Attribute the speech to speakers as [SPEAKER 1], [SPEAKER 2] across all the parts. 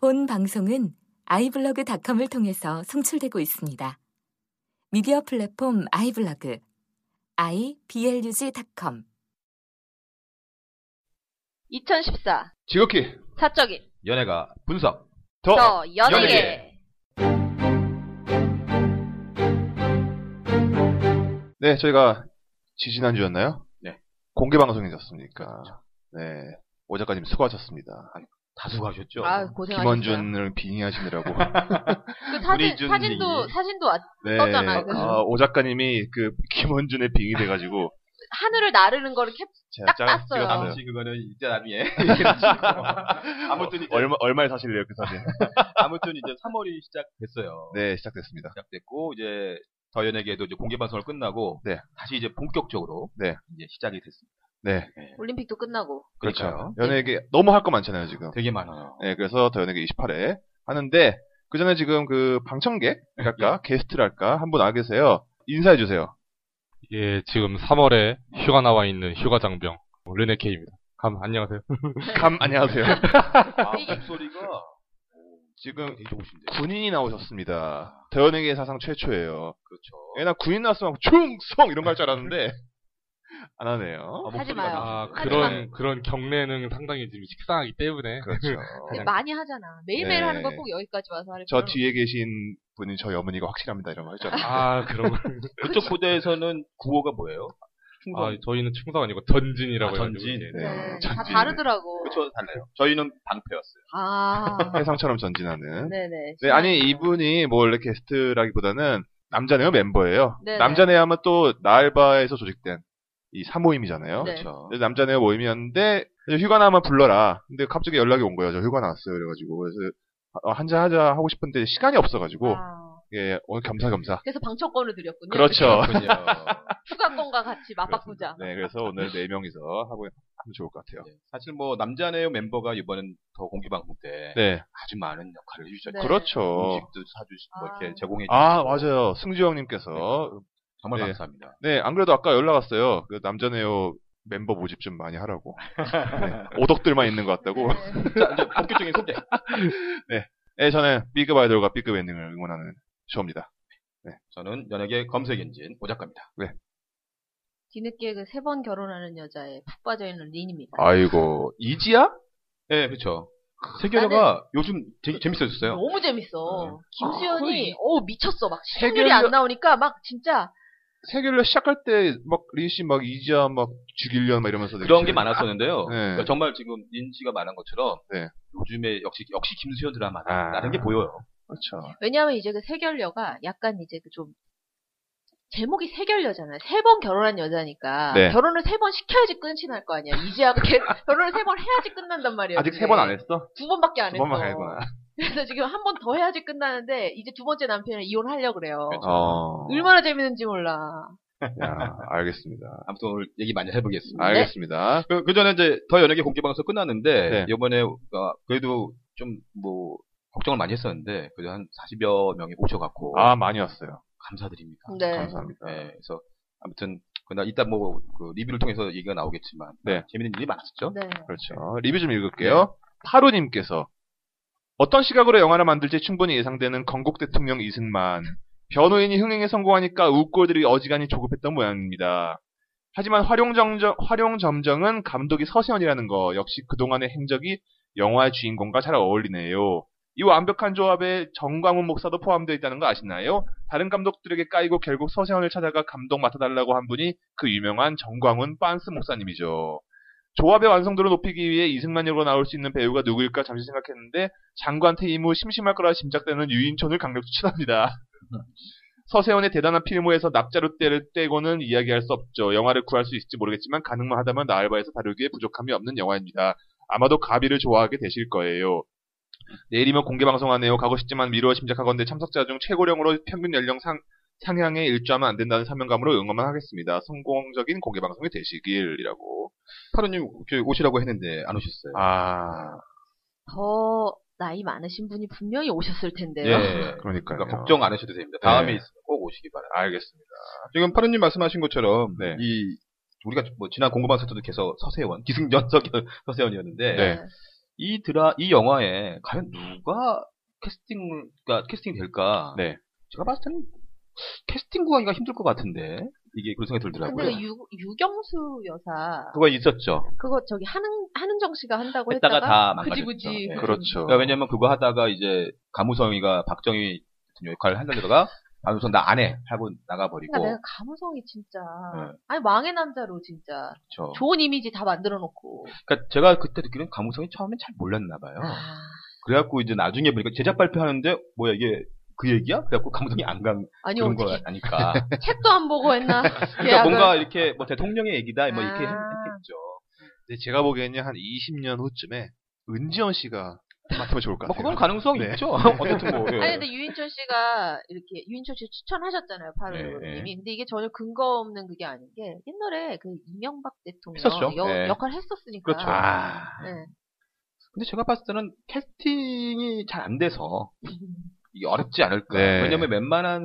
[SPEAKER 1] 본 방송은 아이블로그닷컴을 통해서 송출되고 있습니다. 미디어 플랫폼 아이블로그 iblog.com
[SPEAKER 2] 2014
[SPEAKER 3] 지극히
[SPEAKER 2] 사적인
[SPEAKER 3] 연예가 분석
[SPEAKER 2] 더 어, 연예계
[SPEAKER 3] 네 저희가 지지난 주였나요?
[SPEAKER 4] 네.
[SPEAKER 3] 공개 방송이 었습니까 네. 오 작가님 수고하셨습니다.
[SPEAKER 4] 다 수고하셨죠?
[SPEAKER 2] 아 고생하셨어요.
[SPEAKER 3] 어, 김원준을 빙의하시느라고.
[SPEAKER 2] 그 사진
[SPEAKER 4] 우리준
[SPEAKER 2] 사진도
[SPEAKER 4] 님.
[SPEAKER 2] 사진도 왔-
[SPEAKER 3] 네.
[SPEAKER 2] 떴잖아요, 그죠?
[SPEAKER 3] 아, 오 작가님이 그 김원준의 빙의돼가지고
[SPEAKER 2] 하늘을 나르는 거를 캡
[SPEAKER 3] 제가
[SPEAKER 2] 딱
[SPEAKER 3] 짜-
[SPEAKER 2] 땄어요.
[SPEAKER 3] 찍었어요.
[SPEAKER 4] 아무튼 그거는 이제 나중에 아무튼 이제
[SPEAKER 3] 얼마 얼마에 사실래요 그 사진?
[SPEAKER 4] 아무튼 이제 3월이 시작됐어요.
[SPEAKER 3] 네 시작됐습니다.
[SPEAKER 4] 시작됐고 이제 더 연예계도 이제 공개 방송을 끝나고
[SPEAKER 3] 네.
[SPEAKER 4] 다시 이제 본격적으로
[SPEAKER 3] 네.
[SPEAKER 4] 이제 시작이 됐습니다.
[SPEAKER 3] 네
[SPEAKER 2] 올림픽도 끝나고
[SPEAKER 3] 그렇죠.
[SPEAKER 4] 그러니까요.
[SPEAKER 3] 연예계 너무 할 거 많잖아요 지금.
[SPEAKER 4] 되게 많아요.
[SPEAKER 3] 네, 그래서 더 연예계 28회 하는데 그 전에 지금 그 방청객랄까 게스트랄까 한 분 와 계세요. 인사해 주세요.
[SPEAKER 5] 예, 지금 3월에 휴가 나와 있는 휴가 장병 르네케입니다. 감 안녕하세요.
[SPEAKER 3] 감 안녕하세요.
[SPEAKER 4] 아,
[SPEAKER 2] 이게-
[SPEAKER 4] 목소리가
[SPEAKER 3] 지금
[SPEAKER 5] 예,
[SPEAKER 4] 되게 좋으신데.
[SPEAKER 3] 군인이 나오셨습니다. 더 연예계 사상 최초예요.
[SPEAKER 4] 그렇죠.
[SPEAKER 3] 예나 군인 나왔으면 막 충성 이런 거 할 줄 알았는데 안 하네요.
[SPEAKER 2] 하지
[SPEAKER 4] 목소리가
[SPEAKER 2] 마요.
[SPEAKER 5] 아,
[SPEAKER 4] 좋으신데.
[SPEAKER 5] 그런 그런 경례는 상당히 지금 식상하기 때문에
[SPEAKER 3] 그렇죠.
[SPEAKER 5] 네.
[SPEAKER 2] 근데 많이 하잖아 매일매일
[SPEAKER 3] 네.
[SPEAKER 2] 하는 걸 꼭 여기까지 와서 하는
[SPEAKER 3] 저 뒤에 계신 분이 저희 어머니가 확실합니다 이런 거 했잖아요.
[SPEAKER 5] 아, 그런 거.
[SPEAKER 4] 그쪽 부대에서는 구호가 뭐예요? 충성.
[SPEAKER 5] 아, 저희는 충성 아니고 전진이라고
[SPEAKER 4] 아,
[SPEAKER 5] 해 가지고.
[SPEAKER 4] 전진.
[SPEAKER 3] 네.
[SPEAKER 2] 네, 다
[SPEAKER 3] 전진.
[SPEAKER 2] 다르더라고
[SPEAKER 4] 그렇죠. 달라요. 저희는 방패였어요.
[SPEAKER 2] 아
[SPEAKER 3] 해상처럼 전진하는.
[SPEAKER 2] 네네
[SPEAKER 3] 네, 아니 이분이 뭐 원래 게스트라기보다는 남자네요 멤버예요.
[SPEAKER 2] 네네.
[SPEAKER 3] 남자네 하면 또 나알바에서 조직된 이 사모임이잖아요.
[SPEAKER 2] 네.
[SPEAKER 4] 그렇죠.
[SPEAKER 3] 그래서 남자네요 모임이었는데 이제 휴가 나면 불러라. 근데 갑자기 연락이 온 거예요. 저 휴가 나왔어요. 그래가지고 그래서 어, 한잔 하자 하고 싶은데 시간이 없어가지고
[SPEAKER 2] 아, 네,
[SPEAKER 3] 예 오늘 겸사겸사.
[SPEAKER 2] 그래서 방청권을 드렸군요
[SPEAKER 3] 그렇죠.
[SPEAKER 4] 그렇군요.
[SPEAKER 2] 휴가권과 같이 맞바꾸자
[SPEAKER 3] 네, 그래서 오늘 네 명이서 하고 하면 좋을 것 같아요.
[SPEAKER 4] 네. 사실 뭐 남자네요 멤버가 이번엔 더 공개 방송 때
[SPEAKER 3] 네,
[SPEAKER 4] 아주 많은 역할을 해주셨죠.
[SPEAKER 2] 네.
[SPEAKER 3] 그렇죠.
[SPEAKER 4] 음식도 사주시고 뭐
[SPEAKER 2] 아.
[SPEAKER 4] 이렇게 제공해 주시고
[SPEAKER 3] 아 맞아요. 승주 형님께서
[SPEAKER 4] 정말
[SPEAKER 3] 네.
[SPEAKER 4] 감사합니다.
[SPEAKER 3] 네, 안 그래도 아까 연락 왔어요. 그 남자네요 멤버 모집 좀 많이 하라고. 네, 오덕들만 있는 것 같다고. 뭐.
[SPEAKER 2] 네.
[SPEAKER 4] 자 이제 본격적인 소개.
[SPEAKER 3] 네, 저는 B급 아이돌과 B급 엔딩을 응원하는 쇼입니다.
[SPEAKER 4] 저는 연예계 검색 엔진 오 작가입니다.
[SPEAKER 2] 뒤늦게 그 세 번 결혼하는 여자에 푹 빠져있는 린입니다
[SPEAKER 3] 아이고, 이지야?
[SPEAKER 4] 네 그렇죠. 어, 세계자가 요즘 되게 재밌어졌어요.
[SPEAKER 2] 너무 재밌어. 김수현이
[SPEAKER 4] 아,
[SPEAKER 2] 어 미쳤어. 막 시청률이
[SPEAKER 3] 네. 해결력-
[SPEAKER 2] 안 나오니까 막 진짜
[SPEAKER 3] 세계를 시작할 때, 막, 린 씨, 막, 이지야, 막, 죽일련, 막 이러면서.
[SPEAKER 4] 그런
[SPEAKER 3] 되게
[SPEAKER 4] 게 많았었는데요.
[SPEAKER 3] 네.
[SPEAKER 4] 그러니까 정말 지금 인 씨가 말한 것처럼
[SPEAKER 3] 네.
[SPEAKER 4] 요즘에 역시 역시 김수현 드라마
[SPEAKER 3] 아.
[SPEAKER 4] 나는 게 보여요.
[SPEAKER 3] 그렇죠.
[SPEAKER 2] 왜냐하면 이제 그 세결녀가 약간 이제 그 좀 제목이 세결녀잖아요. 세 번 결혼한 여자니까
[SPEAKER 3] 네.
[SPEAKER 2] 결혼을 세 번 시켜야지 끝이 날 거 아니야. 이지아가 걔- 결혼을 세 번 해야지 끝난단 말이에요.
[SPEAKER 3] 아직 세 번 안 했어?
[SPEAKER 2] 두 번밖에 안
[SPEAKER 3] 두
[SPEAKER 2] 했어.
[SPEAKER 3] 번만 했구나.
[SPEAKER 2] 그래서 지금 한 번 더 해야지 끝나는데 이제 두 번째 남편이랑 이혼하려 그래요.
[SPEAKER 4] 그렇죠.
[SPEAKER 3] 어.
[SPEAKER 2] 얼마나 재밌는지 몰라.
[SPEAKER 3] 야, 알겠습니다.
[SPEAKER 4] 아무튼 오늘 얘기 많이 해보겠습니다.
[SPEAKER 3] 네. 알겠습니다.
[SPEAKER 4] 그, 그 전에 이제 더 연예계 공개 방송 끝났는데
[SPEAKER 3] 네.
[SPEAKER 4] 이번에 어, 그래도 좀 뭐 걱정을 많이 했었는데 그래도 한 40여 명이 오셔갖고
[SPEAKER 3] 아, 많이 왔어요.
[SPEAKER 4] 감사드립니다.
[SPEAKER 2] 네.
[SPEAKER 3] 아, 감사합니다.
[SPEAKER 4] 네, 그래서 아무튼 그날 이따 뭐 그 리뷰를 통해서 얘기가 나오겠지만
[SPEAKER 3] 네.
[SPEAKER 4] 재밌는 일이 많았었죠.
[SPEAKER 2] 네.
[SPEAKER 3] 그렇죠. 리뷰 좀 읽을게요. 파로님께서 어떤 시각으로 영화를 만들지 충분히 예상되는 건국 대통령 이승만 변호인이 흥행에 성공하니까 우골들이 어지간히 조급했던 모양입니다. 하지만 활용정정, 활용점정은 감독이 서세원이라는 거 역시 그동안의 행적이 영화의 주인공과 잘 어울리네요. 이 완벽한 조합에 정광훈 목사도 포함되어 있다는 거 아시나요? 다른 감독들에게 까이고 결국 서세원을 찾아가 감독 맡아달라고 한 분이 그 유명한 정광훈 빤스 목사님이죠. 조합의 완성도를 높이기 위해 이승만 역으로 나올 수 있는 배우가 누구일까 잠시 생각했는데 장관 퇴임 후 심심할 거라 짐작되는 유인촌을 강력 추천합니다. 서세원의 대단한 필모에서 납자루 때를 떼고는 이야기할 수 없죠. 영화를 구할 수 있을지 모르겠지만 가능만 하다면 나알바에서 다루기에 부족함이 없는 영화입니다. 아마도 가비를 좋아하게 되실 거예요. 내일이면 공개 방송하네요. 가고 싶지만 미루어 짐작하건대 참석자 중 최고령으로 평균 연령 상, 향에 일조하면 안 된다는 사명감으로 응원만 하겠습니다. 성공적인 공개 방송이 되시길이라고.
[SPEAKER 4] 파로님 저희 오시라고 했는데 안 오셨어요.
[SPEAKER 3] 아,
[SPEAKER 2] 더 나이 많으신 분이 분명히 오셨을
[SPEAKER 3] 네.
[SPEAKER 2] 텐데요.
[SPEAKER 4] 예.
[SPEAKER 3] 그러니까요.
[SPEAKER 4] 그러니까 걱정 안 하셔도 됩니다. 다음에
[SPEAKER 3] 네.
[SPEAKER 4] 있으면 꼭 오시기 바랍니다.
[SPEAKER 3] 알겠습니다.
[SPEAKER 4] 지금 파로님 말씀하신 것처럼
[SPEAKER 3] 네.
[SPEAKER 4] 이 우리가 뭐 지난 공고방송 때도 계속 서세원 기승전 서- 서세원이었는데
[SPEAKER 3] 네.
[SPEAKER 4] 이 드라 이 영화에 과연 누가 캐스팅을 그러니까 캐스팅 될까?
[SPEAKER 3] 네.
[SPEAKER 4] 제가 봤을 때는 캐스팅 구하기가 힘들 것 같은데 이게 그런 생각이 들더라고요.
[SPEAKER 2] 근데 그 유, 유경수 여사
[SPEAKER 4] 그거 있었죠.
[SPEAKER 2] 그거 저기 하는 하는정 씨가 한다고
[SPEAKER 4] 했다가
[SPEAKER 2] 했다가,
[SPEAKER 4] 다
[SPEAKER 2] 그지
[SPEAKER 4] 망가졌죠.
[SPEAKER 2] 그지
[SPEAKER 4] 예.
[SPEAKER 3] 그렇죠.
[SPEAKER 4] 그러니까 왜냐면 그거 하다가 이제 가무성이가 박정희 같은 역할을 하려다가 가무성 나 안 해 하고
[SPEAKER 2] 그러니까 내가
[SPEAKER 4] 나가버리고
[SPEAKER 2] 감우성이 진짜
[SPEAKER 4] 어. 네.
[SPEAKER 2] 아니 왕의 남자로 진짜
[SPEAKER 4] 그렇죠.
[SPEAKER 2] 좋은 이미지 다 만들어 놓고
[SPEAKER 4] 그러니까 제가 그때 느끼는 가무성이 처음엔 잘 몰랐나 봐요.
[SPEAKER 2] 아,
[SPEAKER 4] 그래갖고 이제 나중에 보니까 제작 발표하는데 뭐야 이게 그 얘기야? 그래갖고 가무성이 안간
[SPEAKER 2] 아니
[SPEAKER 4] 그런
[SPEAKER 2] 어떻게
[SPEAKER 4] 거 아니까.
[SPEAKER 2] 책도 안 보고 했나
[SPEAKER 4] 그러니까
[SPEAKER 2] 계약을.
[SPEAKER 4] 뭔가 이렇게 뭐 대통령의 얘기다 뭐 이렇게
[SPEAKER 2] 아.
[SPEAKER 4] 했- 했겠죠.
[SPEAKER 3] 근데 제가 보기에는 한 20년 후쯤에 은지원 씨가 맡으면 좋을 것
[SPEAKER 4] 뭐
[SPEAKER 3] 같아요.
[SPEAKER 4] 그건 가능성
[SPEAKER 3] 네.
[SPEAKER 4] 있죠. 어쨌든 뭐. 예.
[SPEAKER 2] 아니 네. 근데 유인철 씨가 이렇게 유인철 씨 추천하셨잖아요 파르님이
[SPEAKER 4] 네, 네.
[SPEAKER 2] 근데 이게 전혀 근거 없는 그게 아닌 게 옛날에 그 이명박 대통령
[SPEAKER 4] 했었죠.
[SPEAKER 2] 여-
[SPEAKER 4] 네.
[SPEAKER 2] 역할 했었으니까
[SPEAKER 4] 그렇죠.
[SPEAKER 3] 아.
[SPEAKER 2] 네.
[SPEAKER 4] 근데 제가 봤을 때는 캐스팅이 잘 안 돼서 이게 어렵지 않을까.
[SPEAKER 3] 네.
[SPEAKER 4] 왜냐면 웬만한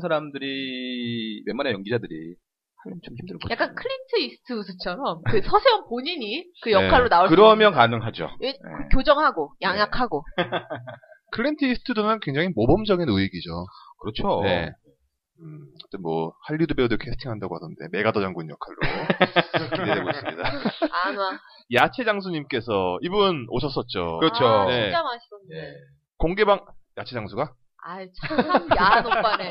[SPEAKER 4] 사람들이 웬만한 연기자들이 하면 좀 힘들 것 같아요.
[SPEAKER 2] 약간 클린트 이스트우드처럼 그 서세원 본인이 그 역할로
[SPEAKER 3] 아,
[SPEAKER 2] 나올 수
[SPEAKER 4] 네. 그러면 가능하죠.
[SPEAKER 2] 있는 그 교정하고
[SPEAKER 4] 네.
[SPEAKER 2] 양약하고
[SPEAKER 3] 클린트 이스트도는 굉장히 모범적인 우익이죠.
[SPEAKER 4] 그렇죠.
[SPEAKER 3] 네. 음, 하여튼 뭐 할리우드 배우들 캐스팅한다고 하던데 메가더 장군 역할로 기대되고 있습니다.
[SPEAKER 2] 아, 안와
[SPEAKER 3] 야채 장수님께서 이분 오셨었죠.
[SPEAKER 4] 그렇죠.
[SPEAKER 2] 아,
[SPEAKER 3] 네.
[SPEAKER 2] 진짜 맛있었는데
[SPEAKER 4] 예.
[SPEAKER 3] 공개방 야채 장수가
[SPEAKER 2] 아유 참 야한 오빠네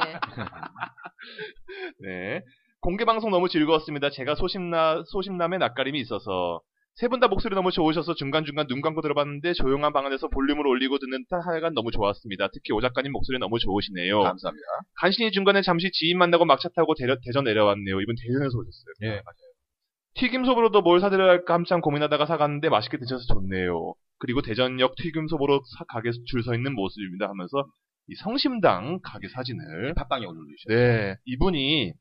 [SPEAKER 3] 네 공개 방송 너무 즐거웠습니다.
[SPEAKER 4] 네.
[SPEAKER 3] 제가 소심나 소심남의 낯가림이 있어서 세 분 다 목소리 너무 좋으셔서 중간 중간 눈 감고 들어봤는데 조용한 방 안에서 볼륨을 올리고 듣는 탓 하여간 너무 좋았습니다. 특히 오 작가님 목소리 너무 좋으시네요.
[SPEAKER 4] 감사합니다.
[SPEAKER 3] 간신히 중간에 잠시 지인 만나고 막차 타고 대전 내려왔네요. 이분 대전에서 오셨어요.
[SPEAKER 4] 예, 맞아요.
[SPEAKER 3] 튀김소보로도 뭘 사드려야 할까 한참 고민하다가 사갔는데 맛있게 드셔서 좋네요. 그리고 대전역 튀김소보로 사- 가게 줄 서 있는 모습입니다 하면서 이 성심당 가게 사진을
[SPEAKER 4] 팟빵에 올려주시죠.
[SPEAKER 3] 네 이분이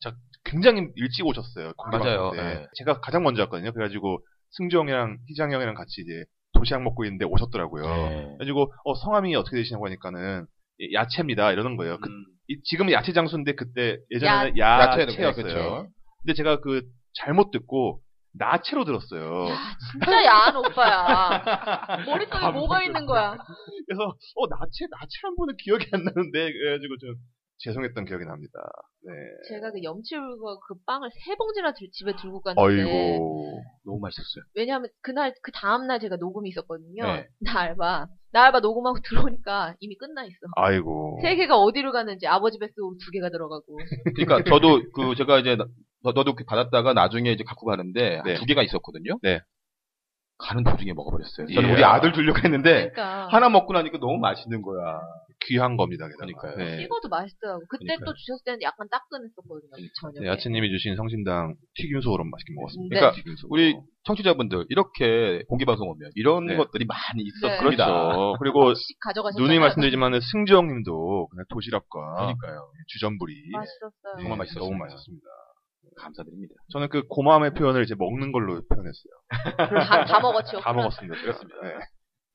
[SPEAKER 3] 자, 굉장히 일찍 오셨어요. 공개
[SPEAKER 4] 맞아요.
[SPEAKER 3] 방송 때.
[SPEAKER 4] 네.
[SPEAKER 3] 제가 가장 먼저 왔거든요. 그래가지고 승주형이랑 희장형이랑 같이 이제 도시락 먹고 있는데 오셨더라고요.
[SPEAKER 4] 예.
[SPEAKER 3] 그래가지고 어, 성함이 어떻게 되시냐고 하니까는 예, 야채입니다 이러는 거예요. 그
[SPEAKER 4] 음,
[SPEAKER 3] 이- 지금은 야채 장수인데 그때 예전에는 야, 채
[SPEAKER 4] 아, 야채는
[SPEAKER 3] 였어요
[SPEAKER 4] 그렇죠.
[SPEAKER 3] 근데 제가 그 잘못 듣고 나채로 들었어요.
[SPEAKER 2] 야 진짜 야한 오빠야 머릿속에 뭐가 있는 거야
[SPEAKER 3] 그래서 어 나채 나채란 분은 기억이 안 나는데 그래가지고 좀 죄송했던 기억이 납니다. 네.
[SPEAKER 2] 제가 그 염치울과 그 빵을 세 봉지나 들- 집에 들고 갔는데 네.
[SPEAKER 3] 어이고
[SPEAKER 4] 너무 맛있었어요.
[SPEAKER 2] 왜냐하면 그날 그 다음 날 제가 녹음이 있었거든요.
[SPEAKER 4] 네.
[SPEAKER 2] 나 알바 나 알바 녹음하고 들어오니까 이미 끝나 있어.
[SPEAKER 3] 아이고
[SPEAKER 2] 세 개가 어디로 가는지 아버지 뱃속 두 개가 들어가고
[SPEAKER 4] 그러니까 저도 그 제가 이제 나- 너, 너도 그 받았다가 나중에 이제 갖고 가는데 한
[SPEAKER 3] 네.
[SPEAKER 4] 두 개가 있었거든요.
[SPEAKER 3] 네.
[SPEAKER 4] 가는 도중에 먹어버렸어요. 저는
[SPEAKER 3] 예.
[SPEAKER 4] 우리 아들 주려고 했는데
[SPEAKER 2] 그러니까
[SPEAKER 4] 네. 하나 먹고 나니까 너무 맛있는 거야.
[SPEAKER 3] 귀한 겁니다. 게다가.
[SPEAKER 4] 그러니까요.
[SPEAKER 3] 네.
[SPEAKER 2] 식어도 맛있더라고. 그때
[SPEAKER 4] 그러니까요.
[SPEAKER 2] 또 주셨을 때는 약간 따끈했었거든요. 저녁에.
[SPEAKER 3] 네, 야채님이 주신 성심당 튀김소로 맛있게 먹었습니다.
[SPEAKER 2] 네.
[SPEAKER 4] 그러니까
[SPEAKER 3] 튀김소.
[SPEAKER 4] 우리 청취자분들 이렇게 공개방송 오면 이런
[SPEAKER 3] 네.
[SPEAKER 4] 것들이 많이 있었습니다.
[SPEAKER 3] 그렇죠. 그리고
[SPEAKER 2] 씩 가져가셨잖아요.
[SPEAKER 3] 누누이 말씀드리지만 승주형님도 그냥 도시락과
[SPEAKER 4] 그러니까요.
[SPEAKER 3] 주전부리
[SPEAKER 2] 맛있었어요.
[SPEAKER 4] 예. 정말 맛있었어요.
[SPEAKER 3] 너무 맛있었습니다.
[SPEAKER 4] 감사드립니다.
[SPEAKER 3] 저는 그 고마움의 표현을 이제 먹는 걸로 표현했어요.
[SPEAKER 2] 다, 다 먹었죠.
[SPEAKER 3] 다 먹었습니다. 그렇습니다. 네.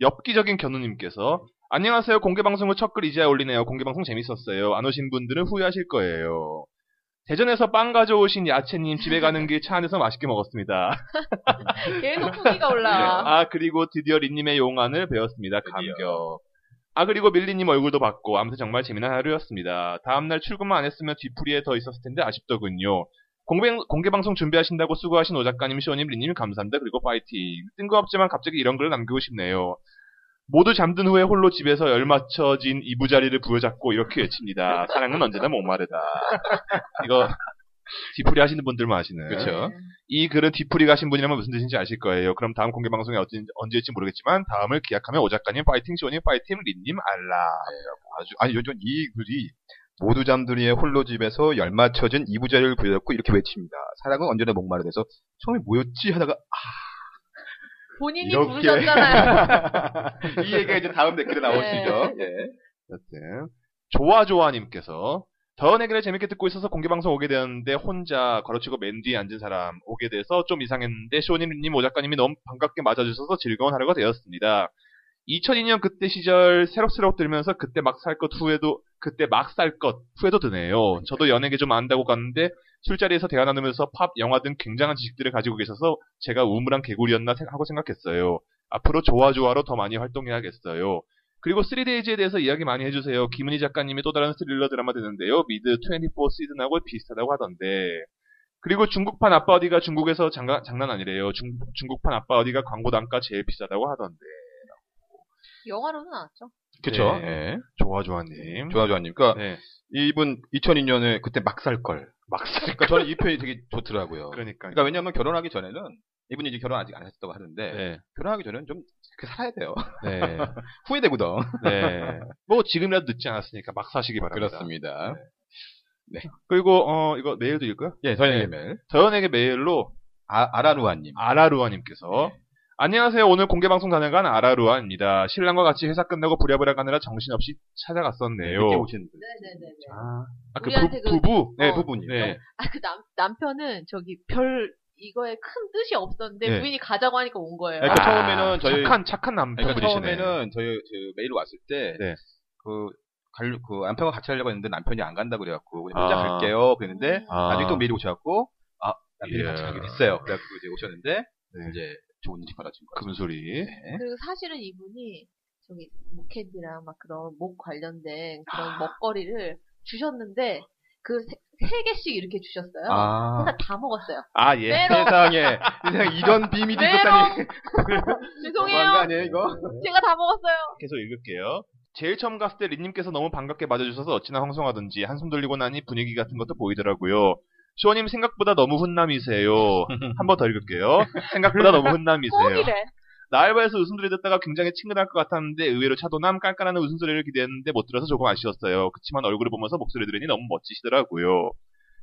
[SPEAKER 3] 엽기적인 견우님께서 안녕하세요. 공개방송 후 첫 글 이제야 올리네요. 공개방송 재밌었어요. 안 오신 분들은 후회하실 거예요. 대전에서 빵 가져오신 야채님 집에 가는 길 차 안에서 맛있게 먹었습니다.
[SPEAKER 2] 계속 후기가 올라.
[SPEAKER 3] 아 그리고 드디어 린님의 용안을 배웠습니다. 감격. 아 그리고 밀리님 얼굴도 봤고 아무튼 정말 재미난 하루였습니다. 다음날 출근만 안 했으면 뒤풀이에 더 있었을 텐데 아쉽더군요. 공개, 공개방송 준비하신다고 수고하신 오 작가님, 시호님, 리님 감사합니다. 그리고 파이팅. 뜬금없지만 갑자기 이런 글을 남기고 싶네요. 모두 잠든 후에 홀로 집에서 열맞춰진 이부자리를 부여잡고 이렇게 외칩니다. 사랑은 언제나 목마르다. 이거 뒤풀이 하시는 분들만 아시는.
[SPEAKER 4] 그렇죠.
[SPEAKER 3] 이 글은 뒤풀이 가신 분이라면 무슨 뜻인지 아실 거예요. 그럼 다음 공개 방송이 언제, 언제일지 모르겠지만 다음을 기약하며 오 작가님 파이팅 시오님 파이팅 린님 알라.
[SPEAKER 4] 아주 아니 요즘 이 글이 모두 잠들이의 홀로 집에서 열맞춰진 이부자리를 부여잡고 이렇게 외칩니다. 사랑은 언제나 목마르대서 처음에 뭐였지 하다가
[SPEAKER 2] 본인이
[SPEAKER 4] 이렇게.
[SPEAKER 2] 부르셨잖아요.
[SPEAKER 4] 이 얘기가 이제 다음 댓글에 나오시죠. 예.
[SPEAKER 3] 여튼 좋아좋아님께서 더운 얘기를 재밌게 듣고 있어서 공개 방송 오게 되었는데 혼자 걸어치고 맨 뒤에 앉은 사람 오게 돼서 좀 이상했는데 시오님 린님 오 작가님이 너무 반갑게 맞아주셔서 즐거운 하루가 되었습니다. 2002년 그때 시절 새록새록 들면서 그때 막 살 것 후회도 그때 막 살 것 후회도 드네요. 저도 연예계 좀 안다고 갔는데 술자리에서 대화 나누면서 팝, 영화 등 굉장한 지식들을 가지고 계셔서 제가 우물한 개구리였나 생- 하고 생각했어요. 앞으로 좋아좋아로 더 많이 활동해야겠어요. 그리고 3데이즈에 대해서 이야기 많이 해주세요. 김은희 작가님의 또 다른 스릴러 드라마 되는데요. 미드 24 시즌하고 비슷하다고 하던데. 그리고 중국판 아빠 어디가 중국에서 장가, 장난 아니래요. 중, 중국판 아빠 어디가 광고 단가 제일 비싸다고 하던데.
[SPEAKER 2] 영화로는 나왔죠.
[SPEAKER 3] 그쵸?
[SPEAKER 4] 네.
[SPEAKER 3] 좋아좋아님.
[SPEAKER 4] 좋아좋아님. 그러니까
[SPEAKER 3] 네.
[SPEAKER 4] 이분 2002년에 그때 막 살 걸.
[SPEAKER 3] 막상.
[SPEAKER 4] 그러니까 저는 이 표현이 되게 좋더라고요. 그러니까,
[SPEAKER 3] 그러니까.
[SPEAKER 4] 왜냐하면 결혼하기 전에는 이분이 이제 결혼 아직 안 하셨다고 하는데
[SPEAKER 3] 네.
[SPEAKER 4] 결혼하기 전에는 좀 그렇게 살아야 돼요.
[SPEAKER 3] 네.
[SPEAKER 4] 후회되거든.
[SPEAKER 3] 네. 뭐 지금이라도 늦지 않았으니까 막 사시기 바랍니다.
[SPEAKER 4] 그렇습니다. 네.
[SPEAKER 3] 그리고 어 이거 메일도 읽고요.
[SPEAKER 4] 예, 저희에게
[SPEAKER 3] 네.
[SPEAKER 4] 메일.
[SPEAKER 3] 저연에게 메일로
[SPEAKER 4] 아, 아라루아님.
[SPEAKER 3] 아라루아님께서
[SPEAKER 4] 네.
[SPEAKER 3] 안녕하세요. 오늘 공개 방송 다녀간 아라루아입니다. 신랑과 같이 회사 끝나고 부랴부랴 가느라 정신없이 찾아갔었네요.
[SPEAKER 4] 늦게 오신 분.
[SPEAKER 2] 네네네.
[SPEAKER 3] 아, 아, 그
[SPEAKER 2] 우리한테 그-
[SPEAKER 3] 부, 부
[SPEAKER 4] 네,
[SPEAKER 2] 어.
[SPEAKER 4] 부부님.
[SPEAKER 3] 네.
[SPEAKER 2] 아, 그 남, 남편은 저기 별 이거에 큰 뜻이 없었는데
[SPEAKER 4] 네.
[SPEAKER 2] 부인이 가자고 하니까 온 거예요.
[SPEAKER 4] 네, 그 처음에는 저희-
[SPEAKER 3] 아, 착한 착한
[SPEAKER 4] 그러니까
[SPEAKER 3] 남편분이시네.
[SPEAKER 4] 처음에는 저희 저 메일 왔을 때,
[SPEAKER 3] 네.
[SPEAKER 4] 그, 갈, 그, 남편과 같이 하려고 했는데 남편이 안 간다 그래갖고, 그냥 혼자
[SPEAKER 3] 아.
[SPEAKER 4] 갈게요. 그랬는데,
[SPEAKER 2] 음.
[SPEAKER 3] 아,
[SPEAKER 4] 나중에 또 메일이 오셔갖고, 아, 남편이
[SPEAKER 3] 예.
[SPEAKER 4] 같이 가기로 했어요. 그래갖고 이제 오셨는데,
[SPEAKER 3] 네.
[SPEAKER 4] 이제 좋은 집 받아준 거예요.
[SPEAKER 3] 금소리.
[SPEAKER 4] 네.
[SPEAKER 2] 그리고 사실은 이분이 저기 목캔디랑 막 그런 목 관련된 그런
[SPEAKER 4] 아.
[SPEAKER 2] 먹거리를 주셨는데 그 세 개씩 이렇게 주셨어요.
[SPEAKER 4] 아.
[SPEAKER 2] 그래서 다 먹었어요.
[SPEAKER 3] 아 예.
[SPEAKER 2] 빼러
[SPEAKER 4] 세상에, 세상에 이런 비밀이 있었다니. 너무한 거
[SPEAKER 2] 죄송해요.
[SPEAKER 4] 아니에요, 이거?
[SPEAKER 2] 제가 다 먹었어요.
[SPEAKER 3] 계속 읽을게요. 제일 처음 갔을 때 린님께서 너무 반갑게 맞아주셔서 어찌나 황송하던지 한숨 돌리고 나니 분위기 같은 것도 보이더라고요. 쇼님 생각보다 너무 훈남이세요. 한 번 더 읽을게요. 생각보다 너무 훈남이세요.
[SPEAKER 2] 꼭이래.
[SPEAKER 3] 나알바에서 웃음소리 듣다가 굉장히 친근할 것 같았는데 의외로 차도남 깐깐하는 웃음소리를 기대했는데 못 들어서 조금 아쉬웠어요. 그치만 얼굴을 보면서 목소리 들으니 너무 멋지시더라고요.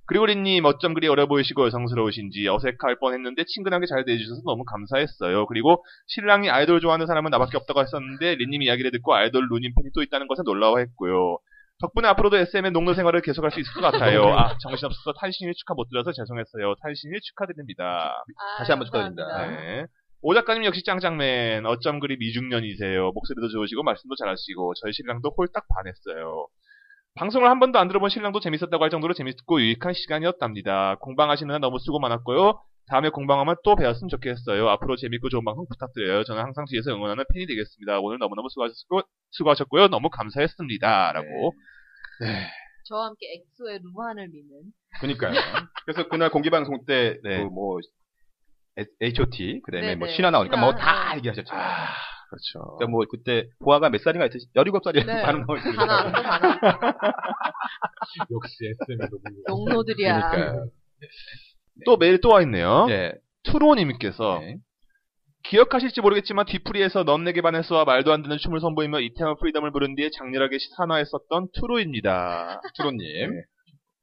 [SPEAKER 3] 그리고 린님 어쩜 그리 어려 보이시고 여성스러우신지 어색할 뻔했는데 친근하게 잘 대해주셔서 너무 감사했어요. 그리고 신랑이 아이돌 좋아하는 사람은 나밖에 없다고 했었는데 린님 이야기를 듣고 아이돌 루님 팬이 또 있다는 것에 놀라워했고요. 덕분에 앞으로도 SM의 농노 생활을 계속할 수 있을 것 같아요. 아 정신없어서 탄신일 축하 못 드려서 죄송했어요. 탄신일 축하드립니다.
[SPEAKER 2] 아,
[SPEAKER 4] 다시 한번 축하드립니다.
[SPEAKER 2] 감사합니다.
[SPEAKER 3] 네. 오 작가님 역시 짱짱맨. 어쩜 그리 미중년이세요. 목소리도 좋으시고 말씀도 잘하시고 저희 신랑도 홀딱 반했어요. 방송을 한 번도 안 들어본 신랑도 재밌었다고 할 정도로 재밌고 유익한 시간이었답니다. 공방하시느라 너무 수고 많았고요. 다음에 공방하면 또 뵈었으면 좋겠어요. 앞으로 재밌고 좋은 방송 부탁드려요. 저는 항상 뒤에서 응원하는 팬이 되겠습니다. 오늘 너무너무 수고하셨고, 수고하셨고요. 너무
[SPEAKER 2] 네.
[SPEAKER 3] 감사했습니다. 라고.
[SPEAKER 4] 네.
[SPEAKER 2] 저와 함께 엑소의 루한을 믿는
[SPEAKER 4] 그니까요. 그래서 그날 공개방송 때,
[SPEAKER 3] 네.
[SPEAKER 4] 그 뭐, H.O.T. 그 다음에
[SPEAKER 2] 네,
[SPEAKER 4] 뭐,
[SPEAKER 2] 네.
[SPEAKER 4] 신화 나오니까 뭐,
[SPEAKER 2] 신화.
[SPEAKER 4] 다 얘기하셨죠. 아,
[SPEAKER 3] 그렇죠.
[SPEAKER 4] 그러니까 뭐, 그때, 보아가 몇 살인가 했듯이, 17살이라고
[SPEAKER 2] 네.
[SPEAKER 4] 하는 거.
[SPEAKER 2] 다 나왔어, 다 나왔어.
[SPEAKER 5] 역시 SM이로군요.
[SPEAKER 2] 농노들이야.
[SPEAKER 4] 그러니까요.
[SPEAKER 3] 또 메일 또 와 있네요.
[SPEAKER 4] 예.
[SPEAKER 3] 투로님께서
[SPEAKER 4] 네.
[SPEAKER 3] 기억하실지 모르겠지만 뒤풀이에서 넌 내게 반했어와 말도 안 되는 춤을 선보이며 이태원 프리덤을 부른 뒤에 장렬하게 산화했었던 투로입니다.
[SPEAKER 4] 투로님.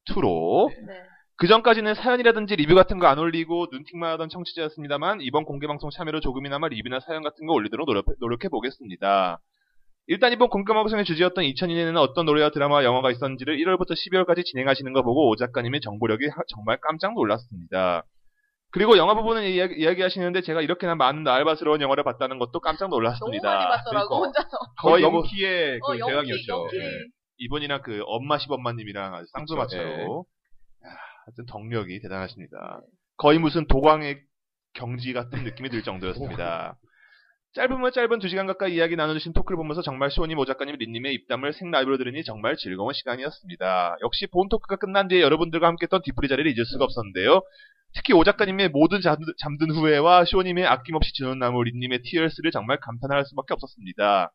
[SPEAKER 3] 투로.
[SPEAKER 2] 네.
[SPEAKER 3] 그 전까지는 사연이라든지 리뷰 같은 거 안 올리고 눈팅만 하던 청취자였습니다만 이번 공개방송 참여로 조금이나마 리뷰나 사연 같은 거 올리도록 노력, 해 보겠습니다. 일단 이번 공개방송의 주제였던 2002년에는 어떤 노래와 드라마와 영화가 있었는지를 1월부터 12월까지 진행하시는 거 보고 오 작가님의 정보력이 하- 정말 깜짝 놀랐습니다. 그리고 영화 부분은 이야기, 하시는데 제가 이렇게나 많은 알바스러운 영화를 봤다는 것도 깜짝
[SPEAKER 2] 너무
[SPEAKER 3] 놀랐습니다.
[SPEAKER 2] 많이 봤더라고, 혼자서.
[SPEAKER 3] 거의 뭐
[SPEAKER 4] 영키의
[SPEAKER 2] 어,
[SPEAKER 4] 그러니까 그
[SPEAKER 2] 영키,
[SPEAKER 4] 대왕이었죠.
[SPEAKER 2] 영키.
[SPEAKER 4] 예.
[SPEAKER 3] 이분이랑 그 엄마 시범마님이랑 아주 쌍수마차로
[SPEAKER 4] 그쵸, 예.
[SPEAKER 3] 하, 하여튼 덕력이 대단하십니다. 거의 무슨 도광의 경지 같은 느낌이 들 정도였습니다. 짧으면 짧은 두 시간 가까이 이야기 나눠주신 토크를 보면서 정말 시원히 모 작가님, 린님의 입담을 생라이브로 들으니 정말 즐거운 시간이었습니다. 역시 본 토크가 끝난 뒤에 여러분들과 함께했던 뒤풀이 자리를 잊을 수가 없었는데요. 특히 오 작가님의 모든 잠, 잠든 후회와 쇼님의 아낌없이 주는 나무 린님의 티얼스를 정말 감탄할 수밖에 없었습니다.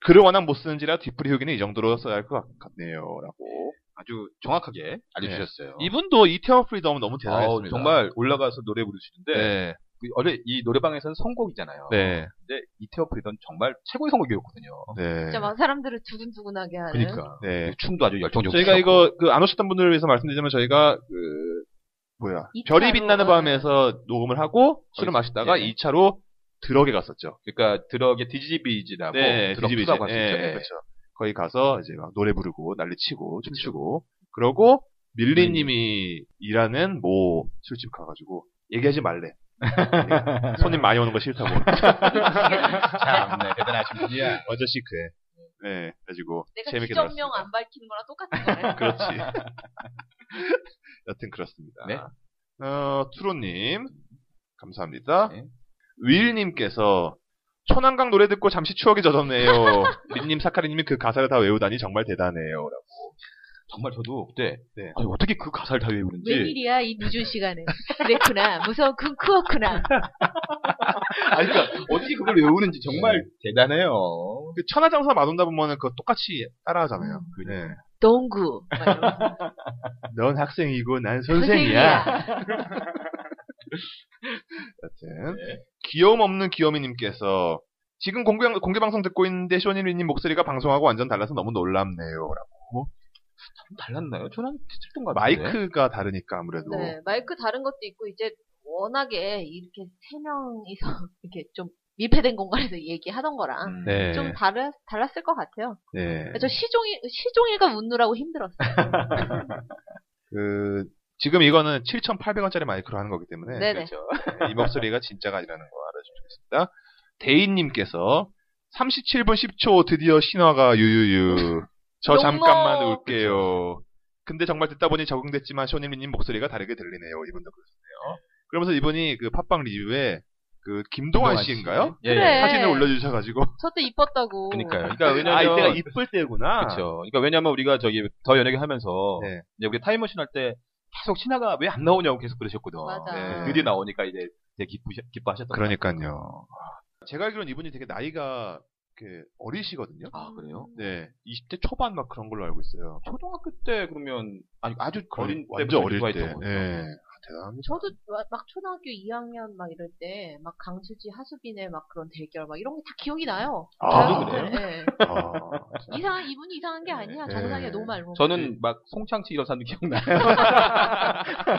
[SPEAKER 3] 글을 워낙 못 쓰는지라 뒤풀이 후기는 이 정도로 써야 할 것 같네요. 라고.
[SPEAKER 4] 아주 정확하게 알려주셨어요.
[SPEAKER 3] 이분도 이태원 프리덤 너무
[SPEAKER 4] 아우,
[SPEAKER 3] 네. 대단했습니다.
[SPEAKER 4] 정말 올라가서 노래 부르시는데
[SPEAKER 3] 네.
[SPEAKER 4] 그 원래 이 노래방에서는 선곡이잖아요.
[SPEAKER 3] 네.
[SPEAKER 4] 근데 이태어 프리던 정말 최고의 선곡이었거든요.
[SPEAKER 3] 네.
[SPEAKER 2] 진짜 막 사람들을 두근두근하게 하는.
[SPEAKER 4] 그러니까
[SPEAKER 3] 네.
[SPEAKER 4] 춤도 아주 열정적으로.
[SPEAKER 3] 저희가
[SPEAKER 4] 추셨고.
[SPEAKER 3] 이거 그 안 오셨던 분들을 위해서 말씀드리자면 저희가 그 뭐야
[SPEAKER 2] 이차로.
[SPEAKER 3] 별이 빛나는 밤에서 녹음을 하고 술을 마시다가
[SPEAKER 4] 네.
[SPEAKER 3] 2차로 드럭에 갔었죠.
[SPEAKER 4] 그러니까 드럭의 디지비즈라고 드럭
[SPEAKER 3] DGB
[SPEAKER 4] 투라고
[SPEAKER 3] 이제.
[SPEAKER 4] 할수 있죠.
[SPEAKER 3] 네,
[SPEAKER 4] 네.
[SPEAKER 3] 그렇죠. 거기 가서 이제 막 노래 부르고 난리 치고 춤추고 그러고 밀리님이 일하는 모 술집 가가지고 얘기하지 말래. 손님 많이 오는 거 싫다고.
[SPEAKER 4] 참, 네, 대단하신 분이야.
[SPEAKER 3] 완전 시크해. 네, 그래가지고
[SPEAKER 2] 내가
[SPEAKER 3] 재밌게
[SPEAKER 2] 지정명
[SPEAKER 3] 놀았습니다.
[SPEAKER 2] 안 밝히는 거랑 똑같은 거네.
[SPEAKER 3] 그렇지. 여튼 그렇습니다.
[SPEAKER 4] 네.
[SPEAKER 3] 어, 투로님, 감사합니다.
[SPEAKER 4] 네.
[SPEAKER 3] 윌님께서 천안강 노래 듣고 잠시 추억에 젖었네요. 민님, 사카리님이 그 가사를 다 외우다니 정말 대단해요. 라고.
[SPEAKER 4] 정말 저도 그때
[SPEAKER 3] 네.
[SPEAKER 4] 아니, 어떻게 그 가사를 다 외우는지
[SPEAKER 2] 웬일이야 이 늦은 시간에 그랬구나 무서운 쿵쿠었구나
[SPEAKER 4] 아니 그러니까 어떻게 그걸 외우는지 정말 대단해요.
[SPEAKER 3] 네. 그 천하장사 마돈다 보면은 그거 똑같이 따라하잖아요. 네.
[SPEAKER 4] 음, 그러니까.
[SPEAKER 2] 동구 막 이러면서.
[SPEAKER 3] 넌 학생이고 난 선생이야.
[SPEAKER 2] 선생이야
[SPEAKER 3] 여튼 네. 귀여움 없는 귀여미님께서 지금 공개, 공개 방송 듣고 있는데 쇼니리님 목소리가 방송하고 완전 달라서 너무 놀랍네요. 라고.
[SPEAKER 4] 달랐나요? 저랑 틀린 것 같은데.
[SPEAKER 3] 마이크가 다르니까 아무래도
[SPEAKER 2] 네 마이크 다른 것도 있고 이제 워낙에 이렇게 세 명이서 이렇게 좀 밀폐된 공간에서 얘기하던 거랑
[SPEAKER 4] 음.
[SPEAKER 5] 네.
[SPEAKER 2] 좀 다르, 달랐을 것 같아요.
[SPEAKER 3] 네.
[SPEAKER 2] 저 시종일 시종일가 웃느라고 힘들었어요.
[SPEAKER 3] 그 지금 이거는 7,800원짜리 마이크로 하는 거기 때문에
[SPEAKER 2] 네네.
[SPEAKER 4] 그렇죠.
[SPEAKER 3] 네, 이 목소리가 진짜가 아니라는 거 알아주시겠습니다. 데이님께서 37분 10초 드디어 신화가 유유유. 저
[SPEAKER 2] 너무-
[SPEAKER 3] 잠깐만 울게요. 근데 정말 듣다 보니 적응됐지만 쇼님님 목소리가 다르게 들리네요. 이분도 그러시네요. 그러면서 이분이 그 팟빵 리뷰에 그 김동완 씨인가요?
[SPEAKER 4] 예, 예.
[SPEAKER 2] 그래.
[SPEAKER 3] 사진을 올려주셔가지고
[SPEAKER 2] 저 때 이뻤다고.
[SPEAKER 4] 그러니까요. 그러니까 왜냐면
[SPEAKER 3] 아 이때가 이쁠 때구나.
[SPEAKER 4] 그렇죠. 그러니까 왜냐면 우리가 저기 더 연예계 하면서
[SPEAKER 3] 네.
[SPEAKER 4] 이제 우리 타임머신 할 때 계속 신화가 왜 안 나오냐고 계속 그러셨거든.
[SPEAKER 2] 맞아.
[SPEAKER 3] 네.
[SPEAKER 4] 드디어 나오니까 이제 되게 기쁘셔, 기뻐하셨던 것
[SPEAKER 3] 그러니까요. 제가 알기로는 이분이 되게 나이가 이렇게 어리시거든요.
[SPEAKER 4] 같아요. 아 그래요?
[SPEAKER 3] 네, 20대 초반 막 그런 걸로 알고 있어요.
[SPEAKER 4] 초등학교 때 그러면 아니 아주 어린
[SPEAKER 3] 완전 어릴 때.
[SPEAKER 4] 좋아했던 거죠.
[SPEAKER 3] 네. 대단합니다.
[SPEAKER 2] 저도 와- 막 초등학교 2학년 막 이럴 때 막 강수지 하수빈의 막 그런 대결 막 이런 게 다 기억이 나요.
[SPEAKER 3] 아,
[SPEAKER 4] 저도
[SPEAKER 2] 그래요? 네.
[SPEAKER 3] 아, 진짜.
[SPEAKER 2] 이상한 이분이 이상한 게 아니야.
[SPEAKER 3] 네.
[SPEAKER 2] 정상이야 너무 알고.
[SPEAKER 4] 저는 막 송창치 이런 사람도 기억나요.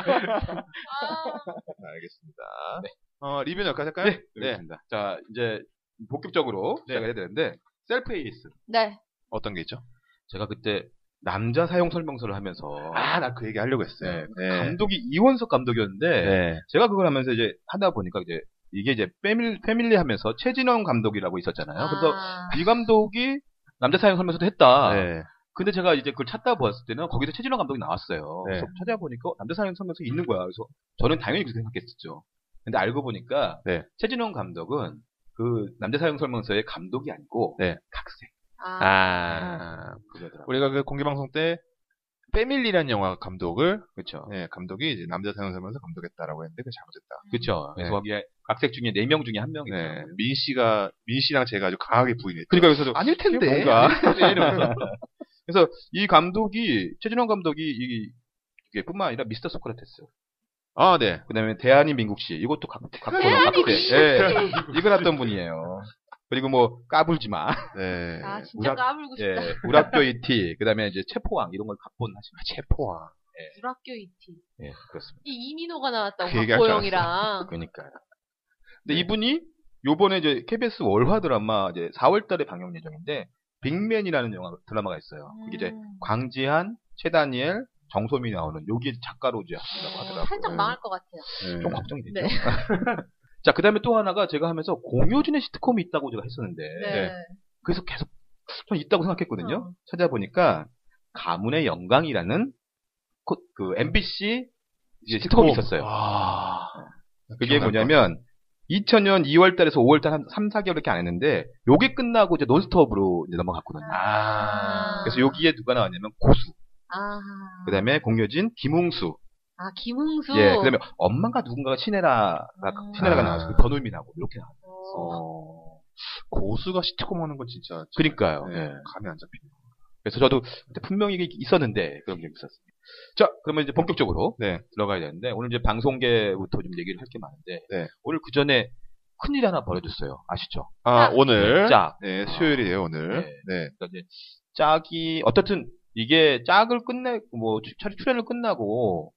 [SPEAKER 2] 아,
[SPEAKER 3] 알겠습니다. 어, 리뷰는 여기까지 할까요?
[SPEAKER 4] 네.
[SPEAKER 3] 네.
[SPEAKER 4] 그렇습니다. 자 이제 본격적으로 시작을 해야 되는데 셀프 에이스.
[SPEAKER 2] 네.
[SPEAKER 3] 어떤 게 있죠?
[SPEAKER 4] 제가 그때 남자 사용 설명서를 하면서
[SPEAKER 3] 아, 나 그 얘기 하려고 했어요.
[SPEAKER 4] 네, 감독이 이원석 감독이었는데
[SPEAKER 3] 네.
[SPEAKER 4] 제가 그걸 하면서 이제 하다 보니까 이제 이게 이제 패밀리, 패밀리 하면서 최진원 감독이라고 있었잖아요. 그래서
[SPEAKER 2] 아,
[SPEAKER 4] 이 감독이 남자 사용 설명서도 했다.
[SPEAKER 3] 네.
[SPEAKER 4] 근데 제가 이제 그걸 찾다 보았을 때는 거기서 최진원 감독이 나왔어요.
[SPEAKER 3] 네.
[SPEAKER 4] 그래서 찾아보니까 어, 남자 사연 설명서 있는 거야. 그래서 저는 당연히 그렇게 생각했었죠. 근데 알고 보니까
[SPEAKER 3] 네.
[SPEAKER 4] 최진원 감독은 그 남자 사용 설명서의 감독이 아니고
[SPEAKER 3] 네.
[SPEAKER 4] 각색.
[SPEAKER 2] 아,
[SPEAKER 3] 아,
[SPEAKER 4] 그거더라고요.
[SPEAKER 3] 우리가 그 공개 방송 때 패밀리라는 영화 감독을
[SPEAKER 4] 그렇죠.
[SPEAKER 3] 네, 감독이 이제 남자 사용하면서 감독했다라고 했는데 그게 잘못했다.
[SPEAKER 4] 그렇죠.
[SPEAKER 3] 네.
[SPEAKER 4] 그래서 거기에 각색 중에 네 명 중에 한 명이죠.
[SPEAKER 3] 네, 민 씨가 민 씨랑 제가 아주 강하게 부인했죠.
[SPEAKER 4] 그러니까 그래서
[SPEAKER 3] 아닐 텐데.
[SPEAKER 4] 뭔가 이러면서. 그래서 이 감독이 최진원 감독이 이 이게 뿐만 아니라 미스터 소크라테스,
[SPEAKER 3] 아, 네.
[SPEAKER 4] 그다음에 대한이 민국 씨 이것도 각 각본
[SPEAKER 2] 대한이
[SPEAKER 4] 각색. 예, 이걸 했던 분이에요. 그리고 뭐 까불지 마,
[SPEAKER 3] 네.
[SPEAKER 2] 아, 진짜
[SPEAKER 4] 우락-
[SPEAKER 2] 까불고
[SPEAKER 4] 예,
[SPEAKER 2] 싶다.
[SPEAKER 4] 우락교 이티, 그다음에 이제 체포왕 이런 걸 각본 하시면 체포왕,
[SPEAKER 2] 불학교 이티.
[SPEAKER 4] 예, 그렇습니다.
[SPEAKER 2] 이 이민호가 나왔다고
[SPEAKER 3] 그 얘기할 줄
[SPEAKER 2] 박보영이랑.
[SPEAKER 4] 그러니까. 근데 이분이 요번에 이제 KBS 월화 드라마 이제 4월달에 방영 예정인데 빅맨이라는 영화 드라마가 있어요. 그게 이제
[SPEAKER 2] 음.
[SPEAKER 4] 광지한, 최다니엘, 정소미 나오는 여기 작가로 이제 하신다고
[SPEAKER 2] 어,
[SPEAKER 4] 하더라고요.
[SPEAKER 2] 살짝 망할 것 같아요.
[SPEAKER 3] 네.
[SPEAKER 4] 좀 걱정이 되죠.
[SPEAKER 2] 네.
[SPEAKER 4] 자, 그 다음에 또 하나가 제가 하면서 공효진의 시트콤이 있다고 제가 했었는데
[SPEAKER 2] 네.
[SPEAKER 4] 그래서 계속 전 있다고 생각했거든요.
[SPEAKER 2] 어.
[SPEAKER 4] 찾아보니까 가문의 영광이라는 코- 그 MBC 이제 시트콤이 있었어요. 네.
[SPEAKER 3] 아.
[SPEAKER 4] 그게 뭐냐면 2000년 2월달에서 5월달 한 3, 4개월 이렇게 안 했는데 요게 끝나고 이제 논스톱으로 이제 넘어갔거든요.
[SPEAKER 3] 아.
[SPEAKER 4] 그래서 여기에 누가 나왔냐면 고수,
[SPEAKER 2] 아.
[SPEAKER 4] 그다음에 공효진, 김웅수,
[SPEAKER 2] 아, 김웅수.
[SPEAKER 4] 예, 그다음에 엄마가 누군가가 신혜라,
[SPEAKER 2] 음.
[SPEAKER 4] 신혜라가
[SPEAKER 3] 아.
[SPEAKER 4] 나왔어요. 변울미나고 이렇게 나왔어요.
[SPEAKER 2] 어.
[SPEAKER 3] 고수가 시트콤 하는 건 진짜
[SPEAKER 4] 그러니까요.
[SPEAKER 3] 네,
[SPEAKER 4] 예.
[SPEAKER 3] 감이 안 잡히네요.
[SPEAKER 4] 그래서 저도 그때 분명히 이게 있었는데 그런 게 있었어요. 자, 그러면 이제 본격적으로
[SPEAKER 3] 네.
[SPEAKER 4] 들어가야 되는데 오늘 이제 방송계부터 좀 얘기를 할 게 많은데
[SPEAKER 3] 네.
[SPEAKER 4] 오늘 그 전에 큰일 하나 벌어졌어요. 아시죠?
[SPEAKER 3] 아,
[SPEAKER 2] 짝.
[SPEAKER 3] 오늘
[SPEAKER 4] 짝.
[SPEAKER 3] 네, 수요일이에요, 오늘. 네.
[SPEAKER 4] 그러니까 이제 짝이 어떻든 이게 짝을 끝내 뭐 출- 출연을 끝나고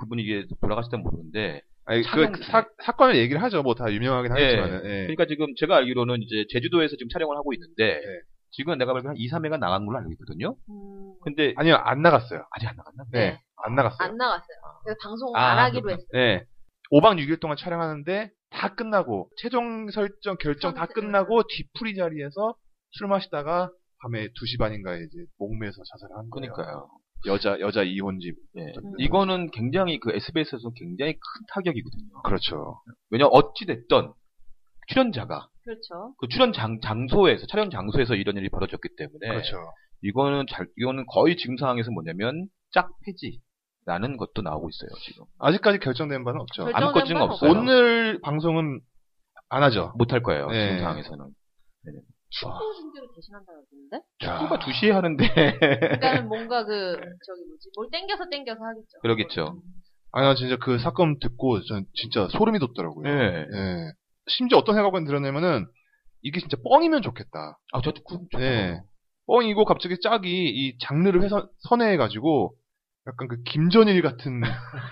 [SPEAKER 4] 그분이 이게 돌아가실 땐 모르는데
[SPEAKER 3] 아니,
[SPEAKER 4] 촬영
[SPEAKER 3] 그 사, 사건을 얘기를 하죠. 뭐 다 유명하긴
[SPEAKER 4] 네.
[SPEAKER 3] 하겠지만. 네.
[SPEAKER 4] 그러니까 지금 제가 알기로는 이제 제주도에서 지금 촬영을 하고 있는데
[SPEAKER 3] 네.
[SPEAKER 4] 지금 내가 볼때 한 2, 3회가 나간 걸로 알고 있거든요.
[SPEAKER 2] 음.
[SPEAKER 4] 근데
[SPEAKER 3] 아니요, 안 나갔어요.
[SPEAKER 4] 아직 안 나갔나?
[SPEAKER 3] 네. 안 나갔어요.
[SPEAKER 2] 안 나갔어요. 그래서 방송
[SPEAKER 4] 아,
[SPEAKER 2] 안 하기로 했어요.
[SPEAKER 3] 네. 5박 6일 동안 촬영하는데 다 끝나고 최종 설정 결정 다
[SPEAKER 2] 선택.
[SPEAKER 3] 끝나고 뒤풀이 자리에서 술 마시다가 밤에 2시 반인가에 이제 목매서 자살을 한 거예요.
[SPEAKER 4] 그러니까요.
[SPEAKER 3] 여자 여자 이혼집.
[SPEAKER 4] 네.
[SPEAKER 2] 음.
[SPEAKER 4] 이거는 굉장히 그 SBS에서 굉장히 큰 타격이거든요.
[SPEAKER 3] 그렇죠.
[SPEAKER 4] 왜냐 어찌 됐던 출연자가
[SPEAKER 2] 그렇죠.
[SPEAKER 4] 그 출연 장, 장소에서 촬영 장소에서 이런 일이 벌어졌기 때문에
[SPEAKER 3] 그렇죠.
[SPEAKER 4] 이거는 잘 이거는 거의 지금 상황에서 뭐냐면 짝 폐지라는 것도 나오고 있어요 지금
[SPEAKER 3] 아직까지 결정된 바는 없죠.
[SPEAKER 2] 결정-
[SPEAKER 4] 아무것도 지금
[SPEAKER 2] 결정된
[SPEAKER 4] 없어요
[SPEAKER 2] 바는
[SPEAKER 3] 오늘 방송은 안 하죠.
[SPEAKER 4] 못할 거예요
[SPEAKER 3] 네.
[SPEAKER 4] 지금 상황에서는 아,
[SPEAKER 2] 축구 중계로 대신한다고 했는데?
[SPEAKER 4] 누가 2시에 하는데
[SPEAKER 2] 그러니까 뭔가 그, 저기 뭐지, 뭘 땡겨서 땡겨서 하겠죠. 음.
[SPEAKER 4] 그러겠죠.
[SPEAKER 3] 아, 나 진짜 그 사건 듣고 전 진짜 소름이 돋더라고요.
[SPEAKER 4] 예.
[SPEAKER 3] 예. 심지어 어떤 생각을 들었냐면은 이게 진짜 뻥이면 좋겠다.
[SPEAKER 4] 아 저도 그
[SPEAKER 3] 예. 뻥이고 갑자기 짝이 이 장르를 회선, 선회해가지고 약간 그 김전일 같은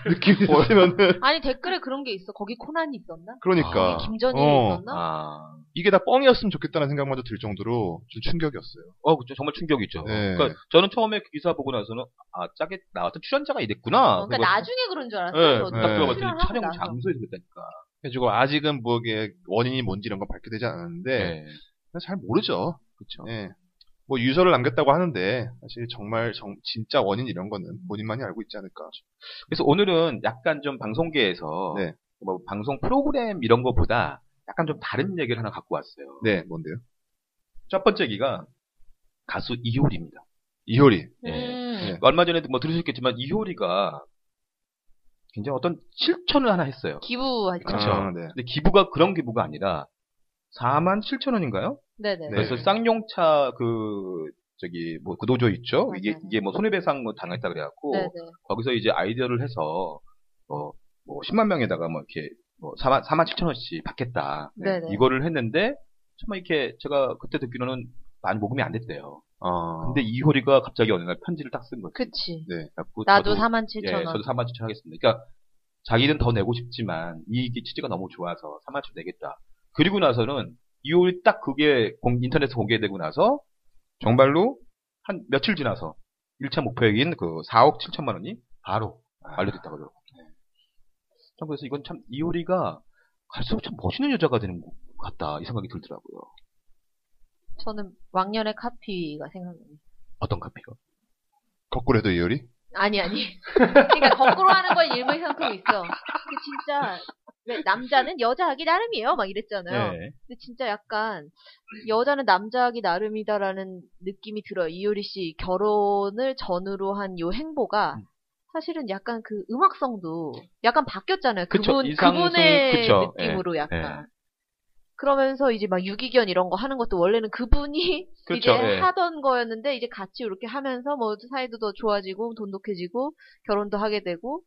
[SPEAKER 3] 느낌이 있으면은
[SPEAKER 2] 아니, 댓글에 그런 게 있어. 거기 코난이 있었나?
[SPEAKER 3] 그러니까
[SPEAKER 2] 거기 김전일이
[SPEAKER 3] 어.
[SPEAKER 2] 있었나?
[SPEAKER 4] 아,
[SPEAKER 3] 이게 다 뻥이었으면 좋겠다는 생각마저 들 정도로 좀 충격이었어요.
[SPEAKER 4] 어, 그쵸. 정말 충격이죠.
[SPEAKER 3] 네.
[SPEAKER 4] 그러니까 저는 처음에 그 기사 보고 나서는 아, 짜게 나왔던 출연자가 이랬구나.
[SPEAKER 2] 그러니까 나중에 그런 줄 알았어.
[SPEAKER 4] 예,
[SPEAKER 2] 저도.
[SPEAKER 4] 딱 들어봤더니
[SPEAKER 2] 출연하고
[SPEAKER 4] 촬영
[SPEAKER 2] 나서.
[SPEAKER 4] 장소에서 그랬다니까.
[SPEAKER 3] 그래가지고 아직은 뭐 이게 원인이 뭔지 이런 건 밝혀되지 않았는데 잘 모르죠.
[SPEAKER 4] 예, 그렇죠.
[SPEAKER 3] 예. 뭐 유서를 남겼다고 하는데 사실 정말 정- 진짜 원인 이런 거는
[SPEAKER 4] 음.
[SPEAKER 3] 본인만이 알고 있지 않을까.
[SPEAKER 4] 그래서 오늘은 약간 좀 방송계에서
[SPEAKER 3] 네.
[SPEAKER 4] 뭐 방송 프로그램 이런 거보다 약간 좀 다른 얘기를 하나 갖고 왔어요.
[SPEAKER 3] 네, 뭔데요?
[SPEAKER 4] 첫 번째 얘기가 가수 이효리입니다.
[SPEAKER 3] 이효리.
[SPEAKER 2] 음.
[SPEAKER 3] 예.
[SPEAKER 4] 얼마 전에 뭐 들으셨겠지만 이효리가 굉장히 어떤 실천을 하나 했어요.
[SPEAKER 2] 기부하죠.
[SPEAKER 4] 그쵸.
[SPEAKER 3] 아, 네.
[SPEAKER 4] 근데 기부가 그런 기부가 아니라 4만 7천 원인가요?
[SPEAKER 2] 네네.
[SPEAKER 3] 네.
[SPEAKER 4] 그래서 쌍용차 그 저기 뭐 그 노조 있죠.
[SPEAKER 2] 맞아요.
[SPEAKER 4] 이게 이게 뭐 손해배상 뭐 당했다 그래갖고
[SPEAKER 2] 네네.
[SPEAKER 4] 거기서 이제 아이디어를 해서 어, 뭐 10만 명에다가 뭐 이렇게 뭐 4만 4만 7천 원씩 받겠다.
[SPEAKER 2] 네네.
[SPEAKER 4] 이거를 했는데 정말 이렇게 제가 그때 듣기로는 많이 모금이 안 됐대요.
[SPEAKER 3] 아.
[SPEAKER 4] 근데 이효리가 갑자기 어느 날 편지를 딱 쓴 거예요.
[SPEAKER 2] 그치. 음.
[SPEAKER 4] 그래갖고
[SPEAKER 2] 나도
[SPEAKER 4] 저도-
[SPEAKER 2] 4만
[SPEAKER 4] 예,
[SPEAKER 2] 7천 원.
[SPEAKER 4] 저도 4만 7천 하겠습니다. 그러니까 자기는 더 내고 싶지만 이 취지가 너무 좋아서 4만 7천 내겠다. 그리고 나서는 이월 딱 그게 공- 인터넷에 공개되고 나서 정말로 한 며칠 지나서 1차 목표액인 그 4억 7천만 원이 바로 완료됐다고 그러고. 참 그래서 이건 참 이효리가 갈수록 참 멋있는 여자가 되는 것 같다 이 생각이 들더라고요.
[SPEAKER 2] 저는 왕년의 카피가 생각나요.
[SPEAKER 4] 어떤 카피가?
[SPEAKER 3] 거꾸로 해도 이효리?
[SPEAKER 2] 아니 아니. 그러니까 거꾸로 하는 건 일명 상품 있어. 그 진짜 왜 남자는 여자하기 나름이에요. 막 이랬잖아요.
[SPEAKER 4] 네.
[SPEAKER 2] 근데 진짜 약간 여자는 남자하기 나름이다라는 느낌이 들어요. 이효리 씨 결혼을 전후로 한 요 행보가
[SPEAKER 4] 음.
[SPEAKER 2] 사실은 약간 그 음악성도 약간 바뀌었잖아요.
[SPEAKER 4] 그쵸.
[SPEAKER 2] 그분
[SPEAKER 4] 이상승,
[SPEAKER 2] 그분의
[SPEAKER 4] 그쵸.
[SPEAKER 2] 느낌으로 약간.
[SPEAKER 4] 예.
[SPEAKER 2] 그러면서 이제 막 유기견 이런 거 하는 것도 원래는 그분이
[SPEAKER 4] 그쵸,
[SPEAKER 2] 이제
[SPEAKER 4] 예.
[SPEAKER 2] 하던 거였는데 이제 같이 이렇게 하면서 뭐 사이도 더 좋아지고 돈독해지고 결혼도 하게 되고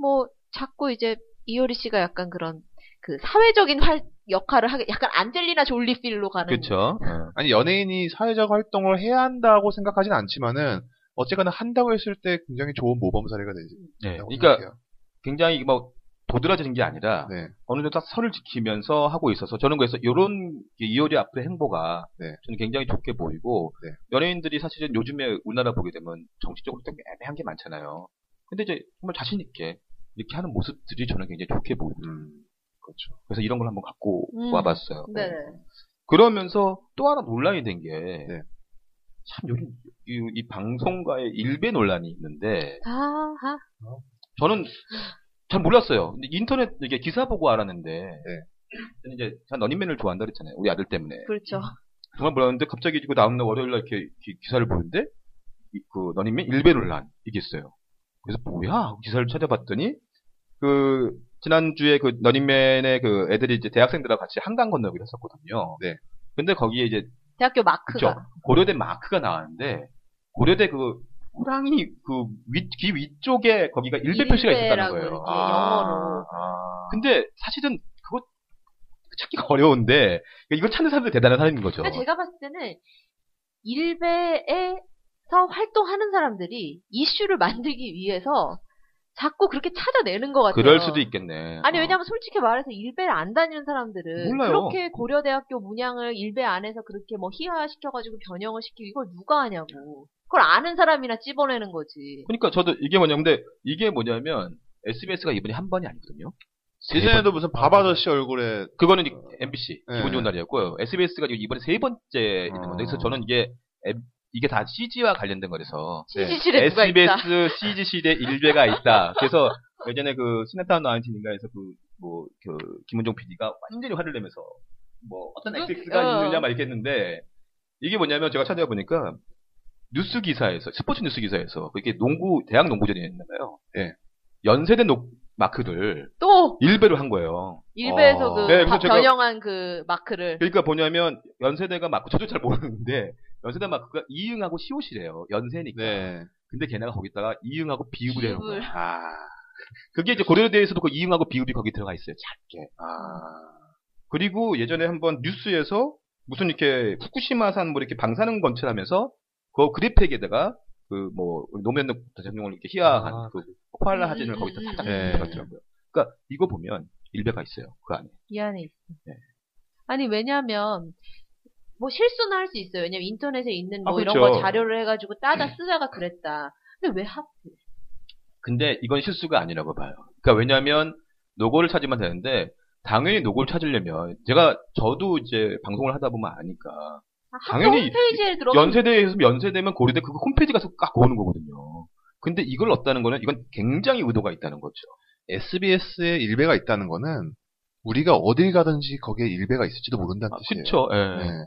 [SPEAKER 2] 뭐 자꾸 이제 이효리 씨가 약간 그런 그 사회적인 활, 역할을 하게 약간 안젤리나 졸리 필로 가는
[SPEAKER 4] 그렇죠.
[SPEAKER 3] 아니 연예인이 사회적 활동을 해야 한다고 생각하진 않지만은 어쨌거나 한다고 했을 때 굉장히 좋은 모범 사례가 되지.
[SPEAKER 4] 예.
[SPEAKER 3] 라고
[SPEAKER 4] 그러니까
[SPEAKER 3] 생각해요.
[SPEAKER 4] 굉장히 막 도드라지는 게 아니라
[SPEAKER 3] 네.
[SPEAKER 4] 어느 정도 딱 선을 지키면서 하고 있어서 저는 그래서 이런 이효리 앞의 행보가
[SPEAKER 3] 네.
[SPEAKER 4] 저는 굉장히 좋게 보이고
[SPEAKER 3] 네.
[SPEAKER 4] 연예인들이 사실은 요즘에 우리나라 보게 되면 정치적으로 좀 애매한 게 많잖아요. 근데 이제 정말 자신 있게 이렇게 하는 모습들이 저는 굉장히 좋게 보입니다.
[SPEAKER 3] 음. 그렇죠.
[SPEAKER 4] 그래서 이런 걸 한번 갖고
[SPEAKER 2] 음.
[SPEAKER 4] 와봤어요.
[SPEAKER 2] 네네.
[SPEAKER 4] 그러면서 또 하나 논란이 된 게 참
[SPEAKER 3] 네.
[SPEAKER 4] 요즘 이, 이 방송가의 일배 논란이 있는데
[SPEAKER 2] 아, 아.
[SPEAKER 4] 저는 잘 몰랐어요. 근데 인터넷 이게 기사 보고 알았는데 저는 이제 전 런닝맨을 좋아한다 그랬잖아요. 우리 아들 때문에.
[SPEAKER 2] 그렇죠.
[SPEAKER 4] 정말 몰랐는데 갑자기 그 다음날 월요일날 이렇게 기, 사를 보는데 이- 그 런닝맨 일베 논란 이게 있어요. 그래서 뭐야 하고 기사를 찾아봤더니 그 지난주에 그 런닝맨의 그 애들이 이제 대학생들하고 같이 한강 건너기를 했었거든요.
[SPEAKER 3] 네.
[SPEAKER 4] 근데 거기에 이제
[SPEAKER 2] 대학교
[SPEAKER 4] 그죠
[SPEAKER 2] 마크가.
[SPEAKER 4] 고려대 마크가 나왔는데 고려대 그 호랑이 그귀 위쪽에 거기가 일베 표시가 있었다는
[SPEAKER 2] 일베라고
[SPEAKER 4] 거예요. 아.
[SPEAKER 2] 이렇게 영어로.
[SPEAKER 3] 아.
[SPEAKER 4] 근데 사실은 그거 찾기가 어려운데 그러니까 이걸 찾는 사람들 이 대단한 사람인 거죠.
[SPEAKER 2] 근데 제가 봤을 때는 일베에서 활동하는 사람들이 이슈를 만들기 위해서 자꾸 그렇게 찾아내는 것 같아요.
[SPEAKER 4] 그럴 수도 있겠네.
[SPEAKER 2] 아니
[SPEAKER 4] 어.
[SPEAKER 2] 왜냐면 솔직히 말해서 일베를 안 다니는 사람들은
[SPEAKER 4] 몰라요.
[SPEAKER 2] 그렇게 고려대학교 문양을 일베 안에서 그렇게 뭐 희화시켜가지고 변형을 시키고 이걸 누가 하냐고 그걸 아는 사람이나 찝어내는 거지
[SPEAKER 4] 그러니까 저도 이게 뭐냐면 근데 이게 뭐냐면 SBS가 이번이 한 번이 아니거든요. 세
[SPEAKER 3] 예전에도
[SPEAKER 4] 번-
[SPEAKER 3] 무슨 밥 아저씨 얼굴에
[SPEAKER 4] 그거는 이제 MBC
[SPEAKER 3] 네.
[SPEAKER 4] 기분 좋은 날이었고요. SBS가 이번에 세 번째 있는 건데 그래서
[SPEAKER 3] 어.
[SPEAKER 4] 저는 이게 앱- 이게 다 CG와 관련된 거라서
[SPEAKER 2] CG실에 누가 있다
[SPEAKER 4] SBS CG 시대 일베가 있다. 그래서 예전에 그 시네타운 나인틴인가에서 그 뭐 그 김은종 PD가 완전히 화를 내면서 뭐 어떤
[SPEAKER 2] 응?
[SPEAKER 4] XX가
[SPEAKER 2] 어.
[SPEAKER 4] 있느냐 막 이렇게 했는데 이게 뭐냐면 제가 찾아보니까 뉴스 기사에서 스포츠 뉴스 기사에서 그게 농구 대학 농구전이었나봐요.
[SPEAKER 3] 예.
[SPEAKER 4] 연세대 녹 마크들
[SPEAKER 2] 또
[SPEAKER 4] 일배를 한 거예요.
[SPEAKER 2] 일베에서
[SPEAKER 3] 어.
[SPEAKER 2] 그
[SPEAKER 4] 네, 그래서
[SPEAKER 2] 바-
[SPEAKER 4] 제가-
[SPEAKER 2] 변형한 그 마크를
[SPEAKER 4] 그러니까 뭐냐면 연세대가 마크 저도 잘 모르는데 연세대 마크가 그 이응하고 시옷이래요. 연세니까.
[SPEAKER 3] 네.
[SPEAKER 4] 근데 걔네가 거기다가 이응하고 비읍을 해놓은 거예요.
[SPEAKER 2] 비읍을.
[SPEAKER 4] 아. 그게 이제 고려대에서도 그 이응하고 비읍이 거기 들어가 있어요. 작게. 아. 그리고 예전에 한번 뉴스에서 무슨 이렇게 후쿠시마산 뭐 이렇게 방사능 건설하면서 그 그래픽에다가 그 뭐 노무현 대통령을 이렇게 희화한
[SPEAKER 5] 아,
[SPEAKER 4] 그 코알라
[SPEAKER 2] 음,
[SPEAKER 4] 사진을
[SPEAKER 2] 음,
[SPEAKER 4] 거기다
[SPEAKER 2] 음,
[SPEAKER 4] 살짝
[SPEAKER 3] 음.
[SPEAKER 4] 들어갔더라고요. 그러니까 이거 보면 일배가 있어요. 그 안에.
[SPEAKER 2] 이 안에 있어.
[SPEAKER 4] 네.
[SPEAKER 2] 아니 왜냐하면 뭐 실수는 할 수 있어요. 왜냐면 인터넷에 있는
[SPEAKER 4] 아,
[SPEAKER 2] 뭐 이런
[SPEAKER 4] 그렇죠. 네.
[SPEAKER 2] 거 자료를 해가지고 따다 쓰다가 그랬다. 근데 왜 하필?
[SPEAKER 4] 근데 이건 실수가 아니라고 봐요. 그러니까 왜냐하면 노고를 찾으면 되는데 당연히 노고를 찾으려면 제가 저도 이제 방송을 하다 보면 아니까
[SPEAKER 2] 학교
[SPEAKER 4] 당연히
[SPEAKER 2] 홈페이지에 들어가
[SPEAKER 4] 연세대에서 연세대면 고려대 그 홈페이지 가서 깎 오는 거거든요. 근데 이걸 얻다는 거는 이건 굉장히 의도가 있다는 거죠.
[SPEAKER 3] SBS에 일배가 있다는 거는 우리가 어딜 가든지 거기에 일배가 있을지도 모른다는 뜻이에요.
[SPEAKER 4] 그렇죠.
[SPEAKER 3] 아, 네.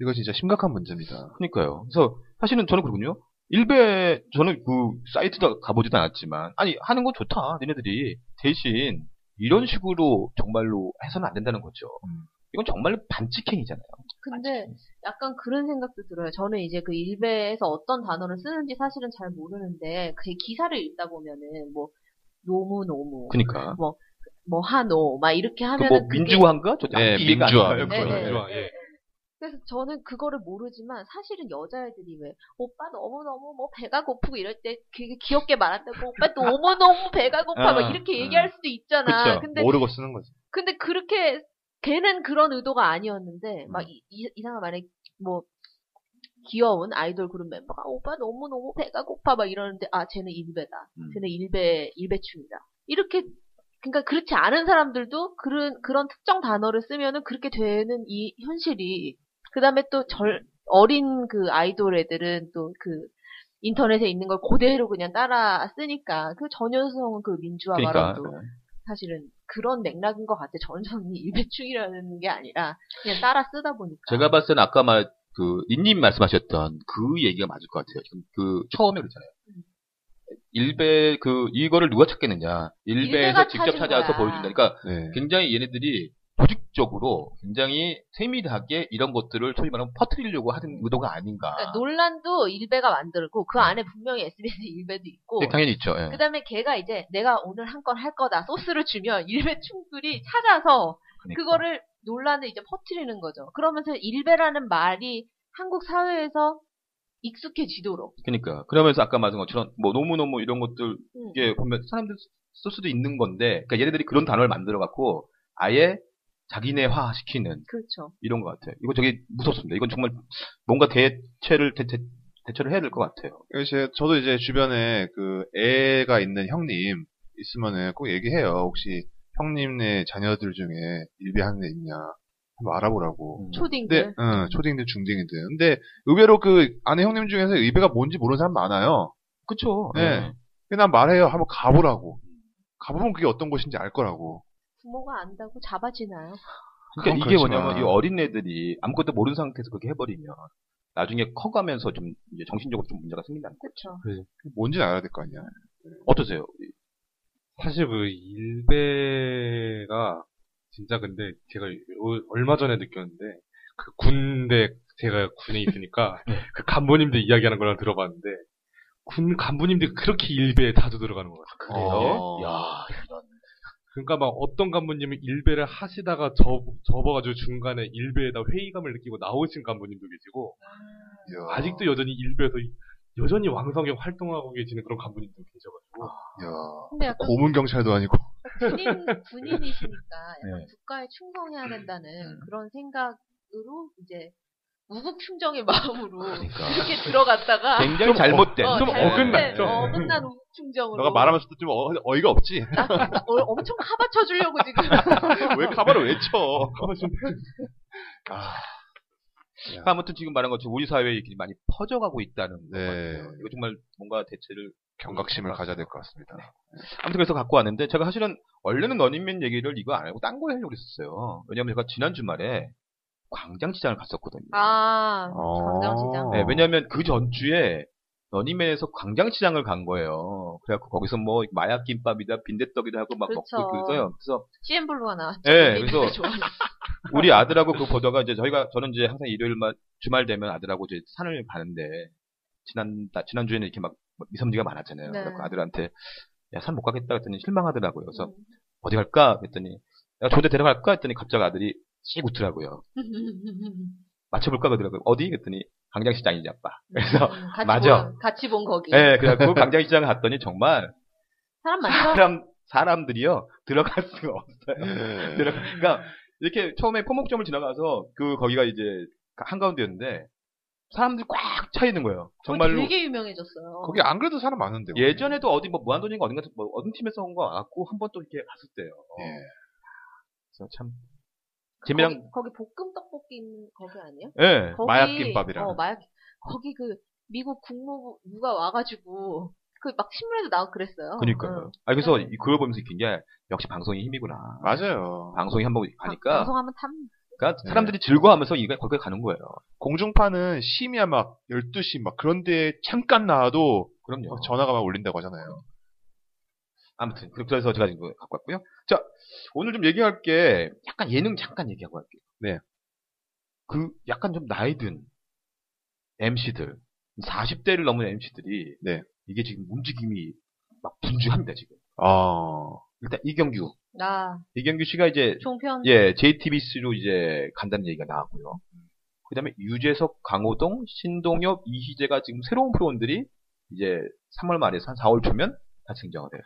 [SPEAKER 3] 이거 진짜 심각한 문제입니다.
[SPEAKER 4] 그러니까요. 그래서 사실은 저는 그렇군요. 일베 저는 그 사이트도 가보지도 않았지만 아니 하는 건 좋다 니네들이 대신 이런 식으로 정말로 해서는 안 된다는 거죠.
[SPEAKER 3] 음.
[SPEAKER 4] 이건 정말로 반칙행위잖아요.
[SPEAKER 2] 근데 약간 그런 생각도 들어요. 저는 이제 그 일베에서 어떤 단어를 쓰는지 사실은 잘 모르는데 그 기사를 읽다 보면은 뭐 노무 노무
[SPEAKER 4] 그러니까
[SPEAKER 2] 뭐 하노 막 이렇게 하면은
[SPEAKER 4] 그뭐
[SPEAKER 2] 그게-
[SPEAKER 4] 민주화인가? 저
[SPEAKER 3] 네,
[SPEAKER 4] 아직 이해가 안
[SPEAKER 3] 민주화,
[SPEAKER 4] 가요,
[SPEAKER 2] 네,
[SPEAKER 4] 그거는.
[SPEAKER 2] 네.
[SPEAKER 5] 민주화, 예.
[SPEAKER 2] 그래서 저는 그거를 모르지만 사실은 여자애들이 왜 오빠 너무너무 뭐 배가 고프고 이럴 때 되게 귀엽게 말한다고 오빠 너무너무 배가 고파
[SPEAKER 4] 아,
[SPEAKER 2] 막 이렇게
[SPEAKER 4] 아.
[SPEAKER 2] 얘기할 수도 있잖아.
[SPEAKER 4] 그쵸.
[SPEAKER 2] 근데
[SPEAKER 3] 모르고 쓰는 거지.
[SPEAKER 2] 근데 그렇게 걔는 그런 의도가 아니었는데
[SPEAKER 4] 음.
[SPEAKER 2] 막 이, 상한 말에 뭐 귀여운 아이돌 그룹 멤버가 오빠 너무 너무 배가 고파 막 이러는데 아 쟤는 일배다
[SPEAKER 4] 음.
[SPEAKER 2] 쟤는 일배 일배충이다 이렇게 그러니까 그렇지 않은 사람들도 그런 그런 특정 단어를 쓰면은 그렇게 되는 이 현실이 그다음에 또 절 어린 그 아이돌 애들은 또 그 인터넷에 있는 걸 그대로 그냥 따라 쓰니까 그 전현성 그 민주화
[SPEAKER 4] 그러니까
[SPEAKER 2] 발언도 사실은 그런 맥락인 것 같아. 전형이 일배충이라는 게 아니라 그냥 따라 쓰다 보니까.
[SPEAKER 4] 제가 봤을 때는 아까 말 그 인님 말씀하셨던 그 얘기가 맞을 것 같아요. 지금 그 처음에 그랬잖아요.
[SPEAKER 2] 음.
[SPEAKER 4] 일베 그 이거를 누가 찾겠느냐? 일베에서
[SPEAKER 2] 일베가
[SPEAKER 4] 직접
[SPEAKER 2] 찾은
[SPEAKER 4] 찾아서
[SPEAKER 2] 거야.
[SPEAKER 4] 보여준다. 그러니까
[SPEAKER 3] 네.
[SPEAKER 4] 굉장히 얘네들이 조직적으로 굉장히 세밀하게 이런 것들을 소위 말하면 퍼뜨리려고 하는 의도가 아닌가.
[SPEAKER 2] 그러니까 논란도 일배가 만들고 그 안에 분명히 SBS 일배도 있고
[SPEAKER 4] 네, 당연히 있죠. 예.
[SPEAKER 2] 그다음에 걔가 이제 내가 오늘 한 건 할 거다 소스를 주면 일배충들이 찾아서
[SPEAKER 4] 그러니까.
[SPEAKER 2] 그거를 논란을 이제 퍼뜨리는 거죠. 그러면서 일배라는 말이 한국 사회에서 익숙해지도록.
[SPEAKER 4] 그러니까 그러면서 아까 말한 것처럼 뭐 너무너무 이런 것들
[SPEAKER 2] 음.
[SPEAKER 4] 이게 보면 사람들 쓸 수도 있는 건데, 그러니까 얘네들이 그런 단어를 만들어 갖고 아예 자기네화 시키는
[SPEAKER 2] 그렇죠.
[SPEAKER 4] 이런 것 같아요. 이거 되게 무섭습니다. 이건 정말 뭔가 대체를 대, 체를 해야 될 것 같아요.
[SPEAKER 3] 이제 저도 이제 주변에 그 애가 있는 형님 있으면은 꼭 얘기해요. 혹시 형님네 자녀들 중에 일배하는 애 있냐? 한번 알아보라고.
[SPEAKER 4] 음.
[SPEAKER 2] 초딩들.
[SPEAKER 3] 근데 응, 초딩이든 중딩이든. 근데 의외로 그 아내 형님 중에서 일배가 뭔지 모르는 사람 많아요.
[SPEAKER 4] 그쵸?
[SPEAKER 3] 네.
[SPEAKER 4] 네.
[SPEAKER 3] 그냥 난 말해요. 한번 가보라고. 가보면 그게 어떤 곳인지 알 거라고.
[SPEAKER 2] 부모가 안다고 잡아지나요?
[SPEAKER 4] 그러니까
[SPEAKER 3] 그건
[SPEAKER 4] 이게
[SPEAKER 3] 그렇지만.
[SPEAKER 4] 뭐냐면 이 어린애들이 아무것도 모르는 상태에서 그렇게 해버리면 나중에 커가면서 좀 이제 정신적으로 좀 문제가 생긴다는 거.
[SPEAKER 2] 그렇죠.
[SPEAKER 3] 뭔지는 알아야 될 거 아니야.
[SPEAKER 4] 어떠세요?
[SPEAKER 5] 사실 그 일베가 진짜 근데 제가 요- 얼마 전에 느꼈는데 그 군대 제가 군에 있으니까
[SPEAKER 4] 네.
[SPEAKER 5] 그 간부님들 이야기하는 걸 들어봤는데 군 간부님들이 그렇게 일베에 자주 들어가는 것 같아요.
[SPEAKER 4] 그래요?
[SPEAKER 3] 어.
[SPEAKER 4] 야,
[SPEAKER 5] 그러니까 막 어떤 간부님은 일베를 하시다가 접, 접어가지고 중간에 일베에다 회의감을 느끼고 나오신 간부님도 계시고
[SPEAKER 3] 이야.
[SPEAKER 5] 아직도 여전히 일베에서 이- 여전히 왕성하게 활동하고 계시는 그런 간부님도 계셔가지고
[SPEAKER 3] 이야.
[SPEAKER 2] 근데 약간
[SPEAKER 3] 고문 경찰도 아니고.
[SPEAKER 2] 군인, 군인이시니까 약간
[SPEAKER 4] 네.
[SPEAKER 2] 국가에 충성해야 된다는
[SPEAKER 4] 음.
[SPEAKER 2] 그런 생각으로 이제 우국충정의 마음으로
[SPEAKER 4] 그러니까
[SPEAKER 2] 이렇게
[SPEAKER 3] 아,
[SPEAKER 2] 들어갔다가
[SPEAKER 4] 굉장히 잘못된
[SPEAKER 2] 어,
[SPEAKER 5] 좀
[SPEAKER 2] 잘못된,
[SPEAKER 5] 어긋났죠.
[SPEAKER 2] 어, 어긋난 우국충정으로
[SPEAKER 3] 너가 말하면서도 좀 어, 이가 없지.
[SPEAKER 2] 어, 엄청 카바 쳐주려고 지금
[SPEAKER 3] 왜 가발을 왜
[SPEAKER 4] 어,
[SPEAKER 3] 쳐?
[SPEAKER 5] 가만 좀
[SPEAKER 3] 아,
[SPEAKER 4] 그러니까 아무튼 지금 말한 것처럼 우리 사회에 이렇게 많이 퍼져가고 있다는 것
[SPEAKER 3] 네.
[SPEAKER 4] 같아요. 이거 정말 뭔가 대체를
[SPEAKER 3] 경각심을 가져야 될 것 같습니다.
[SPEAKER 4] 아무튼 그래서 갖고 왔는데 제가 사실은 원래는 런닝맨 얘기를 이거 안 하고 딴 거 하려고 했었어요. 왜냐면 제가 지난 주말에 광장시장을 갔었거든요.
[SPEAKER 2] 아,
[SPEAKER 3] 어.
[SPEAKER 2] 광장시장.
[SPEAKER 4] 네, 왜냐면 그 전주에 런닝맨에서 광장시장을 간 거예요. 그래갖고 거기서 뭐 마약 김밥이다 빈대떡이다 하고 막 먹고
[SPEAKER 2] 그쵸.
[SPEAKER 4] 그래서요. 그래서
[SPEAKER 2] CN블루가 나왔죠.
[SPEAKER 4] 예,
[SPEAKER 2] 이
[SPEAKER 4] 그래서-
[SPEAKER 2] 노래 좋아하는.
[SPEAKER 4] 우리 아들하고 그 보다가 이제 저희가 저는 이제 항상 일요일만 주말 되면 아들하고 이제 산을 가는데 지난 지난 주에는 이렇게 막 미성지가 많았잖아요.
[SPEAKER 2] 네.
[SPEAKER 4] 그래서 아들한테 야 산 못 가겠다 했더니 실망하더라고요. 그래서
[SPEAKER 2] 음.
[SPEAKER 4] 어디 갈까? 그랬더니 야 좋은데 데려갈까? 했더니 갑자기 아들이 씩 웃더라고요. 맞춰볼까 그러더라고요. 어디? 그랬더니 광장시장이지 아빠. 그래서
[SPEAKER 2] 음, 같이
[SPEAKER 4] 맞아.
[SPEAKER 2] 본, 같이 본 거기.
[SPEAKER 4] 예, 그래갖고 광장시장 갔더니 정말
[SPEAKER 2] 사람 많죠?
[SPEAKER 4] 사람 사람들이요 들어갈 수가 없어요.
[SPEAKER 3] 네.
[SPEAKER 4] 들어가- 그러니까 이렇게 처음에 포목점을 지나가서 그 거기가 이제 그 한 가운데였는데 사람들이 꽉 차 있는 거예요. 정말로
[SPEAKER 2] 되게 유명해졌어요.
[SPEAKER 3] 거기 안 그래도 사람 많은데. 거기.
[SPEAKER 4] 예전에도 어디 뭐 무한도전인가 어딘가 뭐 어떤 팀에서 온 거 같고 한 번 또 이렇게 갔을 때요.
[SPEAKER 3] 예.
[SPEAKER 4] 그래서 참
[SPEAKER 2] 거기,
[SPEAKER 4] 재미랑
[SPEAKER 2] 거기 볶음 떡볶이 있는 거기 아니에요?
[SPEAKER 4] 예
[SPEAKER 2] 거기,
[SPEAKER 3] 마약김밥이라는.
[SPEAKER 2] 어, 마약. 거기 그 미국 국무부 누가 와가지고 그 막 신문에도 나오고 그랬어요.
[SPEAKER 4] 그러니까요.
[SPEAKER 2] 응.
[SPEAKER 4] 아 그래서 이- 그걸 보면서 느낀 게 역시 방송이 힘이구나.
[SPEAKER 3] 맞아요.
[SPEAKER 4] 방송이 한번
[SPEAKER 2] 방-
[SPEAKER 4] 가니까
[SPEAKER 2] 방송하면 탐.
[SPEAKER 4] 그러니까 사람들이 즐거워하면서 이거 거기에 가는 거예요.
[SPEAKER 3] 공중파는 심야 막 12시 막 그런 데 잠깐 나와도
[SPEAKER 4] 그럼요.
[SPEAKER 3] 막 전화가 막 울린다고 하잖아요.
[SPEAKER 4] 아무튼 그렇게 해서 제가 지금 갖고 왔고요. 자 오늘 좀 얘기할 게 약간 예능 잠깐 얘기하고 할게요.
[SPEAKER 3] 네.
[SPEAKER 4] 그 약간 좀 나이 든 MC들 40대를 넘은 MC들이
[SPEAKER 3] 네.
[SPEAKER 4] 이게 지금 움직임이 막 분주합니다 지금.
[SPEAKER 3] 아.
[SPEAKER 4] 일단 이경규
[SPEAKER 2] 나
[SPEAKER 4] 이경규 씨가 이제
[SPEAKER 2] 종편.
[SPEAKER 4] 예 JTBC로 이제 간다는 얘기가 나왔고요. 그다음에 유재석, 강호동, 신동엽, 이희재가 지금 새로운 프로원들이 이제 3월 말에서 한 4월 초면 다 증정을 해요.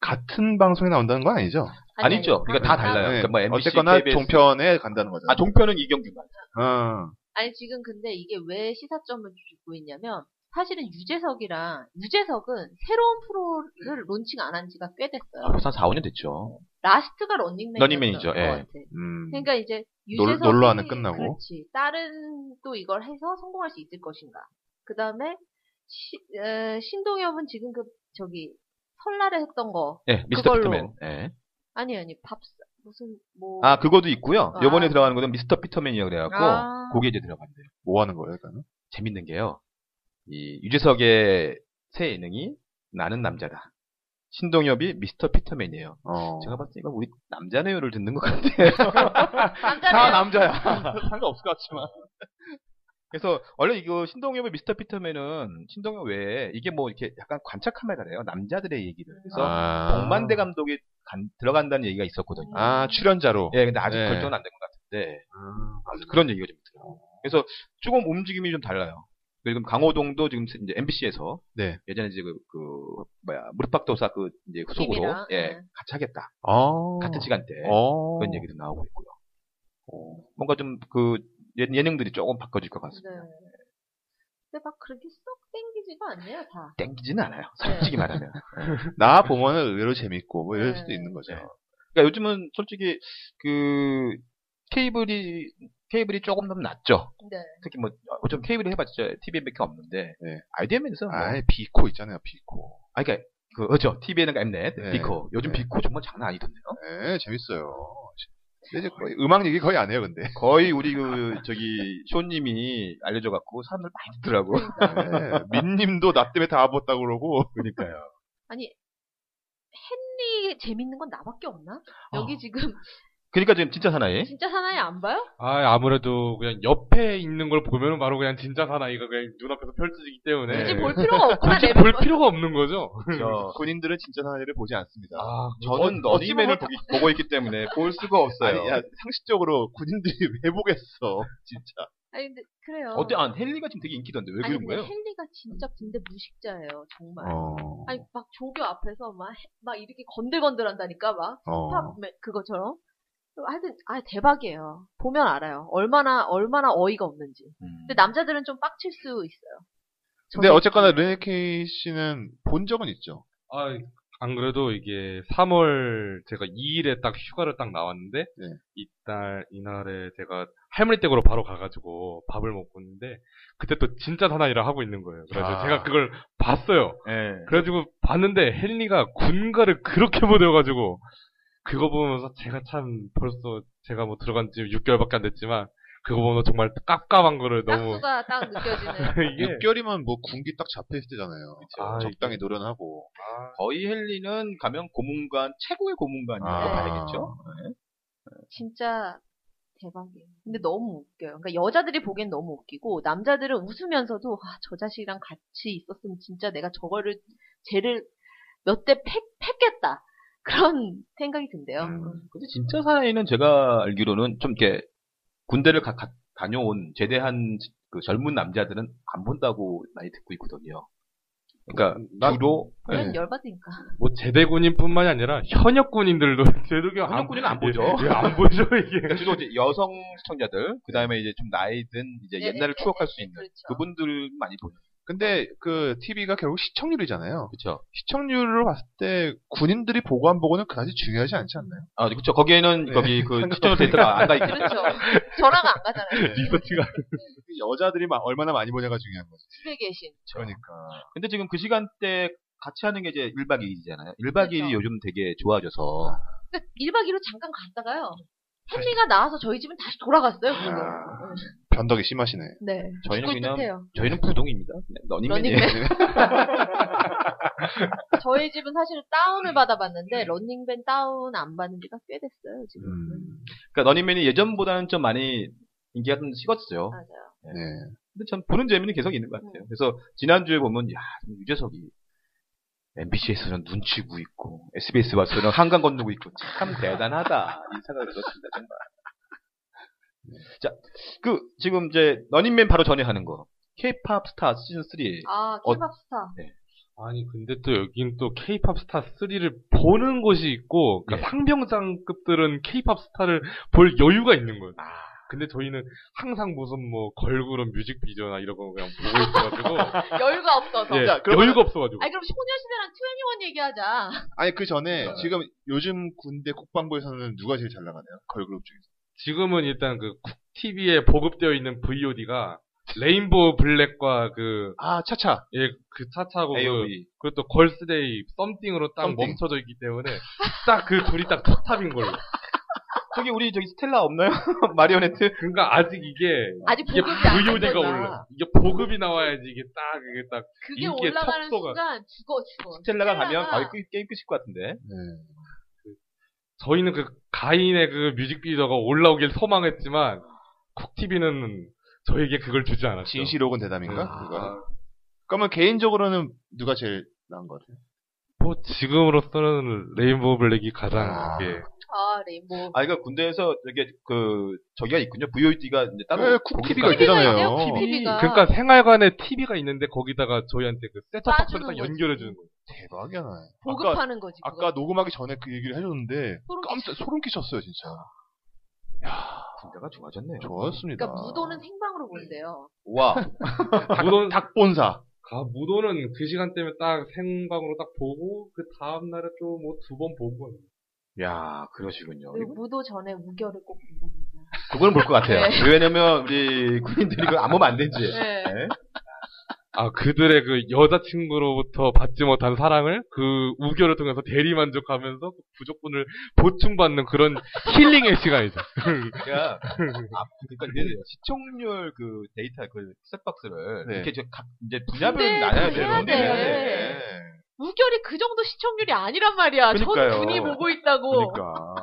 [SPEAKER 3] 같은 방송에 나온다는 건 아니죠? 네.
[SPEAKER 2] 아니,
[SPEAKER 4] 아니죠.
[SPEAKER 2] 아니.
[SPEAKER 4] 그러니까 다
[SPEAKER 2] 방-
[SPEAKER 4] 달라요.
[SPEAKER 2] 방-
[SPEAKER 4] 그러니까 뭐 MBC,
[SPEAKER 3] 어쨌거나
[SPEAKER 4] KBS.
[SPEAKER 3] 종편에 간다는 거죠.
[SPEAKER 4] 아 종편은 이경규만.
[SPEAKER 3] 어.
[SPEAKER 2] 아니 지금 근데 이게 왜 시사점을 주고 있냐면 사실은 유재석이랑 유재석은 새로운 프로를 론칭 안 한 지가 꽤 됐어요.
[SPEAKER 4] 벌써 한 4, 5년 됐죠.
[SPEAKER 2] 라스트가 런닝맨.
[SPEAKER 4] 런닝맨이죠, 예.
[SPEAKER 3] 음.
[SPEAKER 2] 그러니까 이제
[SPEAKER 3] 놀-
[SPEAKER 2] 유재석이
[SPEAKER 3] 놀러와는 끝나고.
[SPEAKER 2] 그렇지. 다른 또 이걸 해서 성공할 수 있을 것인가. 그 다음에 어, 신동엽은 지금 그 저기 설날에 했던 거
[SPEAKER 4] 예, 미스터
[SPEAKER 2] 그걸로.
[SPEAKER 4] 피터맨. 예.
[SPEAKER 2] 아니 아니 밥 사- 무슨 뭐
[SPEAKER 4] 아 그거도 있고요.
[SPEAKER 2] 아.
[SPEAKER 4] 요번에 들어가는 거는 미스터 피터맨이라고 그래갖고
[SPEAKER 2] 아.
[SPEAKER 4] 거기에 이제 들어간대요.
[SPEAKER 3] 뭐 하는 거예요, 일단은?
[SPEAKER 4] 재밌는 게요. 이 유재석의 새 예능이 나는 남자다. 신동엽이 미스터 피터맨이에요.
[SPEAKER 3] 어.
[SPEAKER 4] 제가 봤을 때 이건 우리 남자네요를 듣는 것 같아요.
[SPEAKER 2] 남자네요.
[SPEAKER 4] 남자야. 상관없을 것 같지만. 그래서 원래 이거 신동엽의 미스터 피터맨은 신동엽 외에 이게 뭐 이렇게 약간 관찰 카메라래요. 남자들의 얘기를. 그래서
[SPEAKER 3] 아.
[SPEAKER 4] 동만대 감독이 간- 들어간다는 얘기가 있었거든요.
[SPEAKER 3] 아, 출연자로.
[SPEAKER 4] 예, 근데 아직
[SPEAKER 3] 네.
[SPEAKER 4] 결정은 안 된 것 같은데
[SPEAKER 3] 아,
[SPEAKER 4] 아무튼 그런 얘기가 좀 있더라고요. 그래서 조금 움직임이 좀 달라요. 그리고 강호동도 지금 이제 MBC에서
[SPEAKER 3] 네.
[SPEAKER 4] 예전에 이제 그, 그 뭐야 무릎팍도사 그 이제 후속으로
[SPEAKER 2] 팀이랑,
[SPEAKER 4] 예
[SPEAKER 2] 네.
[SPEAKER 4] 같이 하겠다
[SPEAKER 3] 어.
[SPEAKER 4] 같은 시간대에 예.
[SPEAKER 3] 어.
[SPEAKER 4] 그런 얘기도 나오고 있고요. 뭔가 좀 그 예능들이 조금 바꿔질 것
[SPEAKER 2] 네.
[SPEAKER 4] 같습니다.
[SPEAKER 2] 근데 막 그렇게 썩 땡기지가 않네요 다.
[SPEAKER 4] 땡기지는 않아요.
[SPEAKER 2] 네.
[SPEAKER 4] 솔직히 말하면.
[SPEAKER 3] 나 보면은 의외로 재밌고, 뭐 이럴
[SPEAKER 2] 네.
[SPEAKER 3] 수도 있는 거죠.
[SPEAKER 4] 네. 그러니까 요즘은 솔직히 그 케이블이 케이블이 조금 더 낫죠.
[SPEAKER 2] 네.
[SPEAKER 4] 특히 뭐 어쩜 케이블을 해봤자 TVN밖에 없는데
[SPEAKER 3] 네.
[SPEAKER 4] IDM에서 뭐
[SPEAKER 3] 아, 비코 있잖아요, 비코.
[SPEAKER 4] 아, 그니까, 그, 그죠. TVN과 엠넷,
[SPEAKER 3] 네.
[SPEAKER 4] 비코. 요즘
[SPEAKER 3] 네.
[SPEAKER 4] 비코 정말 장난 아니던데요?
[SPEAKER 3] 네, 재밌어요. 근데 이제 거의 음악 얘기 거의 안 해요, 근데.
[SPEAKER 4] 거의 우리 그, 저기, 쇼님이 알려줘갖고 사람들 많이 듣더라고.
[SPEAKER 2] 그러니까.
[SPEAKER 3] 네, 민님도 나 때문에 다 아팠다고 그러고.
[SPEAKER 4] 그니까요.
[SPEAKER 2] 아니 헨리 재밌는 건 나밖에 없나?
[SPEAKER 3] 아.
[SPEAKER 2] 여기 지금
[SPEAKER 4] 그니까 그러니까 지금 진짜 사나이.
[SPEAKER 2] 진짜 사나이 안 봐요?
[SPEAKER 5] 아, 아무래도 그냥 옆에 있는 걸 보면 바로 그냥 진짜 사나이가 그냥 눈앞에서 펼쳐지기 때문에
[SPEAKER 2] 굳이
[SPEAKER 3] 네.
[SPEAKER 2] 볼 필요가 없구나
[SPEAKER 5] 굳이
[SPEAKER 2] 내
[SPEAKER 5] 볼 필요가 없는 거죠.
[SPEAKER 4] 저,
[SPEAKER 3] 군인들은 진짜 사나이를 보지 않습니다.
[SPEAKER 4] 뭐
[SPEAKER 5] 아,
[SPEAKER 4] 저는
[SPEAKER 3] 어,
[SPEAKER 4] 너니맨을
[SPEAKER 3] 어찌
[SPEAKER 4] 보고 있기 때문에 볼 수가 없어요.
[SPEAKER 3] 아니, 야, 상식적으로 군인들이 왜 보겠어, 진짜.
[SPEAKER 2] 아니 근데 그래요.
[SPEAKER 4] 어때? 아, 헨리가 지금 되게 인기던데. 왜
[SPEAKER 2] 아니
[SPEAKER 4] 그런
[SPEAKER 2] 근데
[SPEAKER 4] 거예요?
[SPEAKER 2] 헨리가 진짜 군대 무식자예요 정말.
[SPEAKER 3] 어,
[SPEAKER 2] 아니 막 조교 앞에서 막 막 이렇게 건들건들한다니까 막
[SPEAKER 3] 어.
[SPEAKER 2] 힙합 매- 그거처럼. 하여튼 아 대박이에요. 보면 알아요. 얼마나 얼마나 어이가 없는지.
[SPEAKER 4] 음.
[SPEAKER 2] 근데 남자들은 좀 빡칠 수 있어요.
[SPEAKER 3] 근데
[SPEAKER 2] 저는-
[SPEAKER 3] 어쨌거나 르네케이 씨는 본 적은 있죠.
[SPEAKER 5] 아, 안 그래도 이게 3월 제가 2일에 딱 휴가를 딱 나왔는데
[SPEAKER 3] 네.
[SPEAKER 5] 이달 이날에 제가 할머니 댁으로 바로 가가지고 밥을 먹고 있는데 그때 또 진짜 사나이라 하고 있는 거예요. 그래서
[SPEAKER 3] 아.
[SPEAKER 5] 제가 그걸 봤어요.
[SPEAKER 3] 예.
[SPEAKER 4] 네.
[SPEAKER 5] 그래가지고 봤는데 헨리가 군가를 그렇게 못 외워가지고 그거 보면서 제가 참 벌써 제가 뭐 들어간 지 6개월밖에 안 됐지만 그거 보면서 정말 깝깝한 거를 너무
[SPEAKER 2] 딱수가 딱 느껴지는.
[SPEAKER 5] 이게
[SPEAKER 3] 6개월이면 뭐 군기 딱 잡혀있을 때잖아요.
[SPEAKER 5] 아,
[SPEAKER 3] 적당히 노련하고.
[SPEAKER 4] 거의 헨리는 가면 고문관 최고의 고문관이라고
[SPEAKER 2] 아.
[SPEAKER 4] 봐야겠죠.
[SPEAKER 2] 진짜 대박이에요. 근데 너무 웃겨요. 그러니까 여자들이 보기엔 너무 웃기고 남자들은 웃으면서도 아, 저 자식이랑 같이 있었으면 진짜 내가 저거를 쟤를 몇 대 팼겠다 그런 생각이 든대요.
[SPEAKER 3] 음.
[SPEAKER 4] 근데 진짜 사나이는 제가 알기로는 좀 이렇게 군대를 가, 녀온 제대한 그 젊은 남자들은 안 본다고 많이 듣고 있거든요. 그러니까
[SPEAKER 5] 난-
[SPEAKER 4] 주로
[SPEAKER 2] 그런
[SPEAKER 4] 예.
[SPEAKER 2] 열받으니까.
[SPEAKER 5] 뭐 제대 군인뿐만이 아니라 현역 군인들도 제대로
[SPEAKER 4] 현역 군인은 안 보죠.
[SPEAKER 5] 예, 예, 안 보죠 이게.
[SPEAKER 4] 그러니까 주로 이제 여성 시청자들 그 다음에 이제 좀 나이든 이제
[SPEAKER 2] 네,
[SPEAKER 4] 옛날을
[SPEAKER 2] 네,
[SPEAKER 4] 추억할
[SPEAKER 2] 네,
[SPEAKER 4] 수 있는
[SPEAKER 2] 그렇죠.
[SPEAKER 4] 그분들 많이 보죠.
[SPEAKER 3] 근데 그 TV가 결국 시청률이잖아요.
[SPEAKER 4] 그렇죠.
[SPEAKER 3] 시청률로 봤을 때 군인들이 보고 안 보고는 그다지 중요하지 않지 않나요?
[SPEAKER 4] 아 그렇죠. 거기에는
[SPEAKER 3] 네.
[SPEAKER 4] 거기 그 시청률 데이터가 안 가 있기
[SPEAKER 2] 그렇죠. 저랑 안 가잖아요.
[SPEAKER 5] 리서치가
[SPEAKER 3] 그 여자들이 마- 얼마나 많이 보냐가 중요한 거죠.
[SPEAKER 2] 집에 계신.
[SPEAKER 3] 그러니까.
[SPEAKER 4] 근데 지금 그 시간대 같이 하는 게 이제 1박 2일이잖아요. 1박 2일이
[SPEAKER 2] 그렇죠.
[SPEAKER 4] 요즘 되게 좋아져서.
[SPEAKER 2] 그러니까 1박 2로 잠깐 갔다가요.
[SPEAKER 4] 네.
[SPEAKER 2] 헨리가 나와서 저희 집은 다시 돌아갔어요. 그리고.
[SPEAKER 3] 아. 변덕이 심하시네.
[SPEAKER 2] 네.
[SPEAKER 4] 저희는
[SPEAKER 2] 죽을
[SPEAKER 4] 그냥-
[SPEAKER 2] 듯해요.
[SPEAKER 4] 저희는 부동입니다. 러닝맨이에요.
[SPEAKER 2] 저희 집은 사실 다운을 받아봤는데 런닝맨 다운 안 받는 지가 꽤 됐어요. 지금.
[SPEAKER 3] 음.
[SPEAKER 4] 그러니까 러닝맨이 예전보다는 좀 많이 인기가 좀 식었어요.
[SPEAKER 2] 맞아요.
[SPEAKER 3] 네.
[SPEAKER 4] 근데 참 보는 재미는 계속 있는 것 같아요. 그래서 지난주에 보면 야 유재석이 MBC에서는 눈치고 있고 SBS 와서는 한강 건너고 있고 참 대단하다 이 생각이 들었습니다 정말. 네. 자그 지금 이제 러닝맨 바로 전에 하는 거 K-팝 스타 시즌 3
[SPEAKER 2] 아,
[SPEAKER 4] 어-
[SPEAKER 2] 케밥 스타.
[SPEAKER 5] 아니 근데 또 여긴 또 K-팝 스타 3를 보는 곳이 있고 그러니까
[SPEAKER 4] 네.
[SPEAKER 5] 상병장급들은 K-팝 스타를 볼 여유가 있는 거예요.
[SPEAKER 4] 아.
[SPEAKER 5] 근데 저희는 항상 무슨 뭐 걸그룹 뮤직비디오나 이런 거 그냥 보고 있어가지고
[SPEAKER 2] 여유가 없어서.
[SPEAKER 5] 예,
[SPEAKER 3] 자, 그러면-
[SPEAKER 5] 여유가 없어가지고
[SPEAKER 2] 아니, 그럼 소녀시대랑 21 얘기하자.
[SPEAKER 3] 아니 그 전에 지금 요즘 군대 국방부에서는 누가 제일 잘 나가나요? 걸그룹 중에서.
[SPEAKER 5] 지금은 일단 그 TV에 보급되어 있는 VOD가 레인보우 블랙과 그
[SPEAKER 3] 아 차차.
[SPEAKER 5] 예, 그 차차하고 그,
[SPEAKER 4] AOB
[SPEAKER 5] 그리고 또 걸스데이 썸띵으로 딱
[SPEAKER 3] 썸띵.
[SPEAKER 5] 멈춰져 있기 때문에 딱 그 둘이 딱 투탑인 걸로.
[SPEAKER 4] 저기 우리 저기 스텔라 없나요 마리오네트
[SPEAKER 5] 그러니까 아직 이게
[SPEAKER 2] 아직
[SPEAKER 5] 이게
[SPEAKER 2] 보급이 안
[SPEAKER 5] VOD가
[SPEAKER 2] 됐구나.
[SPEAKER 5] 올라. 이게 보급이 나와야지 이게 딱 이게 딱
[SPEAKER 2] 그게
[SPEAKER 5] 인기의
[SPEAKER 2] 올라가는
[SPEAKER 5] 척도가-
[SPEAKER 2] 순간 죽어, 죽어.
[SPEAKER 4] 스텔라가 가면
[SPEAKER 2] 스텔라가-
[SPEAKER 4] 거의 끝- 게임 끝일 것 같은데
[SPEAKER 3] 네.
[SPEAKER 5] 저희는 그 가인의 그 뮤직비디오가 올라오길 소망했지만 쿡TV는 저에게 그걸 주지 않았죠.
[SPEAKER 3] 진실 혹은 대담인가?
[SPEAKER 5] 아.
[SPEAKER 3] 그거. 그러면 개인적으로는 누가 제일 나은 것 같아요?
[SPEAKER 5] 뭐 지금으로서는 레인보우 블랙이 가장
[SPEAKER 3] 아.
[SPEAKER 5] 이게
[SPEAKER 2] 아, 레인보우.
[SPEAKER 4] 아 그러니까 군대에서 이게 그 저기가 있군요 VOD가 이제 따로
[SPEAKER 3] 네,
[SPEAKER 4] 거기서
[SPEAKER 3] 쿡TV가
[SPEAKER 4] 있어요.
[SPEAKER 3] 있잖아요.
[SPEAKER 2] 있대요, TV가.
[SPEAKER 5] 그러니까 생활관에 TV가 있는데 거기다가 저희한테 그 셋업
[SPEAKER 2] 빠지는
[SPEAKER 5] 박스를 딱
[SPEAKER 2] 거지.
[SPEAKER 5] 연결해 주는 거예요.
[SPEAKER 3] 대박이야. 나. 아까
[SPEAKER 2] 보급하는 거지. 그거.
[SPEAKER 3] 아까 녹음하기 전에 그 얘기를 해줬는데
[SPEAKER 2] 소름 끼쳐.
[SPEAKER 3] 깜짝 소름 끼쳤어요 진짜.
[SPEAKER 4] 군대가 좋아졌네요.
[SPEAKER 3] 좋았습니다.
[SPEAKER 2] 그러니까 무도는 생방으로 본대요.
[SPEAKER 4] 와
[SPEAKER 5] 무도는
[SPEAKER 3] 본사.
[SPEAKER 5] 아, 무도는 그 시간대면 딱 생방으로 딱 보고 그 다음 날에 또 뭐 두 번 보고
[SPEAKER 4] 야 그러시군요.
[SPEAKER 2] 그리고 무도 전에 우결을 꼭 본답니다.
[SPEAKER 4] 그거는 볼 것 같아요.
[SPEAKER 2] 네.
[SPEAKER 4] 왜냐면 우리 군인들이 그거 안 보면 안 되지.
[SPEAKER 2] 네.
[SPEAKER 4] 네.
[SPEAKER 5] 아 그들의 그 여자친구로부터 받지 못한 사랑을 그 우결을 통해서 대리 만족하면서 그 부족분을 보충받는 그런 힐링의 시간이죠.
[SPEAKER 4] 그러니까, 아, 그러니까 이제 시청률 그 데이터 그 셋박스를
[SPEAKER 3] 네.
[SPEAKER 4] 이렇게 저 각, 이제 분야별
[SPEAKER 2] 군대에서
[SPEAKER 4] 나눠야
[SPEAKER 2] 해야
[SPEAKER 4] 돼요.
[SPEAKER 2] 돼.
[SPEAKER 4] 네.
[SPEAKER 2] 우결이 그 정도 시청률이 아니란 말이야.
[SPEAKER 3] 그러니까요.
[SPEAKER 2] 전 군이 보고 있다고.
[SPEAKER 3] 그러니까.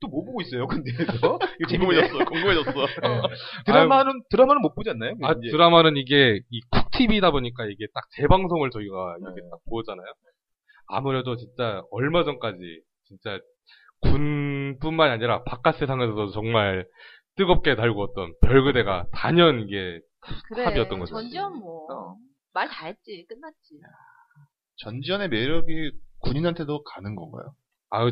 [SPEAKER 4] 또 뭐 보고 있어요? 군대에서 이거 궁금해졌어.
[SPEAKER 3] 궁금해졌어. 궁금해졌어.
[SPEAKER 4] 드라마는 드라마는 못 보지 않나요?
[SPEAKER 5] 아
[SPEAKER 4] 이제
[SPEAKER 5] 드라마는 이게 이쿡 TV다 보니까 이게 딱 재방송을 저희가 이렇게 딱 보잖아요. 아무래도 진짜 얼마 전까지 진짜 군뿐만 이 아니라 바깥 세상에서도 정말 뜨겁게 달구었던 별그대가 단연 이게
[SPEAKER 2] 그래.
[SPEAKER 5] 합이었던 거죠.
[SPEAKER 2] 전지현 뭐.
[SPEAKER 4] 어.
[SPEAKER 2] 말 다 했지. 끝났지.
[SPEAKER 3] 전지현의 매력이 군인한테도 가는 건가요?
[SPEAKER 5] 아
[SPEAKER 3] 예.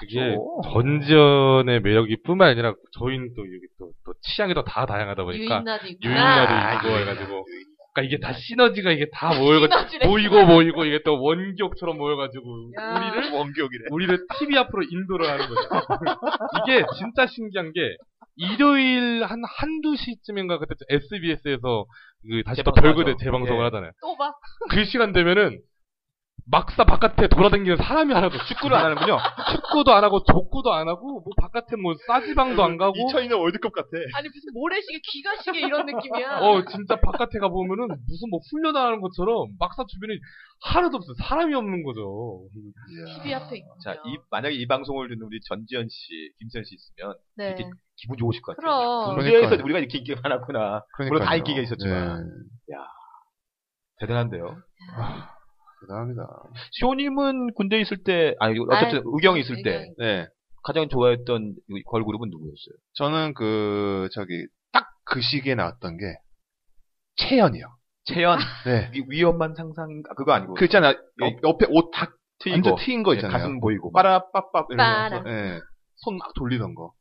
[SPEAKER 5] 그게
[SPEAKER 4] 가죠.
[SPEAKER 5] 전지현의 매력이 뿐만 아니라 저희는 또 여기 또, 또 취향이 또 다 다양하다 보니까
[SPEAKER 2] 유인나도 있고.
[SPEAKER 4] 아,
[SPEAKER 5] 유인나도 있고 해가지고 그러니까 이게 다 시너지가 이게 다 모여
[SPEAKER 2] 시너지래.
[SPEAKER 5] 모이고 모이고 이게 또 원격처럼 모여가지고
[SPEAKER 2] 야.
[SPEAKER 5] 우리를
[SPEAKER 3] 원격이래.
[SPEAKER 5] 우리를 TV 앞으로 인도를 하는 거죠. 이게 진짜 신기한 게 일요일 한 한두 시쯤인가 그때 SBS에서 다시 또
[SPEAKER 4] 재방송하죠.
[SPEAKER 5] 별그대 재방송을
[SPEAKER 4] 예.
[SPEAKER 5] 하잖아요.
[SPEAKER 2] 또 봐.
[SPEAKER 5] 그 시간 되면은 막사 바깥에 돌아다니는 사람이 하나도 축구를 안 하는군요. 축구도 안 하고 족구도 안 하고 뭐 바깥에 뭐 싸지방도 안 가고
[SPEAKER 3] 2002년 월드컵 같아.
[SPEAKER 2] 아니 무슨 모래시계 귀가시계 이런 느낌이야.
[SPEAKER 5] 어 진짜 바깥에 가 보면은 무슨 뭐 훈련하는 것처럼 막사 주변에 하나도 없어 요 사람이 없는 거죠.
[SPEAKER 2] TV 앞에 있죠.
[SPEAKER 4] 자, 이, 만약에 이 방송을 듣는 우리 전지현 씨, 김지현 씨 있으면
[SPEAKER 2] 네.
[SPEAKER 4] 이렇게 기분 좋으실 것 같아요.
[SPEAKER 2] 그럼
[SPEAKER 3] 그러니까요.
[SPEAKER 4] 문제에서 우리가 이렇게 인기가 많았구나. 물론 다 인기가 있었지만.
[SPEAKER 3] 네.
[SPEAKER 4] 대단한데요.
[SPEAKER 3] 대단합니다.
[SPEAKER 4] 쇼님은 군대 있을 때, 아니, 어쨌든 의경이 있을 때
[SPEAKER 2] 의경이.
[SPEAKER 3] 네.
[SPEAKER 4] 가장 좋아했던 이 걸그룹은 누구였어요?
[SPEAKER 3] 저는 그, 저기, 딱 그 시기에 나왔던 게, 채연이요.
[SPEAKER 4] 채연,
[SPEAKER 3] 네.
[SPEAKER 4] 아, 위- 위험한 상상, 아, 그거 아니고.
[SPEAKER 3] 그 있잖아, 옆, 옆에 옷탁 완전
[SPEAKER 4] 예, 트이고,
[SPEAKER 3] 트인 거
[SPEAKER 4] 예,
[SPEAKER 3] 있잖아요.
[SPEAKER 4] 가슴 보이고. 막.
[SPEAKER 3] 빠라빠빠 이러면서
[SPEAKER 2] 빠라.
[SPEAKER 3] 예. 손 막 돌리던 거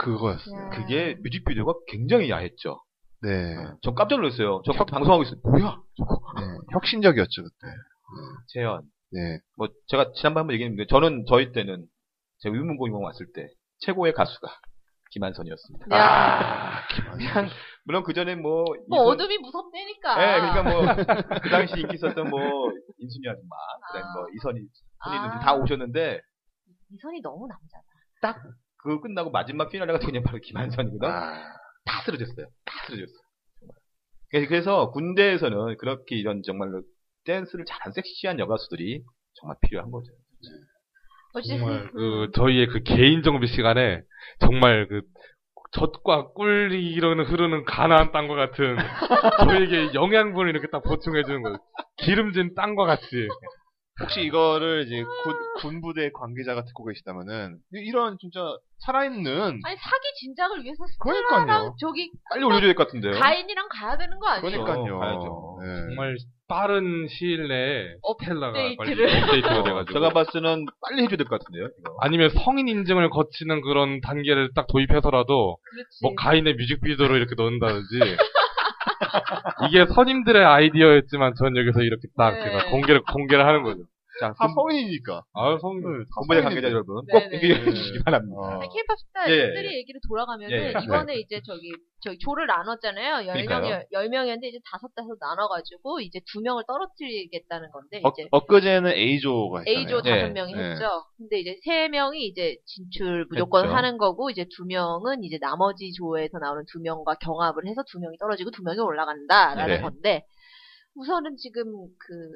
[SPEAKER 3] 그거였어요.
[SPEAKER 2] 야.
[SPEAKER 4] 그게 뮤직비디오가 굉장히 야했죠.
[SPEAKER 3] 네,
[SPEAKER 4] 전 깜짝 놀랐어요. 저 방송하고 있어요. 뭐야? 저거.
[SPEAKER 3] 네. 혁신적이었죠 그때.
[SPEAKER 4] 채연.
[SPEAKER 3] 네,
[SPEAKER 4] 뭐, 제가 지난번에 한번 얘기했는데, 저는 저희 때는, 제가 위문공공 왔을 때, 최고의 가수가 김한선이었습니다.
[SPEAKER 2] 야.
[SPEAKER 4] 그냥, 물론 그전에 뭐,
[SPEAKER 2] 뭐
[SPEAKER 4] 이분-
[SPEAKER 2] 어둠이 무섭대니까.
[SPEAKER 4] 예, 그러니까 뭐, 그 당시 인기 있었던 뭐, 인순이 아줌마, 그 다음에 뭐, 이선희, 손님들
[SPEAKER 2] 아.
[SPEAKER 4] 다 오셨는데,
[SPEAKER 2] 이 선이 너무 남자다.
[SPEAKER 4] 그거 끝나고 마지막 피날레가 그냥 바로 김한선이거든?
[SPEAKER 3] 아,
[SPEAKER 4] 다 쓰러졌어요. 다 쓰러졌어요. 정말. 그래서- 그래서 군대에서는 그렇게 이런 정말로 댄스를 잘한 섹시한 여가수들이 정말 필요한 거죠.
[SPEAKER 2] 어쨌든
[SPEAKER 5] 정말 그 저희의 그 개인 정비 시간에 정말 그 젖과 꿀이 이러는 흐르는 가나안 땅과 같은 저희에게 영양분을 이렇게 딱 보충해 주는 거예요. 기름진 땅과 같이.
[SPEAKER 3] 혹시 이거를 이제 군, 부대 관계자가 듣고 계시다면은 이- 이런 진짜 살아있는
[SPEAKER 2] 아니 사기 진작을 위해서
[SPEAKER 3] 그러니까요.
[SPEAKER 2] 스텔라랑 저기
[SPEAKER 4] 빨리 올려줘야 될 것 같은데요.
[SPEAKER 2] 가인이랑 가야 되는 거 아니에요?
[SPEAKER 3] 그러니까요.
[SPEAKER 4] 가야죠.
[SPEAKER 3] 네.
[SPEAKER 5] 정말 빠른 시일 내에 스텔라가 빨리
[SPEAKER 2] 업데이트를.
[SPEAKER 5] 업데이트가
[SPEAKER 4] 어,
[SPEAKER 5] 돼가지고
[SPEAKER 4] 제가 봤을 때는 빨리 해줘야 될 것 같은데요. 이거.
[SPEAKER 5] 아니면 성인 인증을 거치는 그런 단계를 딱 도입해서라도
[SPEAKER 2] 그렇지.
[SPEAKER 5] 뭐 가인의 뮤직비디오로 이렇게 넣는다든지 이게 선임들의 아이디어였지만 전 여기서 이렇게 딱
[SPEAKER 2] 네.
[SPEAKER 5] 제가 공개를 공개를 하는 거죠.
[SPEAKER 4] 자,
[SPEAKER 3] 다 성인이니까.
[SPEAKER 5] 아 성인들
[SPEAKER 4] 공부의 관계자 여러분
[SPEAKER 2] 네, 아,
[SPEAKER 4] 꼭
[SPEAKER 2] 네.
[SPEAKER 4] 얘기해 주시기 바랍니다.
[SPEAKER 3] 어.
[SPEAKER 2] 케이팝 스타들의 얘기로 돌아가면은
[SPEAKER 4] 예, 예.
[SPEAKER 2] 이번에 이제 저기 저기 조를 나눴잖아요. 열 명이
[SPEAKER 4] 그러니까요.
[SPEAKER 2] 열 명이었는데 이제 다섯 다섯 나눠가지고 이제 두 명을 떨어뜨리겠다는 건데
[SPEAKER 3] 어,
[SPEAKER 2] 이제
[SPEAKER 3] 엊그제는 A조가 했잖아요.
[SPEAKER 2] A조
[SPEAKER 4] 네,
[SPEAKER 2] 다섯 명이
[SPEAKER 3] 네.
[SPEAKER 2] 했죠. 근데 이제 세 명이 이제 진출 무조건
[SPEAKER 4] 했죠.
[SPEAKER 2] 하는 거고 이제 두 명은 이제 나머지 조에서 나오는 두 명과 경합을 해서 두 명이 떨어지고 두 명이 올라간다라는
[SPEAKER 4] 네.
[SPEAKER 2] 건데 우선은 지금 그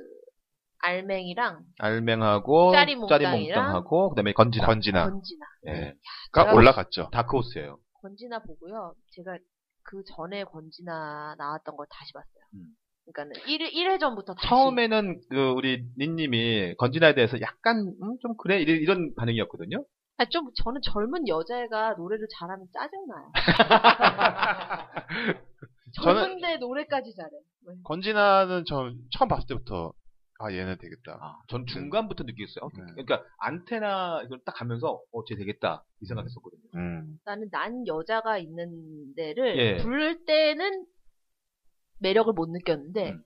[SPEAKER 2] 알맹이랑
[SPEAKER 4] 알맹하고
[SPEAKER 2] 짜리몽땅이랑
[SPEAKER 4] 짜리몽땅하고 그다음에 건지나.
[SPEAKER 3] 건진아가
[SPEAKER 2] 권진아
[SPEAKER 4] 네.
[SPEAKER 3] 올라갔죠.
[SPEAKER 4] 다크호스예요.
[SPEAKER 2] 권진아 보고요. 제가 그 전에 권진아 나왔던 걸 다시 봤어요.
[SPEAKER 4] 음.
[SPEAKER 2] 그러니까는 1, 1회 전부터 다시
[SPEAKER 4] 처음에는 그 우리 닌님이 건지나에 대해서 약간 음, 좀 그래 이런, 이런 반응이었거든요.
[SPEAKER 2] 아, 좀 저는 젊은 여자애가 노래를 잘하면 짜증나요. 젊은데 노래까지 잘해. 왜?
[SPEAKER 3] 건진아는 전 처음 봤을 때부터 아 얘는 되겠다.
[SPEAKER 4] 아, 전 중간부터 느꼈어요.
[SPEAKER 3] 네.
[SPEAKER 4] 그러니까 안테나 이걸 딱 가면서 어쟤 되겠다 이 생각했었거든요.
[SPEAKER 3] 음.
[SPEAKER 2] 나는 난 여자가 있는 데를
[SPEAKER 4] 예.
[SPEAKER 2] 부를 때는 매력을 못 느꼈는데
[SPEAKER 4] 음.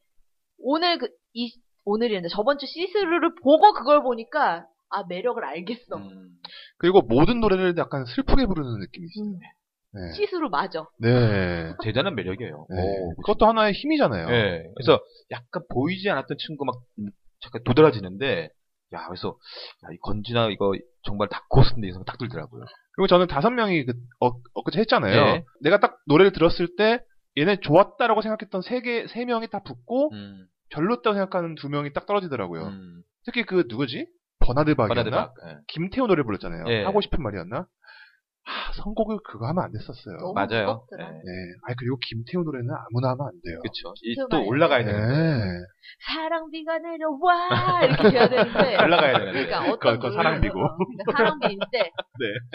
[SPEAKER 2] 오늘 그 이 오늘이었는데 저번 주 시스루를 보고 그걸 보니까 아 매력을 알겠어.
[SPEAKER 4] 음.
[SPEAKER 3] 그리고 모든 노래를 약간 슬프게 부르는 느낌이 있어요.
[SPEAKER 2] 음,
[SPEAKER 3] 네.
[SPEAKER 2] 시스루 맞아.
[SPEAKER 3] 네.
[SPEAKER 4] 대단한 매력이에요.
[SPEAKER 3] 네.
[SPEAKER 4] 오,
[SPEAKER 3] 그것도 하나의 힘이잖아요.
[SPEAKER 4] 예. 그래서 약간 보이지 않았던 친구 막 음, 잠깐 도드라지는데 야 그래서 야, 이 건지나 이거 정말 다코스인데 이상 딱 들더라고요.
[SPEAKER 3] 그리고 저는 다섯 명이 그, 어, 엊그제 했잖아요.
[SPEAKER 4] 네.
[SPEAKER 3] 내가 딱 노래를 들었을 때, 얘네 좋았다라고 생각했던 세 개, 세 명이 다 붙고, 별로였다고 생각하는 두 명이 딱 떨어지더라고요.
[SPEAKER 4] 음.
[SPEAKER 3] 특히 그, 누구지? 버나드 박이었나?
[SPEAKER 4] 바나드 박. 예.
[SPEAKER 3] 김태호 노래 불렀잖아요.
[SPEAKER 4] 예.
[SPEAKER 3] 하고 싶은 말이었나? 하, 선곡을 그거 하면 안 됐었어요.
[SPEAKER 2] 너무
[SPEAKER 4] 맞아요. 예.
[SPEAKER 2] 무섭더라.
[SPEAKER 3] 네. 아니, 그리고 김태호 노래는 아무나 하면 안 돼요.
[SPEAKER 4] 그렇죠.
[SPEAKER 2] 그거
[SPEAKER 4] 또
[SPEAKER 2] 말이에요.
[SPEAKER 4] 올라가야
[SPEAKER 3] 네.
[SPEAKER 4] 되는.
[SPEAKER 2] 사랑비가 내려와 이렇게 돼야 되는데
[SPEAKER 4] 올라가야 되는.
[SPEAKER 2] 그러니까
[SPEAKER 4] 데
[SPEAKER 2] 어떤
[SPEAKER 3] 그건
[SPEAKER 2] 노래를-
[SPEAKER 3] 사랑비고.
[SPEAKER 2] 어, 그러니까 사랑비인데
[SPEAKER 4] 네.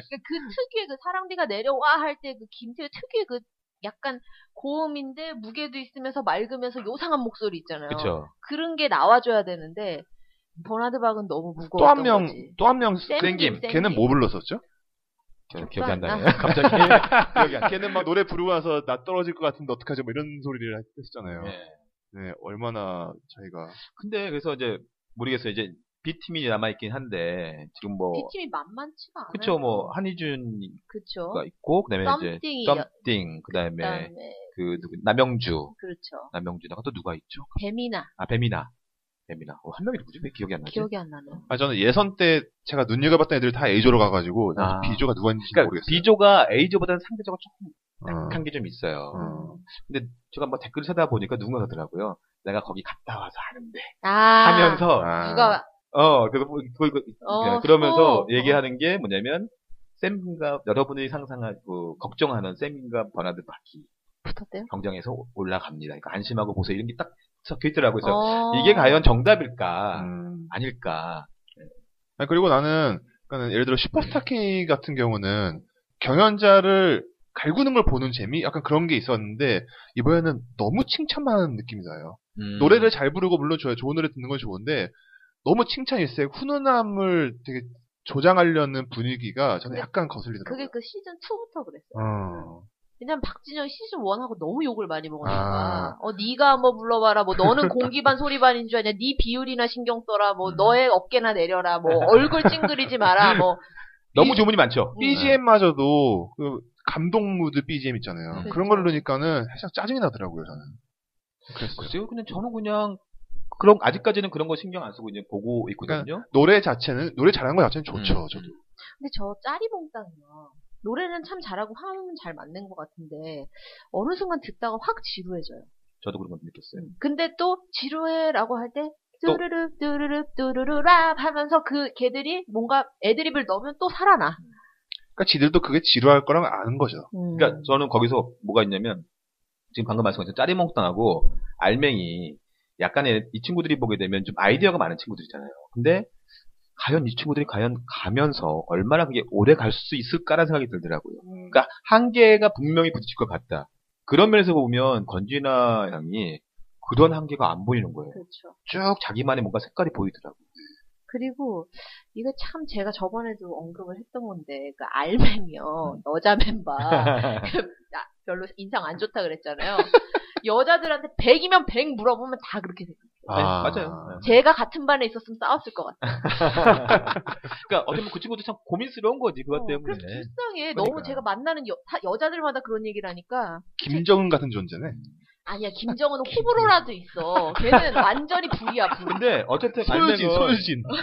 [SPEAKER 2] 그, 그 특유의 그 사랑비가 내려와 할 때 그 김태우 특유의 그 약간 고음인데 무게도 있으면서 맑으면서 요상한 목소리 있잖아요.
[SPEAKER 4] 그렇죠.
[SPEAKER 2] 런게 나와줘야 되는데 버나드 박은 너무 무거웠던
[SPEAKER 3] 또 한 명,
[SPEAKER 2] 거지.
[SPEAKER 3] 또 한 명,
[SPEAKER 2] 땡김, 땡김.
[SPEAKER 3] 걔는 뭐 불렀었죠?
[SPEAKER 4] 기억이 안 나네요.
[SPEAKER 2] 아.
[SPEAKER 4] 갑자기.
[SPEAKER 3] 기억이 안- 걔는 막 노래 부르고 나서 나 떨어질 것 같은데 어떡하지? 뭐 이런 소리를 했었잖아요.
[SPEAKER 4] 예.
[SPEAKER 3] 네, 얼마나 차이가.
[SPEAKER 4] 근데 그래서 이제 모르겠어요. 이제 B팀이 남아있긴 한데 지금 뭐
[SPEAKER 2] B팀이 만만치가 않아요.
[SPEAKER 4] 그쵸 뭐 한희준이
[SPEAKER 2] 그쵸.
[SPEAKER 4] 가 있고 그다음에
[SPEAKER 2] 썸띵이
[SPEAKER 4] 이제 썸띵 그다음에
[SPEAKER 2] 그다음에
[SPEAKER 4] 그 누구 남영주
[SPEAKER 2] 네. 그렇죠.
[SPEAKER 4] 남영주다가 또 누가 있죠?
[SPEAKER 2] 뱀이나
[SPEAKER 4] 아 배미나 배미나 어, 한 명이 누구지? 왜 기억이 안 나지?
[SPEAKER 2] 기억이 안 나네요.
[SPEAKER 3] 아, 저는 예선 때 제가 눈여겨봤던 애들이 다 A조로 가가지고,
[SPEAKER 4] 아.
[SPEAKER 3] B조가 누가 있는지
[SPEAKER 4] 그러니까
[SPEAKER 3] 모르겠어요.
[SPEAKER 4] B조가 A조보다는 상대적으로 조금
[SPEAKER 3] 어.
[SPEAKER 4] 약한 게 좀 있어요.
[SPEAKER 3] 어.
[SPEAKER 4] 근데 제가 뭐 댓글 사다 보니까 누군가 그러더라고요. 내가 거기 갔다 와서 하는데
[SPEAKER 2] 아.
[SPEAKER 4] 하면서
[SPEAKER 3] 아.
[SPEAKER 2] 누가
[SPEAKER 4] 어 그래서 뭐, 뭐, 이거-
[SPEAKER 2] 어,
[SPEAKER 4] 그러면서
[SPEAKER 2] 또.
[SPEAKER 4] 얘기하는 게 뭐냐면 쌤과 여러분이 상상하고 걱정하는 쌤과 버나드 바퀴
[SPEAKER 2] 붙었대요?
[SPEAKER 4] 경쟁에서 올라갑니다. 그러니까 안심하고 보세요 이런 게 딱 적혀 있더라고요. 그래서
[SPEAKER 2] 어.
[SPEAKER 4] 이게 과연 정답일까
[SPEAKER 3] 음.
[SPEAKER 4] 아닐까
[SPEAKER 3] 아니, 그리고 나는, 그러니까 예를 들어 슈퍼스타 K 같은 경우는 경연자를 갈구는 걸 보는 재미? 약간 그런 게 있었는데, 이번에는 너무 칭찬만 하는 느낌이 나요.
[SPEAKER 5] 음.
[SPEAKER 3] 노래를 잘 부르고 물론 좋아요. 좋은 노래 듣는 건 좋은데, 너무 칭찬이 있어요. 훈훈함을 되게 조장하려는 분위기가
[SPEAKER 5] 네.
[SPEAKER 3] 저는 약간 거슬리더라고요.
[SPEAKER 2] 그게 그 시즌 2부터 그랬어요.
[SPEAKER 4] 아.
[SPEAKER 3] 어.
[SPEAKER 2] 왜냐면 박진영 시즌 1하고 너무 욕을 많이 먹으니까.
[SPEAKER 3] 아.
[SPEAKER 2] 어, 네가 한번 불러봐라. 뭐 너는 공기반 소리반인 줄 아냐. 네 비율이나 신경 써라. 뭐
[SPEAKER 4] 음.
[SPEAKER 2] 너의 어깨나 내려라. 뭐 얼굴 찡그리지 마라. 뭐
[SPEAKER 4] 너무 조문이
[SPEAKER 2] 음.
[SPEAKER 4] 많죠.
[SPEAKER 3] BGM마저도 그 감동 무드 BGM 있잖아요.
[SPEAKER 4] 그렇죠.
[SPEAKER 3] 그런 걸 넣으니까는 살짝 짜증이 나더라고요, 저는. 그랬어요.
[SPEAKER 4] 네. 글쎄요, 그냥 저는 그냥 그런 아직까지는 그런 거 신경 안 쓰고 이제 보고 있거든요.
[SPEAKER 3] 노래 자체는 노래 잘하는 거 자체는 좋죠,
[SPEAKER 4] 음.
[SPEAKER 3] 저도.
[SPEAKER 2] 근데 저 짜리몽땅이요. 노래는 참 잘하고 화음은 잘 맞는 것 같은데 어느 순간 듣다가 확 지루해져요.
[SPEAKER 4] 저도 그런 거 느꼈어요.
[SPEAKER 2] 근데 또 지루해라고 할 때 뚜루룹 뚜루룹 뚜루루랍 하면서 그 걔들이 뭔가 애드립을 넣으면 또 살아나.
[SPEAKER 3] 그러니까 지들도 그게 지루할 거라면 아는 거죠.
[SPEAKER 4] 그러니까 저는 거기서 뭐가 있냐면 지금 방금 말씀하신 짜리몽땅하고 알맹이 약간의 이 친구들이 보게 되면 좀 아이디어가 많은 친구들이잖아요. 근데 과연 이 친구들이 과연 가면서 얼마나 그게 오래 갈 수 있을까라는 생각이 들더라고요.
[SPEAKER 2] 음.
[SPEAKER 4] 그러니까 한계가 분명히 부딪힐 것 같다. 그런 면에서 보면 건진아 양이 그런 한계가 안 보이는 거예요.
[SPEAKER 2] 그렇죠.
[SPEAKER 4] 쭉 자기만의 뭔가 색깔이 보이더라고요.
[SPEAKER 2] 그리고 이거 참 제가 저번에도 언급을 했던 건데 그 알맹이요
[SPEAKER 4] 음.
[SPEAKER 2] 여자 멤버 나 별로 인상 안 좋다 그랬잖아요. 여자들한테 100이면 100 물어보면 다 그렇게 생각.
[SPEAKER 4] 네, 맞아요.
[SPEAKER 2] 제가 같은 반에 있었으면 싸웠을 것 같아.
[SPEAKER 4] 그러니까 어쩌면 그 친구도 참 고민스러운 거지 그것
[SPEAKER 2] 어,
[SPEAKER 4] 때문에.
[SPEAKER 2] 그래서 불쌍해. 너무
[SPEAKER 4] 그러니까요.
[SPEAKER 2] 제가 만나는 여, 다- 여자들마다 그런 얘기를 하니까.
[SPEAKER 3] 김정은 같은 존재네. 예.
[SPEAKER 2] 아니야, 김정은은 호불호라도 있어. 걔는 완전히 불이야, 불.
[SPEAKER 4] 근데 어쨌든
[SPEAKER 3] 소유진,
[SPEAKER 4] 알맹은-
[SPEAKER 3] 소유진.
[SPEAKER 5] 뭐,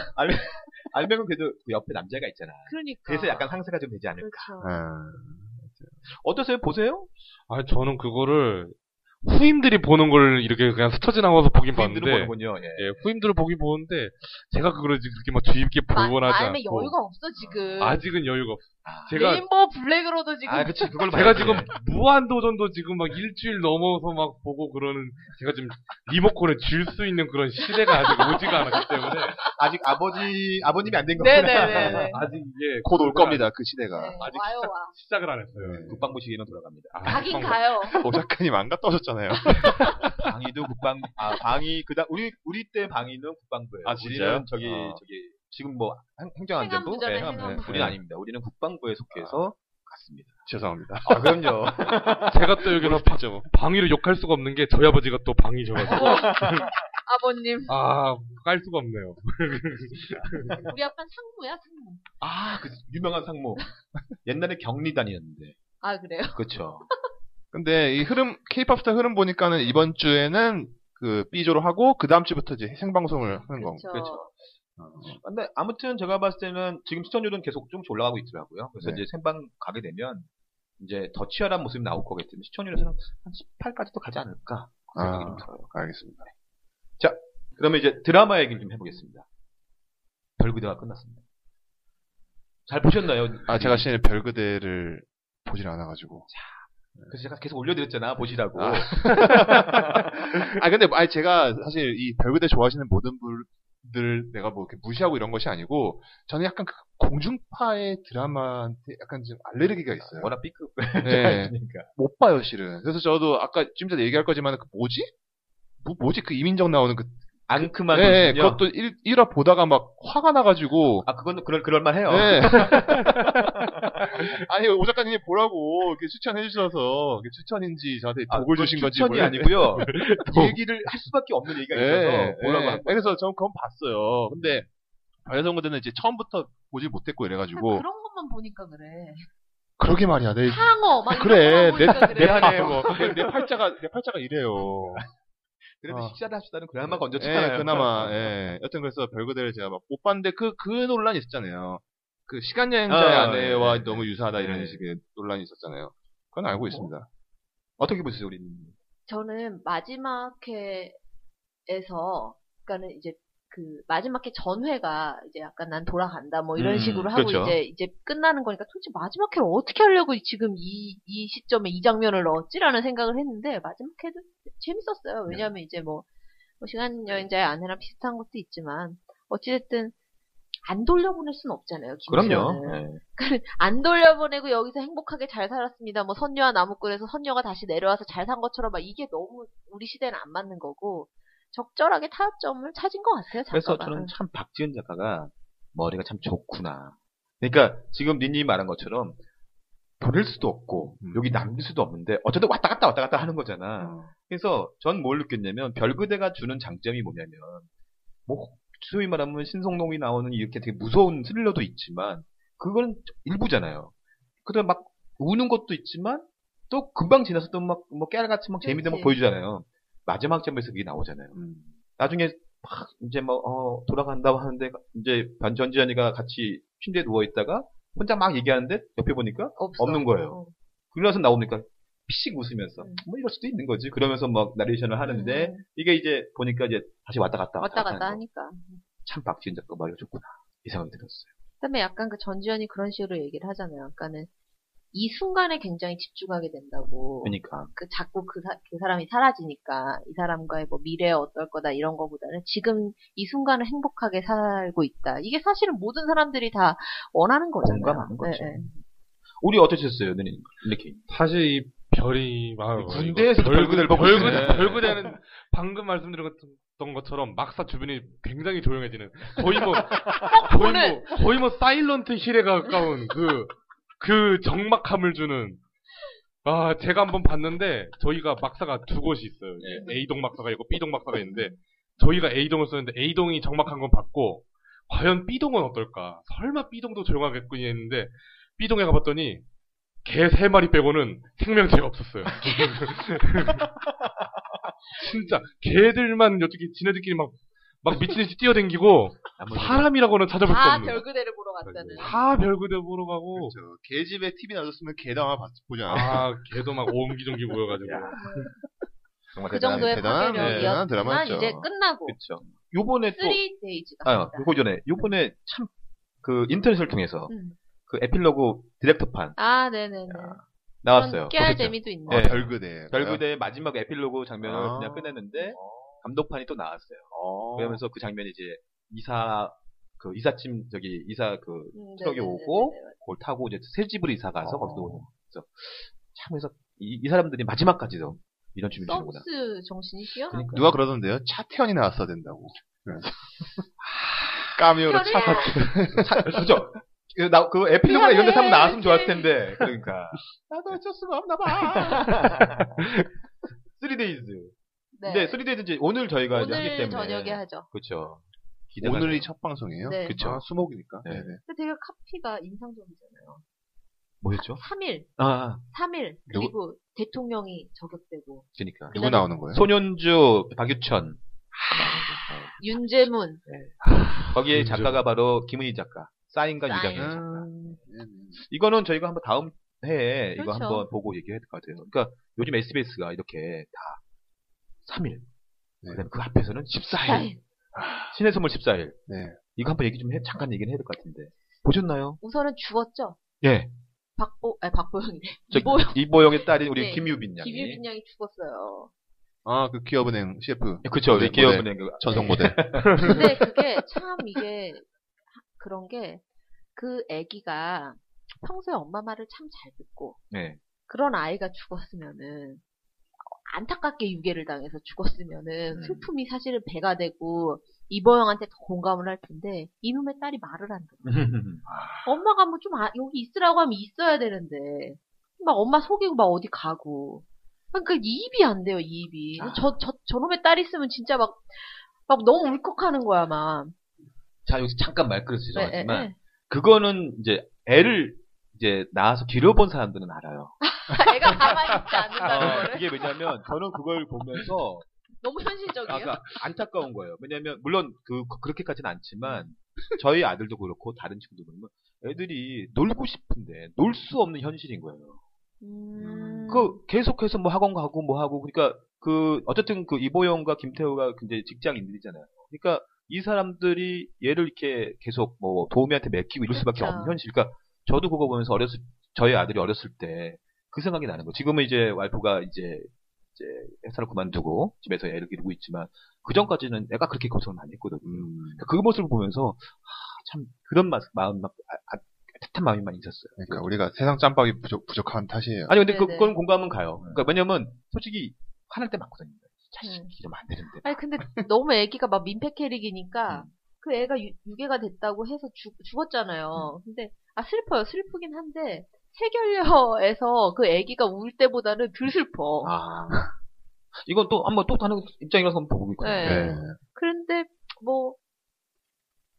[SPEAKER 4] 알맹은 그래도 그 옆에 남자가 있잖아.
[SPEAKER 2] 그러니까.
[SPEAKER 4] 그래서 약간 아, 상세가 좀 되지 않을까.
[SPEAKER 2] 그렇죠.
[SPEAKER 4] 어떠세요? 보세요?
[SPEAKER 5] 아, 저는 그거를 후임들이 보는 걸 이렇게 그냥 스쳐 지나가서 보긴
[SPEAKER 4] 부인들은
[SPEAKER 5] 봤는데,
[SPEAKER 4] 보는군요. 예.
[SPEAKER 5] 예, 후임들을 보긴 보는데, 제가 그걸 이제 그렇게 막 주의 깊게
[SPEAKER 2] 마-
[SPEAKER 5] 보거나 하지
[SPEAKER 2] 마음에
[SPEAKER 5] 않고,
[SPEAKER 2] 여유가 없어, 지금.
[SPEAKER 5] 아직은 여유가 없어요.
[SPEAKER 4] 아.
[SPEAKER 5] 제가,
[SPEAKER 2] 레인보우 블랙으로도 지금.
[SPEAKER 4] 아, 그치. 그걸
[SPEAKER 5] 제가 지금 무한도전도 지금 막 일주일 넘어서 막 보고 그러는, 제가 지금 리모컨에 줄 수 있는 그런 시대가 아직 오지가 않았기 때문에,
[SPEAKER 4] 아직 아버지, 아버님이 안 된 거구나.
[SPEAKER 2] 네네네네.
[SPEAKER 5] 아직 이게
[SPEAKER 3] 곧 올 겁니다, 그 시대가.
[SPEAKER 5] 아직
[SPEAKER 2] 와요, 와.
[SPEAKER 5] 시작을 안 했어요.
[SPEAKER 4] 아, 국방부 시기는 돌아갑니다.
[SPEAKER 2] 가긴 가요.
[SPEAKER 4] 네.
[SPEAKER 3] 오 작가님 안 갔다 오셨잖아요.
[SPEAKER 4] 방위도 국방, 아, 방위, 그다, 우리, 우리 때 방위는 국방부예요
[SPEAKER 3] 아,
[SPEAKER 4] 우리는
[SPEAKER 3] 진짜요?
[SPEAKER 4] 저기,
[SPEAKER 3] 어.
[SPEAKER 4] 저기, 지금 뭐, 행- 행정안전부?
[SPEAKER 2] 행안부잖아요,
[SPEAKER 4] 예,
[SPEAKER 2] 행안부.
[SPEAKER 4] 우리는 아닙니다. 우리는 국방부에 속해서 갔습니다.
[SPEAKER 3] 죄송합니다. 뭐.
[SPEAKER 4] 아, 그럼요.
[SPEAKER 5] 제가 또 여기서 방위를 욕할 수가 없는 게 저희 아버지가 또 방위셔가지고,
[SPEAKER 2] 아버님.
[SPEAKER 5] 아, 깔 수가 없네요.
[SPEAKER 2] 우리 아빠는 상무야, 상무.
[SPEAKER 4] 아, 그 유명한 상무. 옛날에 경리단이었는데.
[SPEAKER 2] 아, 그래요?
[SPEAKER 4] 그렇죠.
[SPEAKER 3] 근데 이 흐름, 케이팝 스타 흐름 보니까는 이번 주에는 그 B조로 하고, 그 다음 주부터 이제 생방송을 하는 거.
[SPEAKER 2] 그렇죠.
[SPEAKER 4] 그렇죠. 근데 아무튼 제가 봤을 때는 지금 시청률은 계속 조금씩 올라가고 있더라고요. 그래서
[SPEAKER 3] 네.
[SPEAKER 4] 이제 생방 가게 되면 이제 더 치열한 모습이 나올 거기 때문에 시청률에서는 한 18까지도 가지 않을까 그런 생각이 좀
[SPEAKER 3] 아.
[SPEAKER 4] 들어요.
[SPEAKER 3] 알겠습니다.
[SPEAKER 4] 그러면 이제 드라마 얘기를 좀 해보겠습니다. 별그대가 끝났습니다. 잘 보셨나요?
[SPEAKER 3] 아, 제가 사실 별그대를 보질 않아가지고.
[SPEAKER 4] 그래서 제가 계속 올려드렸잖아 보시라고.
[SPEAKER 3] 아. 아 근데 아 제가 사실 이 별그대 좋아하시는 모든 분들 내가 뭐 이렇게 무시하고 이런 것이 아니고 저는 약간 그 공중파의 드라마한테 약간 좀 알레르기가 있어요.
[SPEAKER 4] 워낙 B급
[SPEAKER 3] 네.
[SPEAKER 4] 그러니까.
[SPEAKER 3] 못 봐요 실은. 그래서 저도 아까 좀 전에 얘기할 거지만 그 뭐지? 뭐, 뭐지 그 이민정 나오는 그
[SPEAKER 4] 안
[SPEAKER 3] 네,
[SPEAKER 4] 그만뒀군요.
[SPEAKER 3] 그것도 1, 1화 보다가 막 화가 나가지고.
[SPEAKER 4] 아, 그건 그럴 그럴만 해요.
[SPEAKER 3] 네. 아니, 오 작가님이 보라고 이렇게 추천해 주셔서, 이게 추천인지 저한테
[SPEAKER 4] 아,
[SPEAKER 3] 독을
[SPEAKER 4] 그건
[SPEAKER 3] 주신 건지. 네.
[SPEAKER 4] 추천이
[SPEAKER 3] 몰라-
[SPEAKER 4] 아니고요.
[SPEAKER 3] 독.
[SPEAKER 4] 얘기를 할 수밖에 없는 얘기가
[SPEAKER 3] 예,
[SPEAKER 4] 있어서 보라고
[SPEAKER 3] 예.
[SPEAKER 4] 한 거예요.
[SPEAKER 3] 그래서 저는 그건 봤어요. 근데, 바야성고대는 이제 처음부터 보질 못했고 이래가지고.
[SPEAKER 2] 아, 그런 것만 보니까 그래.
[SPEAKER 3] 그러게 말이야. 내,
[SPEAKER 2] 상어 막
[SPEAKER 3] 그래.
[SPEAKER 2] 이런
[SPEAKER 3] 내,
[SPEAKER 2] 것만 보니까
[SPEAKER 3] 내,
[SPEAKER 2] 그래.
[SPEAKER 3] 팔에 뭐, 내, 내 팔자가, 내 팔자가 이래요.
[SPEAKER 4] 그래도
[SPEAKER 3] 아.
[SPEAKER 4] 식사를 합시다는 그나마 건졌잖아요. 그러니까.
[SPEAKER 3] 예, 그나마, 예. 여튼 그래서 별그대를 제가 막 못 봤는데 그, 그 논란이 있었잖아요. 그 시간여행자의
[SPEAKER 4] 아,
[SPEAKER 3] 아, 내와
[SPEAKER 4] 예, 예.
[SPEAKER 3] 너무 유사하다 이런
[SPEAKER 4] 예.
[SPEAKER 3] 식의 논란이 있었잖아요. 그건
[SPEAKER 4] 뭐,
[SPEAKER 3] 알고 있습니다.
[SPEAKER 4] 어떻게 보세요, 우리?
[SPEAKER 2] 저는 마지막 회에서 그러니까는 이제 그 마지막 회 전회가 이제 약간 난 돌아간다 뭐 이런
[SPEAKER 4] 음,
[SPEAKER 2] 식으로 하고
[SPEAKER 3] 그렇죠.
[SPEAKER 2] 이제 이제 끝나는 거니까 도대체 마지막 회를 어떻게 하려고 지금 이 이 시점에 이 장면을 넣었지라는 생각을 했는데 마지막 회도 재밌었어요.
[SPEAKER 4] 네.
[SPEAKER 2] 왜냐하면 이제 뭐, 뭐 시간 여행자의 아내랑 비슷한 것도 있지만 어찌됐든 안 돌려보낼 수는 없잖아요.
[SPEAKER 4] 그럼요. 예.
[SPEAKER 2] 김수현은. 안 돌려보내고 여기서 행복하게 잘 살았습니다. 뭐 선녀와 나무꾼에서 선녀가 다시 내려와서 잘 산 것처럼 막 이게 너무 우리 시대는 안 맞는 거고 적절하게 타협점을 찾은 것 같아요.
[SPEAKER 4] 그래서
[SPEAKER 2] 작가가. 음.
[SPEAKER 4] 저는 참 박지은 작가가 머리가 참 좋구나. 그러니까 지금 니님이 말한 것처럼 보낼 수도 없고
[SPEAKER 3] 음.
[SPEAKER 4] 여기 남길 수도 없는데 어쨌든 왔다 갔다 왔다 갔다 하는 거잖아.
[SPEAKER 3] 어.
[SPEAKER 4] 그래서 전 뭘 느꼈냐면 별그대가 주는 장점이 뭐냐면 뭐 소위 말하면 신성농이 나오는 이렇게 되게 무서운 스릴러도 있지만 그건 일부잖아요. 그다음 막 우는 것도 있지만 또 금방 지나서 또 막 뭐 깨알같이 막 재미도 막
[SPEAKER 2] 그렇지. 음.
[SPEAKER 4] 보여주잖아요. 마지막 점에서 그게 나오잖아요. 나중에 막 이제 뭐 어, 돌아간다고 하는데 이제 반 전지현이가 같이 침대에 누워 있다가 혼자 막 얘기하는데 옆에 보니까
[SPEAKER 2] 없어.
[SPEAKER 4] 없는
[SPEAKER 2] 어.
[SPEAKER 4] 거예요. 그러고서 나오니까 피식 웃으면서
[SPEAKER 2] 음.
[SPEAKER 4] 뭐 이럴 수도 있는 거지 그러면서 막 나레이션을 하는데 아,
[SPEAKER 2] 음,
[SPEAKER 4] 이게 이제 보니까 이제 다시 왔다 갔다
[SPEAKER 2] 왔다 갔다
[SPEAKER 4] 하는 거.
[SPEAKER 2] 하니까.
[SPEAKER 4] 참 박지은 작가 말이 좋구나 이 생각이 들었어요.
[SPEAKER 2] 그다음에 약간 그 전지현이 그런 식으로 얘기를 하잖아요. 그러니까는 이 순간에 굉장히 집중하게 된다고.
[SPEAKER 4] 그러니까
[SPEAKER 2] 그 자꾸 그, 사, 그 사람이 사라지니까 이 사람과의 뭐 미래 어떨 거다 이런 거보다는 지금 이 순간을 행복하게 살고 있다. 이게 사실은 모든 사람들이 다 원하는 거잖아요.
[SPEAKER 4] 공감하는 거지.
[SPEAKER 2] 네, 네.
[SPEAKER 4] 우리 어떠셨어요, 누님? 이렇게
[SPEAKER 5] 사실 이 별이 막
[SPEAKER 4] 군대에서 별그대를 보고
[SPEAKER 5] 별그대
[SPEAKER 4] 있네.
[SPEAKER 5] 별그대는 방금 말씀드렸던 것처럼 막사 주변이 굉장히 조용해지는 거의 뭐 거의
[SPEAKER 2] 오늘-
[SPEAKER 5] 뭐 거의 뭐 사일런트 힐에 가까운 그 그 적막함을 주는 아 제가 한번 봤는데 저희가 막사가 두 곳이 있어요. A 동 막사가 있고 B 동 막사가 있는데 저희가 A 동을 썼는데 A 동이 적막한 건 봤고 과연 B 동은 어떨까? 설마 B 동도 조용하겠군이 했는데 B 동에 가봤더니 개 세 마리 빼고는 생명체가 없었어요. 진짜 개들만 여기 지네들끼리 막 막 미친 듯이 뛰어댕기고
[SPEAKER 4] 나머지는
[SPEAKER 5] 사람이라고는 찾아볼 수
[SPEAKER 2] 뭐
[SPEAKER 4] 그렇죠.
[SPEAKER 2] 다
[SPEAKER 5] 없는
[SPEAKER 2] 별그대를 보러
[SPEAKER 4] 네,
[SPEAKER 2] 갔다는.
[SPEAKER 5] 다 별그대 보러 가고
[SPEAKER 3] 그렇죠. 개집에 TV 놔줬으면 개도 아마 봤- 보지
[SPEAKER 4] 그렇죠.
[SPEAKER 3] 않았을까.
[SPEAKER 5] 아 개도 막 옹기종기 모여가지고
[SPEAKER 4] 정말
[SPEAKER 2] 그
[SPEAKER 4] 대단한-
[SPEAKER 2] 정도의
[SPEAKER 3] 대단한,
[SPEAKER 2] 파괴력이었지만
[SPEAKER 3] 대단한 드라마였죠.
[SPEAKER 2] 이제 네, 끝나고
[SPEAKER 4] 그렇죠. 요번에 또
[SPEAKER 2] 3데이즈가
[SPEAKER 4] 아, 요거 전에 요번에 참 그 인터넷을 통해서
[SPEAKER 2] 음.
[SPEAKER 4] 그 에필로그 디렉터판
[SPEAKER 2] 아, 네네네.
[SPEAKER 4] 나왔어요.
[SPEAKER 2] 깨알
[SPEAKER 4] 보셨죠?
[SPEAKER 2] 재미도 있네.
[SPEAKER 3] 아,
[SPEAKER 4] 네.
[SPEAKER 3] 별그대.
[SPEAKER 4] 별그대 마지막 에필로그 장면을
[SPEAKER 3] 아.
[SPEAKER 4] 그냥 끝냈는데 감독판이 또 나왔어요. 그러면서 그 장면이 이제 이사 그 이삿짐 저기 이사 그
[SPEAKER 2] 음,
[SPEAKER 4] 트럭이
[SPEAKER 2] 네네네네.
[SPEAKER 4] 오고 그걸 타고 이제 새 집으로 이사 가서
[SPEAKER 3] 아.
[SPEAKER 4] 거기서 오는 거죠. 참 해서 이, 이 사람들이 마지막까지도 이런 춤을 추는구나.
[SPEAKER 2] 서비스 정신이 뛰어난
[SPEAKER 4] 그러니까
[SPEAKER 3] 누가 그러던데요? 차태현이 나왔어야 된다고. 그래서. 까미오로 차,
[SPEAKER 4] 차, 그죠? 그, 나, 그 에필로그나 이런 데서 한번 나왔으면 좋았을
[SPEAKER 2] 그치.
[SPEAKER 4] 텐데. 그러니까. 나도 어쩔 수가 없나 봐. 3데이즈. 네, 3데이즈 이제 오늘 저희가 이제 하기
[SPEAKER 2] 오늘
[SPEAKER 4] 때문에.
[SPEAKER 2] 저녁에 하죠.
[SPEAKER 4] 그렇죠. 기대가
[SPEAKER 3] 오늘이
[SPEAKER 4] 돼요.
[SPEAKER 3] 첫 방송이에요?
[SPEAKER 2] 네.
[SPEAKER 3] 그쵸.
[SPEAKER 4] 아,
[SPEAKER 3] 수목이니까.
[SPEAKER 4] 네.
[SPEAKER 3] 네네.
[SPEAKER 2] 근데 되게 카피가 인상적이잖아요.
[SPEAKER 4] 뭐였죠?
[SPEAKER 2] 3일,
[SPEAKER 4] 아, 아,
[SPEAKER 2] 3일 그리고 대통령이 저격되고
[SPEAKER 4] 그니까.
[SPEAKER 2] 네.
[SPEAKER 3] 누구 뭐 나오는 거예요?
[SPEAKER 4] 소년주 그러니까. 박유천.
[SPEAKER 2] 윤재문
[SPEAKER 4] 거기에
[SPEAKER 5] 소년주.
[SPEAKER 4] 작가가 바로 김은희 작가. 사인과
[SPEAKER 2] 사인.
[SPEAKER 4] 유장현 작가.
[SPEAKER 3] 음, 네네.
[SPEAKER 4] 이거는 저희가 한번 다음 해에 이거
[SPEAKER 2] 그렇죠.
[SPEAKER 4] 한번 보고 얘기해야 될 것 같아요. 그러니까 요즘 SBS가 이렇게 다 3일.
[SPEAKER 3] 네.
[SPEAKER 4] 그다음에 그 앞에서는 14일.
[SPEAKER 2] 사인.
[SPEAKER 4] 신의 선물 14일.
[SPEAKER 3] 네.
[SPEAKER 4] 이거 한번 얘기 좀 해, 잠깐 얘기는 해야 될 것 같은데. 보셨나요?
[SPEAKER 2] 우선은 죽었죠.
[SPEAKER 4] 예.
[SPEAKER 2] 박보, 아니 박보영이래.
[SPEAKER 4] 저,
[SPEAKER 2] 이보영.
[SPEAKER 4] 이보영의 딸인 우리
[SPEAKER 2] 네.
[SPEAKER 4] 김유빈 양이.
[SPEAKER 2] 김유빈 양이 죽었어요.
[SPEAKER 3] 아, 그 기업은행 CF.
[SPEAKER 4] 예, 그쵸,
[SPEAKER 3] 모델,
[SPEAKER 4] 우리 기업은행 그
[SPEAKER 3] 전성 모델.
[SPEAKER 2] 네. 근데 그게 참 이게 하- 그런 게 그 아기가 평소에 엄마 말을 참 잘 듣고
[SPEAKER 4] 네.
[SPEAKER 2] 그런 아이가 죽었으면은 안타깝게 유괴를 당해서
[SPEAKER 4] 음.
[SPEAKER 2] 죽었으면은 슬픔이 사실은 배가 되고 이보영한테 더 공감을 할 텐데 이놈의 딸이 말을 안 들어. 엄마가 뭐 좀 여기 있으라고 하면 있어야 되는데 막 엄마 속이고 막 어디 가고. 그러니까 이입이 안 돼요 이입이. 저 저 저놈의 딸 있으면 진짜 막 막 너무 울컥하는 거야 막.
[SPEAKER 4] 자 여기서 잠깐 말그릇
[SPEAKER 2] 네, 네,
[SPEAKER 4] 죄송하지만
[SPEAKER 2] 네.
[SPEAKER 4] 그거는 이제 애를 이제 낳아서 길러본 사람들은 알아요.
[SPEAKER 2] 애가 가만히 있지 않는다는
[SPEAKER 4] 어,
[SPEAKER 2] 아, 거를
[SPEAKER 4] 그게 왜냐면 저는 그걸 보면서
[SPEAKER 2] 네. 너무 현실적이에요.
[SPEAKER 4] 아까 안타까운 거예요. 왜냐면 물론 그 그렇게까지는 않지만 저희 아들도 그렇고 다른 친구도 그러면 애들이 놀고 싶은데 놀 수 없는 현실인 거예요.
[SPEAKER 2] 음.
[SPEAKER 4] 그 계속해서 뭐 학원 가고 뭐 하고 그러니까 그 어쨌든 그 이보영과 김태호가 굉장히 직장인들이잖아요. 그러니까 이 사람들이 얘를 이렇게 계속 뭐 도우미한테 맡기고 이럴 수밖에
[SPEAKER 2] 그렇죠.
[SPEAKER 4] 없는 현실. 그러니까 저도 그거 보면서 어렸을 저희 아들이 어렸을 때 그 생각이 나는 거. 지금은 이제 와이프가 이제 이제 회사를 그만두고 집에서 애를 기르고 있지만 그 전까지는 애가 그렇게 고생을 많이 했거든요. 그러니까 그 모습을 보면서 아, 참 그런 마, 마음 막 아, 아, 따뜻한 마음만 있었어요.
[SPEAKER 3] 그러니까 우리가 세상 짬밥이 부족, 부족한 탓이에요.
[SPEAKER 4] 아니 근데
[SPEAKER 2] 네네.
[SPEAKER 4] 그건 공감은 가요. 그러니까 왜냐면 솔직히 화날 때 맞거든요. 자식
[SPEAKER 2] 음.
[SPEAKER 4] 이러면 안 되는데.
[SPEAKER 2] 아니 근데 너무 애기가 막 민폐 캐릭이니까 그 애가 유, 유괴가 됐다고 해서 죽, 죽었잖아요. 근데 아 슬퍼요. 슬프긴 한데 세결녀에서 그 애기가 울 때보다는 덜 슬퍼.
[SPEAKER 4] 아 이건 또 한번 또 다른 입장이라서 한번 보고 있거든요.
[SPEAKER 2] 네.
[SPEAKER 3] 네.
[SPEAKER 2] 그런데 뭐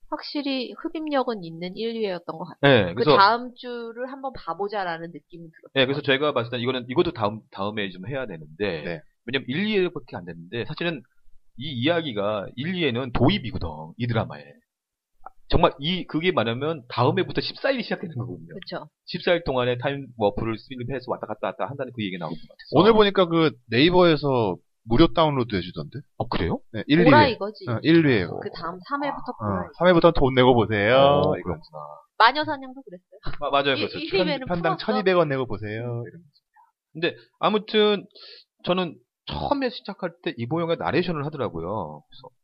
[SPEAKER 2] 확실히 흡입력은 있는 1위였던 것 같아요.
[SPEAKER 4] 네,
[SPEAKER 2] 그
[SPEAKER 4] 그래서
[SPEAKER 2] 다음 주를 한번 봐보자라는 느낌이 들었어요.
[SPEAKER 4] 네, 그래서 제가 봤을 때 이거는 이것도 다음 다음에 좀 해야 되는데
[SPEAKER 3] 네.
[SPEAKER 4] 왜냐면 1, 2회밖에 안 됐는데 사실은 이 이야기가 1, 2회는 도입이거든 이 드라마에. 정말 이 그게 말하면 다음 해부터 14일이 시작되는 거거든요.
[SPEAKER 2] 그렇죠.
[SPEAKER 4] 14일 동안에 타임 워프를 스피드해서 왔다 갔다 왔다 한다는 그 얘기 나오는 것 같아서.
[SPEAKER 3] 오늘 보니까 그 네이버에서 무료 다운로드 해주던데.
[SPEAKER 4] 어, 그래요?
[SPEAKER 3] 네, 1,
[SPEAKER 2] 보라
[SPEAKER 3] 2회.
[SPEAKER 2] 이거지.
[SPEAKER 3] 어, 1, 2회요.
[SPEAKER 2] 그 다음 3회부터
[SPEAKER 3] 어,
[SPEAKER 2] 보라.
[SPEAKER 3] 3회부터 돈 내고 보세요.
[SPEAKER 4] 어,
[SPEAKER 3] 이거.
[SPEAKER 4] 그렇구나.
[SPEAKER 2] 마녀사냥도 그랬어요.
[SPEAKER 4] 아, 맞아요.
[SPEAKER 2] 이-
[SPEAKER 4] 그렇죠.
[SPEAKER 2] 이-
[SPEAKER 3] 편-
[SPEAKER 2] 1회는
[SPEAKER 3] 편당
[SPEAKER 2] 풀었어.
[SPEAKER 3] 1200원 내고 보세요. 이런.
[SPEAKER 4] 아무튼 저는 처음에 시작할 때 이보영의 나레이션을 하더라고요. 그래서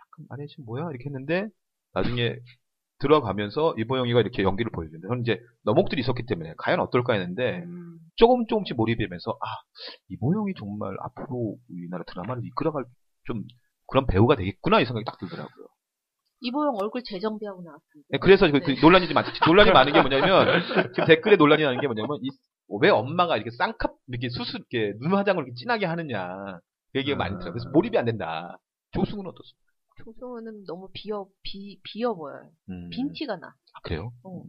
[SPEAKER 4] 약간 나레이션 뭐야 이렇게 했는데 나중에 들어가면서 이보영이가 이렇게 연기를 보여주는데 저는 이제 너목들이 있었기 때문에 과연 어떨까 했는데 조금 조금씩 몰입되면서 아 이보영이 정말 앞으로 우리나라 드라마를 이끌어갈 좀 그런 배우가 되겠구나 이 생각이 딱 들더라고요.
[SPEAKER 2] 이보영 얼굴 재정비하고 나왔습니다.
[SPEAKER 4] 네, 그래서 그, 그 논란이 좀 많, 논란이 많은 게 뭐냐면, 지금 댓글에 논란이 나는 게 뭐냐면, 이- 왜 엄마가 이렇게 쌍꺼, 이렇게 수술, 이렇게 눈 화장을 이렇게 진하게 하느냐. 그 얘기가 많이 들어요. 그래서 몰입이 안 된다. 조승우는 어떻습니까?
[SPEAKER 2] 조승우는 너무 비어 비 비어 보여요.
[SPEAKER 4] 음.
[SPEAKER 2] 빈티가 나.
[SPEAKER 4] 아, 그래요?
[SPEAKER 2] 어.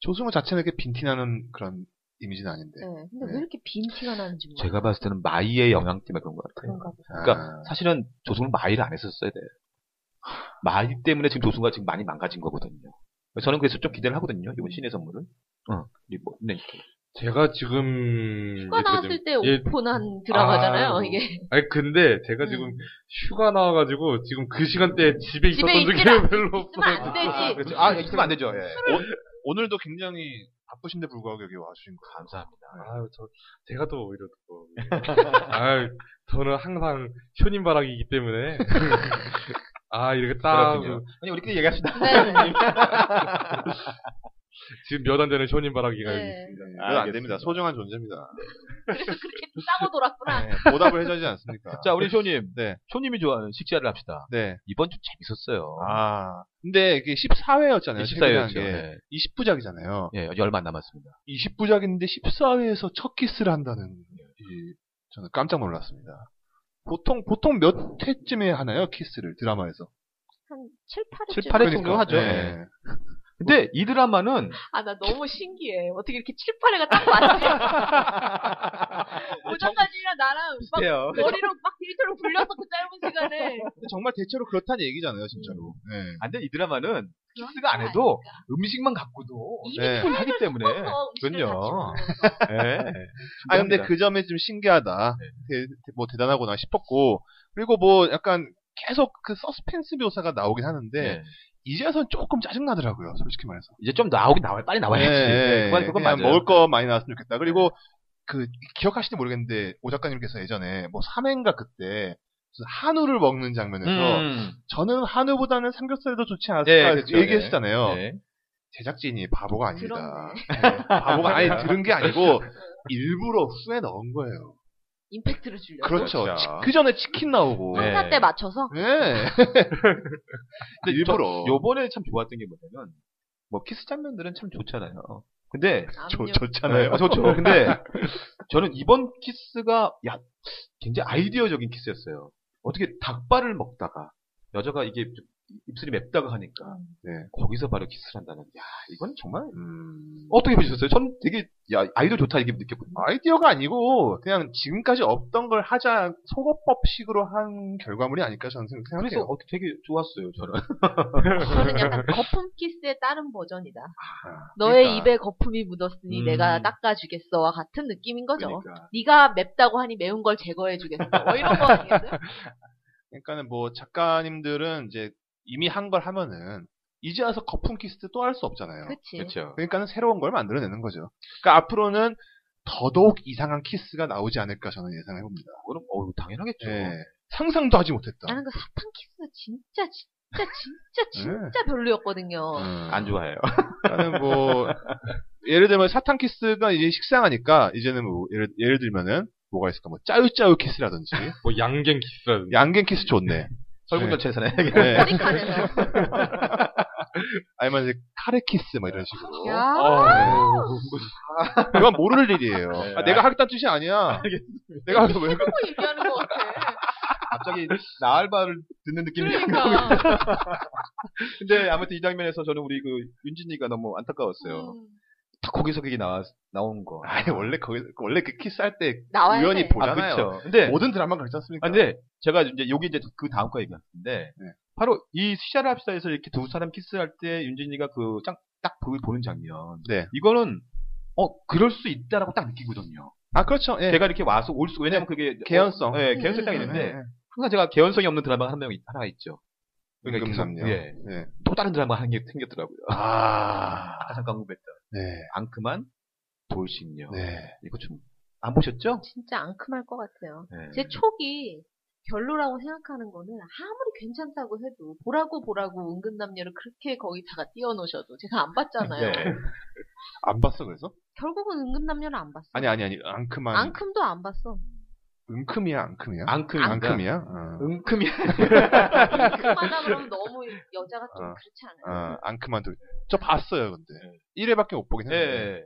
[SPEAKER 3] 조승우 자체는 이렇게 빈티나는 그런 이미지는 아닌데.
[SPEAKER 2] 네. 근데
[SPEAKER 3] 네.
[SPEAKER 2] 왜 이렇게 빈티가 나는지 몰라.
[SPEAKER 4] 제가 봤을 때는 마이의 영향 때문에 그런 것 같아요.
[SPEAKER 2] 그런가 보다.
[SPEAKER 4] 그러니까 사실은 조승우는 마이를 안 했었어야 돼요. 마이 때문에 지금 조승우가 지금 많이 망가진 거거든요. 저는 그래서 좀 기대를 하거든요. 이번 신의 선물을. 음. 어, 그리고 네.
[SPEAKER 5] 제가 지금
[SPEAKER 2] 휴가
[SPEAKER 5] 이렇게
[SPEAKER 2] 나왔을
[SPEAKER 5] 좀-
[SPEAKER 2] 때
[SPEAKER 5] 예,
[SPEAKER 2] 오픈한 드라마잖아요.
[SPEAKER 5] 아,
[SPEAKER 2] 이게
[SPEAKER 5] 아니 근데 제가
[SPEAKER 2] 음.
[SPEAKER 5] 지금 휴가 나와가지고 지금 그 시간대에 집에
[SPEAKER 2] 집에
[SPEAKER 5] 있었던 적이
[SPEAKER 2] 있으라.
[SPEAKER 5] 별로
[SPEAKER 2] 있으면 안
[SPEAKER 5] 없어요.
[SPEAKER 2] 되지.
[SPEAKER 4] 아, 그렇죠. 아, 있으면 안 되죠. 예.
[SPEAKER 3] 오늘도 굉장히 바쁘신데 불구하고 여기 와주신 거 감사합니다.
[SPEAKER 5] 아유, 저, 제가 또 오히려 또. 아유, 저는 항상 효님바라기이기 때문에. 아, 이렇게 딱,
[SPEAKER 4] 그렇군요. 아니, 우리끼리 얘기합시다.
[SPEAKER 2] 네.
[SPEAKER 5] 지금 몇 안 되는 효님바라기가 여기
[SPEAKER 2] 네.
[SPEAKER 5] 있습니다.
[SPEAKER 3] 예, 안
[SPEAKER 4] 알겠습니다.
[SPEAKER 3] 됩니다. 소중한 존재입니다.
[SPEAKER 2] 싸고 돌았구나.
[SPEAKER 3] 네, 보답을 해주지 않습니까?
[SPEAKER 4] 자, 우리 쇼님.
[SPEAKER 3] 네.
[SPEAKER 4] 쇼님이 좋아하는 식사를 합시다.
[SPEAKER 3] 네.
[SPEAKER 4] 이번 주 재밌었어요.
[SPEAKER 3] 아. 근데 이게 14회였잖아요.
[SPEAKER 4] 14회였죠. 네.
[SPEAKER 3] 20부작이잖아요.
[SPEAKER 4] 예, 아직 얼마 안 남았습니다.
[SPEAKER 3] 20부작인데 14회에서 첫 키스를 한다는 이 저는 깜짝 놀랐습니다. 보통 보통 몇 회쯤에 하나요 키스를 드라마에서?
[SPEAKER 2] 한 7, 8회.
[SPEAKER 4] 칠, 팔회 정도 하죠.
[SPEAKER 3] 네.
[SPEAKER 4] 예. 근데 이 드라마는
[SPEAKER 2] 아, 나 너무 신기해. 어떻게 이렇게 7, 8회가 딱 왔지? 오전까지랑 나랑 막
[SPEAKER 4] 비슷해요.
[SPEAKER 2] 머리로 막 데이터로 불려서 그 짧은 시간에.
[SPEAKER 3] 네. 근데 정말 대체로 그렇다는 얘기잖아요, 진짜로. 네.
[SPEAKER 4] 안 돼, 이 드라마는 키스가 안 해도 음식만 갖고도 예,
[SPEAKER 2] 이미
[SPEAKER 3] 네.
[SPEAKER 4] 하기 때문에. 네,
[SPEAKER 2] 어,
[SPEAKER 4] 그럼요. 예.
[SPEAKER 3] 아 근데 그 점이 좀 신기하다. 대- 대- 뭐 대단하구나 싶었고 그리고 뭐 약간 계속 그 서스펜스 묘사가 나오긴 하는데
[SPEAKER 4] 예.
[SPEAKER 3] 이제선 조금 짜증 나더라고요, 솔직히 말해서.
[SPEAKER 4] 이제 좀 나오긴 나와요. 빨리 나와야지.
[SPEAKER 3] 예, 예,
[SPEAKER 4] 그건, 그건
[SPEAKER 3] 그냥
[SPEAKER 4] 맞아요.
[SPEAKER 3] 먹을 거 많이 나왔으면 좋겠다. 그리고 그 기억하시는지 모르겠는데 오 작가님께서 예전에 뭐 삼행가 그때 무슨 한우를 먹는 장면에서
[SPEAKER 4] 음.
[SPEAKER 3] 저는 한우보다는 삼겹살이 더 좋지 않았을까
[SPEAKER 4] 예, 그렇죠.
[SPEAKER 3] 얘기했잖아요.
[SPEAKER 4] 예.
[SPEAKER 3] 제작진이 바보가 아닙니다.
[SPEAKER 2] 그런데.
[SPEAKER 4] 그렇죠.
[SPEAKER 3] 네, 바보가 아예 들은 게 아니고 일부러 후에 넣은 거예요.
[SPEAKER 2] 임팩트를 주려고.
[SPEAKER 3] 그렇죠.
[SPEAKER 4] 그렇죠.
[SPEAKER 3] 치- 그 전에 치킨 나오고.
[SPEAKER 4] 네.
[SPEAKER 2] 행사 때 맞춰서
[SPEAKER 3] 예. 일부러.
[SPEAKER 4] 요번에 참 좋았던 게 뭐냐면 뭐 키스 장면들은 참 좋잖아요. 근데
[SPEAKER 2] 남녀
[SPEAKER 3] 좋잖아요.
[SPEAKER 4] 네, 좋죠. 근데 저는 이번 키스가 야 굉장히 아이디어적인 키스였어요. 어떻게 닭발을 먹다가 여자가 이게 좀 입술이 맵다고 하니까
[SPEAKER 3] 네.
[SPEAKER 4] 거기서 바로 키스를 한다는 야 이건 정말
[SPEAKER 3] 음,
[SPEAKER 4] 어떻게 보셨어요? 전 되게 야 아이디어 좋다 이렇게 느꼈거든요.
[SPEAKER 3] 아이디어가 아니고 그냥 지금까지 없던 걸 하자 속어법식으로 한 결과물이 아닐까 저는 생각-
[SPEAKER 4] 그래서
[SPEAKER 3] 생각해요.
[SPEAKER 4] 어, 되게 좋았어요 저는.
[SPEAKER 2] 저는 약간 거품 키스의 다른 버전이다. 너의
[SPEAKER 4] 그러니까.
[SPEAKER 2] 입에 거품이 묻었으니
[SPEAKER 4] 음.
[SPEAKER 2] 내가 닦아주겠어와 같은 느낌인 거죠.
[SPEAKER 4] 그러니까.
[SPEAKER 2] 네가 맵다고 하니 매운 걸 제거해주겠어. 뭐 이런 거 아니겠어요?
[SPEAKER 3] 그러니까는 뭐 작가님들은 이제 이미 한 걸 하면은 이제 와서 거품 키스 또 할 수 없잖아요.
[SPEAKER 2] 그치.
[SPEAKER 4] 그렇죠.
[SPEAKER 3] 그러니까는 새로운 걸 만들어내는 거죠. 그러니까 앞으로는 더더욱 이상한 키스가 나오지 않을까 저는 예상해 봅니다.
[SPEAKER 4] 그럼 어 당연하겠죠.
[SPEAKER 3] 네. 상상도 하지 못했다.
[SPEAKER 2] 나는 그 사탕 키스 진짜 진짜 진짜
[SPEAKER 3] 네.
[SPEAKER 2] 진짜 별로였거든요.
[SPEAKER 4] 음. 안 좋아해요.
[SPEAKER 3] 나는 뭐 예를 들면 사탕 키스가 이제 식상하니까 이제는 뭐 예를, 예를 들면은 뭐가 있을까 뭐 짜유짜유 키스라든지
[SPEAKER 5] 뭐 양갱 키스라든지.
[SPEAKER 3] 양갱 키스 좋네.
[SPEAKER 4] 설문조사에서 는
[SPEAKER 3] 네.
[SPEAKER 2] 머리카락에서.
[SPEAKER 3] 아니면 이제 카레 키스 뭐 이런 식으로.
[SPEAKER 2] 야. 어.
[SPEAKER 3] 그건 모를 일이에요.
[SPEAKER 4] 네.
[SPEAKER 3] 아, 내가 하겠다는 뜻이 아니야. 내가 하겠다 왜
[SPEAKER 2] 뭐 얘기하는 것 같아.
[SPEAKER 4] 갑자기 나알바를 듣는 느낌이
[SPEAKER 2] 그러니까.
[SPEAKER 4] 근데 아무튼 이 장면에서 저는 우리 그 윤진이가 너무 안타까웠어요.
[SPEAKER 2] 음,
[SPEAKER 4] 딱 거기서 그게 나와 나온 거.
[SPEAKER 3] 아니 원래 거기 원래 그 키스할 때
[SPEAKER 2] 나와야
[SPEAKER 3] 우연히
[SPEAKER 2] 돼.
[SPEAKER 3] 보잖아요.
[SPEAKER 4] 그렇죠. 근데
[SPEAKER 3] 모든 드라마 그렇지 않습니까?
[SPEAKER 4] 아, 근데 제가 이제 여기 이제 그 다음 거 얘기하는데
[SPEAKER 3] 네.
[SPEAKER 4] 바로 이 시샤랍시다에서 이렇게 두 사람 키스할 때 윤진이가 그딱 그걸 보는 장면.
[SPEAKER 3] 네.
[SPEAKER 4] 이거는 어 그럴 수 있다라고 딱 느끼거든요.
[SPEAKER 3] 아 그렇죠. 예. 네.
[SPEAKER 4] 제가 이렇게 와서 올 수, 왜냐면 그게
[SPEAKER 3] 개연성. 네,
[SPEAKER 4] 어, 예, 개연성 딱
[SPEAKER 2] 음, 음,
[SPEAKER 4] 있는데 항상 제가 개연성이 없는 드라마 한 명 하나 있죠. 그러니까 계속,
[SPEAKER 3] 임금삼녀.
[SPEAKER 4] 예.
[SPEAKER 3] 네.
[SPEAKER 4] 또 다른 드라마 한 개 생겼더라고요.
[SPEAKER 3] 아.
[SPEAKER 4] 아까 잠깐 공부했던
[SPEAKER 3] 네.
[SPEAKER 4] 앙크만 돌싱녀.
[SPEAKER 3] 네.
[SPEAKER 4] 이거 좀 안 보셨죠?
[SPEAKER 2] 진짜 앙큼할 것 같아요.
[SPEAKER 4] 네.
[SPEAKER 2] 제 촉이 별로라고 생각하는 거는 아무리 괜찮다고 해도 보라고 보라고 은근 남녀를 그렇게 거기다가 띄워놓으셔도 제가 안 봤잖아요.
[SPEAKER 4] 네.
[SPEAKER 3] 안 봤어 그래서?
[SPEAKER 2] 결국은 은근 남녀는 안 봤어.
[SPEAKER 3] 아니 아니 아니 앙큼한
[SPEAKER 2] 앙큼도 안 봤어.
[SPEAKER 3] 은큼이야 앙큼이야?
[SPEAKER 4] 앙큼이
[SPEAKER 3] 앙큼이야? 어.
[SPEAKER 4] 앙큼이
[SPEAKER 2] 앙큼하다 그러면 너무 여자가 좀
[SPEAKER 3] 어.
[SPEAKER 2] 그렇지 않아요?
[SPEAKER 3] 어, 앙큼한 돌. 저 봤어요 근데 1회밖에 못 보긴 했는데
[SPEAKER 4] 예.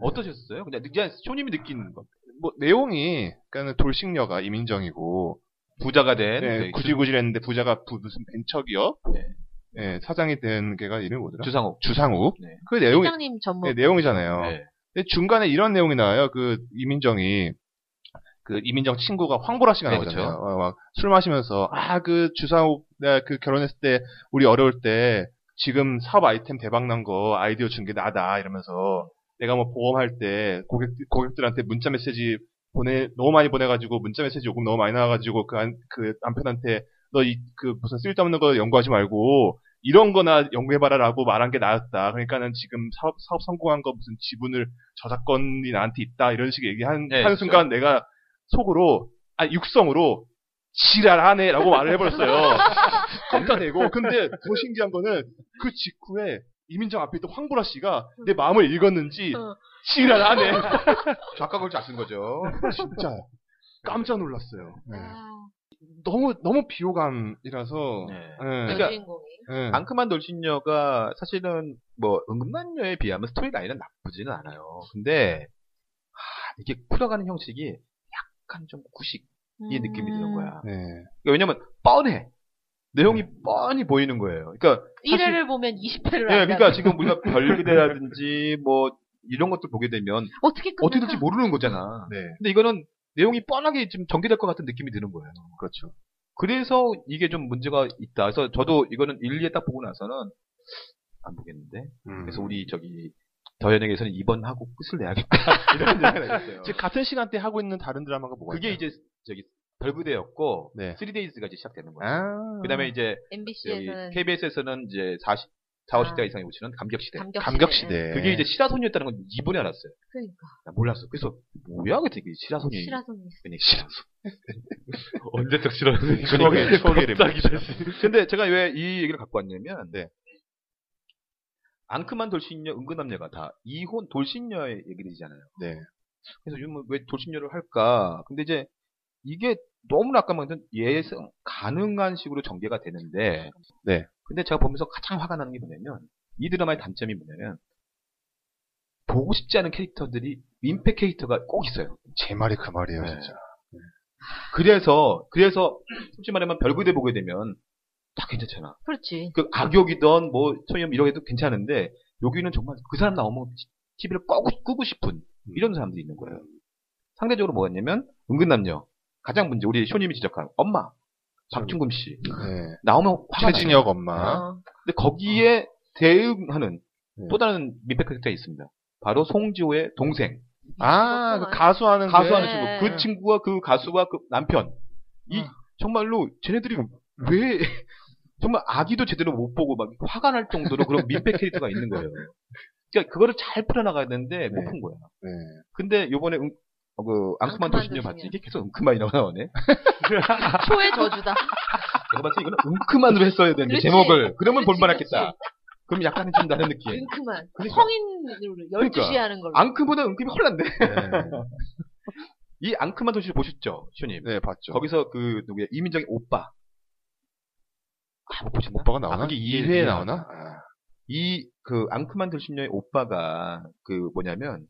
[SPEAKER 4] 어떠셨어요? 그냥 그냥 쇼님이 느낀 거.
[SPEAKER 3] 뭐 내용이 그러니까 돌싱녀가 이민정이고
[SPEAKER 4] 부자가 된
[SPEAKER 3] 네,
[SPEAKER 4] 그
[SPEAKER 3] 구질구질했는데 부자가 부- 무슨 벤처기업
[SPEAKER 4] 네.
[SPEAKER 3] 예, 사장이 된 걔가 이름이 뭐더라?
[SPEAKER 4] 주상욱.
[SPEAKER 3] 주상욱
[SPEAKER 4] 네.
[SPEAKER 3] 그 내용이
[SPEAKER 2] 시장님 전문.
[SPEAKER 3] 네, 내용이잖아요.
[SPEAKER 4] 네.
[SPEAKER 3] 근데 중간에 이런 내용이 나와요. 그 이민정이 그 이민정 친구가 황보라 씨가
[SPEAKER 4] 네,
[SPEAKER 3] 나오잖아요.
[SPEAKER 4] 그렇죠.
[SPEAKER 3] 어, 막술 마시면서 아 그 주상욱 내가 그 결혼했을 때 우리 어려울 때 지금 사업 아이템 대박 난 거 아이디어 준 게 나다 이러면서 내가 뭐 보험할 때 고객 고객들한테 문자 메시지 보내 너무 많이 보내가지고 문자 메시지 요금 너무 많이 나와가지고 그, 안, 그 남편한테 너 이 그 무슨 쓸데없는 거 연구하지 말고 이런 거나 연구해봐라라고 말한 게 나았다. 그러니까는 지금 사업 사업 성공한 거 무슨 지분을 저작권이 나한테 있다 이런 식의 얘기한
[SPEAKER 4] 네,
[SPEAKER 3] 하는
[SPEAKER 4] 그렇죠.
[SPEAKER 3] 순간 내가 속으로 아 육성으로 지랄하네라고 말을 해버렸어요. 깜짝 내고 근데 더 신기한 거는 그 직후에 이민정 앞에 있던 황보라 씨가 내 마음을 읽었는지
[SPEAKER 2] 어.
[SPEAKER 3] 지랄하네.
[SPEAKER 4] 작가 걸자 쓴 거죠.
[SPEAKER 3] 진짜 깜짝 놀랐어요. 네.
[SPEAKER 2] 아,
[SPEAKER 3] 너무 너무 비호감이라서.
[SPEAKER 4] 네.
[SPEAKER 3] 예,
[SPEAKER 4] 그러니까-
[SPEAKER 2] 여주인공이.
[SPEAKER 3] 예.
[SPEAKER 4] 앙큼한 돌신녀가 사실은 뭐 응급난녀에 비하면 스토리 라인은 나쁘지는 않아요. 근데 하, 이게 풀어가는 형식이 약간 좀 구식의
[SPEAKER 2] 음.
[SPEAKER 4] 느낌이 드는 거야.
[SPEAKER 3] 네.
[SPEAKER 4] 그러니까 왜냐면 뻔해. 내용이 뻔히 보이는 거예요. 그러니까
[SPEAKER 2] 1회를 보면 20회를
[SPEAKER 4] 예,
[SPEAKER 2] 안다.
[SPEAKER 4] 그러니까 지금 우리가 별그대라든지 뭐 이런 것들 보게 되면
[SPEAKER 2] 어떻게 끝
[SPEAKER 4] 어떻게 될지 모르는 거잖아.
[SPEAKER 3] 네.
[SPEAKER 4] 근데 이거는 내용이 뻔하게 지금 전개될 것 같은 느낌이 드는 거예요.
[SPEAKER 3] 그렇죠.
[SPEAKER 4] 그래서 이게 좀 문제가 있다. 그래서 저도 이거는 일리에 딱 보고 나서는 안 보겠는데.
[SPEAKER 3] 음.
[SPEAKER 4] 그래서 우리 저기 더 연예계에서는 입원하고 끝을 내야겠다. 이런 생각을 했어요.
[SPEAKER 3] 지금 같은 시간대 하고 있는 다른 드라마가 뭐가
[SPEAKER 4] 그게
[SPEAKER 3] 있나요?
[SPEAKER 4] 이제 저기 별그대였고
[SPEAKER 3] 네.
[SPEAKER 4] 3데이즈가 이제 시작되는 거예요.
[SPEAKER 3] 아.
[SPEAKER 4] 그다음에 이제 저기
[SPEAKER 2] MBC에서는
[SPEAKER 4] KBS에서는 이제 40 4, 50대
[SPEAKER 2] 아.
[SPEAKER 4] 이상이 오시는 감격시대.
[SPEAKER 2] 감격
[SPEAKER 3] 감격 시대.
[SPEAKER 4] 그게 이제 시라소녀였다는 건 이번에 알았어요.
[SPEAKER 2] 그러니까
[SPEAKER 4] 나 몰랐어. 그래서 뭐야 그랬더니 그게 그러니까. 시라소녀.
[SPEAKER 2] 실화성이 있어.
[SPEAKER 4] 그냥 시라소.
[SPEAKER 5] 언제적
[SPEAKER 3] 그
[SPEAKER 5] 싫어하는
[SPEAKER 3] 추억의 추억의
[SPEAKER 5] 갑자기
[SPEAKER 3] 리메이크.
[SPEAKER 5] 다시.
[SPEAKER 4] 네, 근데 제가 왜 이 얘기를 갖고 왔냐면
[SPEAKER 3] 네.
[SPEAKER 4] 앙크만 돌신녀 은근남녀가 다 이혼 돌신녀의 얘기들이잖아요. 뭐,
[SPEAKER 3] 네.
[SPEAKER 4] 그래서 요즘 왜 돌신녀를 할까? 근데 이제 이게 너무나 아까 말했던 예상 가능한 식으로 전개가 되는데
[SPEAKER 3] 네.
[SPEAKER 4] 근데 제가 보면서 가장 화가 나는 게 뭐냐면 이 드라마의 단점이 뭐냐면 보고 싶지 않은 캐릭터들이 민폐 캐릭터가 꼭 있어요.
[SPEAKER 3] 제 말이 그 말이에요,
[SPEAKER 4] 네.
[SPEAKER 3] 진짜.
[SPEAKER 4] 그래서 그래서 솔직히 말하면 별그대 보게 되면 다 괜찮잖아.
[SPEAKER 2] 그렇지.
[SPEAKER 4] 그 악역이던 뭐 천연 이런 해도 괜찮은데 여기는 정말 그 사람 나오면 TV를 끄고 끄고 싶은
[SPEAKER 3] 음.
[SPEAKER 4] 이런 사람들이 있는 거예요. 상대적으로 뭐였냐면 은근 남녀 가장 문제 우리 쇼님이 지적한 엄마 박준금 씨
[SPEAKER 3] 네. 아.
[SPEAKER 4] 나오면 화가 나요.
[SPEAKER 3] 최진혁 엄마.
[SPEAKER 2] 어.
[SPEAKER 4] 근데 거기에 대응하는
[SPEAKER 3] 네.
[SPEAKER 4] 또 다른 민폐 캐릭터가 있습니다. 바로 송지호의 동생
[SPEAKER 3] 아, 그
[SPEAKER 2] 그렇구나.
[SPEAKER 3] 가수하는
[SPEAKER 4] 가수하는
[SPEAKER 2] 네.
[SPEAKER 4] 친구 그 친구와 그 가수와 그 남편 이
[SPEAKER 2] 음.
[SPEAKER 4] 정말로 쟤네들이 왜 정말 아기도 제대로 못 보고 막 화가 날 정도로 그런 민폐 캐릭터가 있는 거예요. 그러니까 그거를 잘 풀어나가야 되는데 못
[SPEAKER 3] 네.
[SPEAKER 4] 푼 거야.
[SPEAKER 3] 네.
[SPEAKER 4] 근데 요번에 응, 어, 그 앙크만
[SPEAKER 2] 앙크만
[SPEAKER 4] 도시녀
[SPEAKER 2] 도시녀.
[SPEAKER 4] 봤지 이게 계속 앙크만이라고 나오네.
[SPEAKER 2] 초의 저주다.
[SPEAKER 4] 제가 봤을 때 이거는 앙크만으로 했어야 되는데
[SPEAKER 2] 그렇지.
[SPEAKER 4] 제목을 그러면
[SPEAKER 2] 그렇지,
[SPEAKER 4] 볼만했겠다. 그럼 약간은 좀 다른 느낌.
[SPEAKER 2] 은큼한.
[SPEAKER 4] 그러니까.
[SPEAKER 2] 성인으로 12시에
[SPEAKER 4] 그러니까.
[SPEAKER 2] 하는 걸로.
[SPEAKER 4] 앙크보다 앙크이 훨란데.
[SPEAKER 3] 네.
[SPEAKER 4] 이 앙크만 도시 보셨죠, 쇼님?
[SPEAKER 3] 네, 봤죠.
[SPEAKER 4] 거기서 그 누구야 이민정의 오빠. 아, 못 보셨나?
[SPEAKER 3] 오빠가 뭐 나오나?
[SPEAKER 4] 아, 그게 이-
[SPEAKER 3] 2회에
[SPEAKER 4] 이-
[SPEAKER 3] 나오나? 아,
[SPEAKER 4] 이 그 앙크만 돌신녀의 오빠가 그 뭐냐면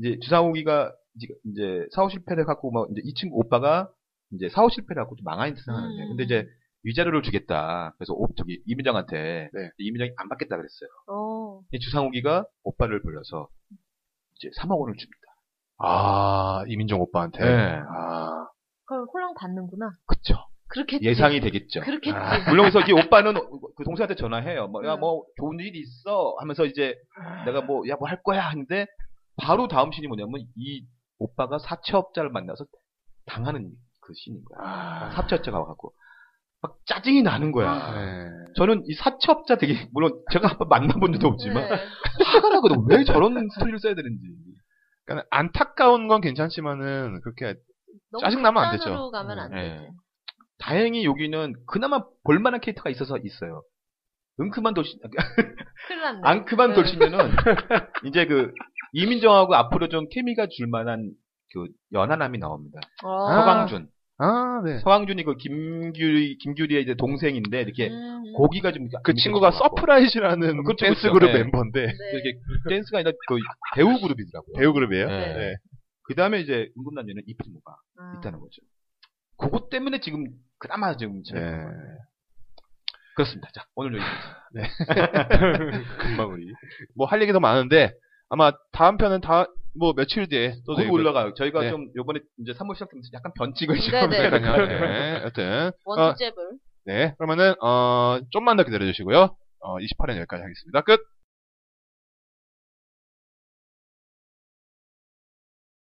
[SPEAKER 4] 이제 주사오기가 이제, 이제 사후 실패를 갖고 막 이제 이 친구 오빠가 이제 사후 실패를 갖고 좀 망한 듯 하는데
[SPEAKER 2] 음.
[SPEAKER 4] 네, 근데 이제 위자료를 주겠다. 그래서 오, 저기 이민정한테
[SPEAKER 3] 네.
[SPEAKER 4] 이민정이 안 받겠다 그랬어요.
[SPEAKER 2] 어.
[SPEAKER 4] 근데 주상욱이가 오빠를 불러서 이제 3억 원을 줍니다.
[SPEAKER 3] 아, 이민정 오빠한테.
[SPEAKER 4] 네.
[SPEAKER 3] 아,
[SPEAKER 2] 그걸 홀랑 받는구나.
[SPEAKER 4] 그쵸.
[SPEAKER 2] 그렇겠지.
[SPEAKER 4] 예상이 되겠죠.
[SPEAKER 2] 그렇겠지. 네.
[SPEAKER 3] 아.
[SPEAKER 4] 물론 그래서 이 오빠는 그 동생한테 전화해요. 뭐, 야, 뭐, 좋은 일 있어. 하면서 이제 내가 뭐, 야, 뭐 할 거야. 하는데 바로 다음 신이 뭐냐면 이 오빠가 사채업자를 만나서 당하는 그 신인 거야. 사채업자가 와갖고. 막 짜증이 나는
[SPEAKER 5] 아.
[SPEAKER 4] 거야.
[SPEAKER 3] 네.
[SPEAKER 4] 저는 이 사채업자 되게, 물론 제가 한번 만나본 적도 없지만
[SPEAKER 2] 네.
[SPEAKER 4] 화가 나거든. 왜 저런 스토리를 써야 되는지.
[SPEAKER 3] 그러니까 안타까운 건 괜찮지만은 그렇게
[SPEAKER 2] 너무
[SPEAKER 3] 짜증나면 안 되죠.
[SPEAKER 2] 극단으로 가면 안
[SPEAKER 4] 네.
[SPEAKER 2] 되지.
[SPEAKER 4] 다행히 여기는 그나마 볼만한 캐릭터가 있어서 있어요. 은큼한 도시,
[SPEAKER 2] 큰일 났네.
[SPEAKER 4] 앙크만
[SPEAKER 2] 네.
[SPEAKER 4] 돌치면은 이제 그 이민정하고 앞으로 좀 케미가 줄만한 그 연하남이 나옵니다.
[SPEAKER 2] 어.
[SPEAKER 3] 아,
[SPEAKER 4] 서광준.
[SPEAKER 3] 아, 네.
[SPEAKER 4] 서광준이 그 김규리 김규리의 이제 동생인데 이렇게
[SPEAKER 2] 음, 음.
[SPEAKER 4] 고기가 좀
[SPEAKER 3] 그 친구가 서프라이즈라는
[SPEAKER 4] 그쵸,
[SPEAKER 3] 댄스
[SPEAKER 4] 그쵸.
[SPEAKER 3] 그룹
[SPEAKER 4] 네.
[SPEAKER 3] 멤버인데
[SPEAKER 2] 네.
[SPEAKER 4] 이렇게 댄스가 아니라 그 배우 그룹이더라고요.
[SPEAKER 3] 배우 그룹이에요.
[SPEAKER 4] 네.
[SPEAKER 3] 네.
[SPEAKER 4] 그 다음에 이제 은근남녀는 이필모가
[SPEAKER 2] 아.
[SPEAKER 4] 있다는 거죠. 그것 때문에 지금 그나마
[SPEAKER 3] 네.
[SPEAKER 4] 지금 재밌는 거예요. 그렇습니다. 자 오늘 여기까지.
[SPEAKER 5] 금방 우리.
[SPEAKER 3] 뭐 할 얘기 더 많은데 아마 다음 편은 다 뭐 며칠 뒤에 또
[SPEAKER 4] 곧
[SPEAKER 3] 저희
[SPEAKER 4] 올라가요. 저희가
[SPEAKER 3] 네.
[SPEAKER 4] 좀 요번에 이제 3월 시작되면서 약간 변칙을 지금
[SPEAKER 2] 네, 네.
[SPEAKER 3] 네. 그러니까요. 네. 여튼 어,
[SPEAKER 2] 원투잽을.
[SPEAKER 3] 네. 그러면은 어 좀만 더 기다려 주시고요. 어 28회 여기까지 하겠습니다. 끝.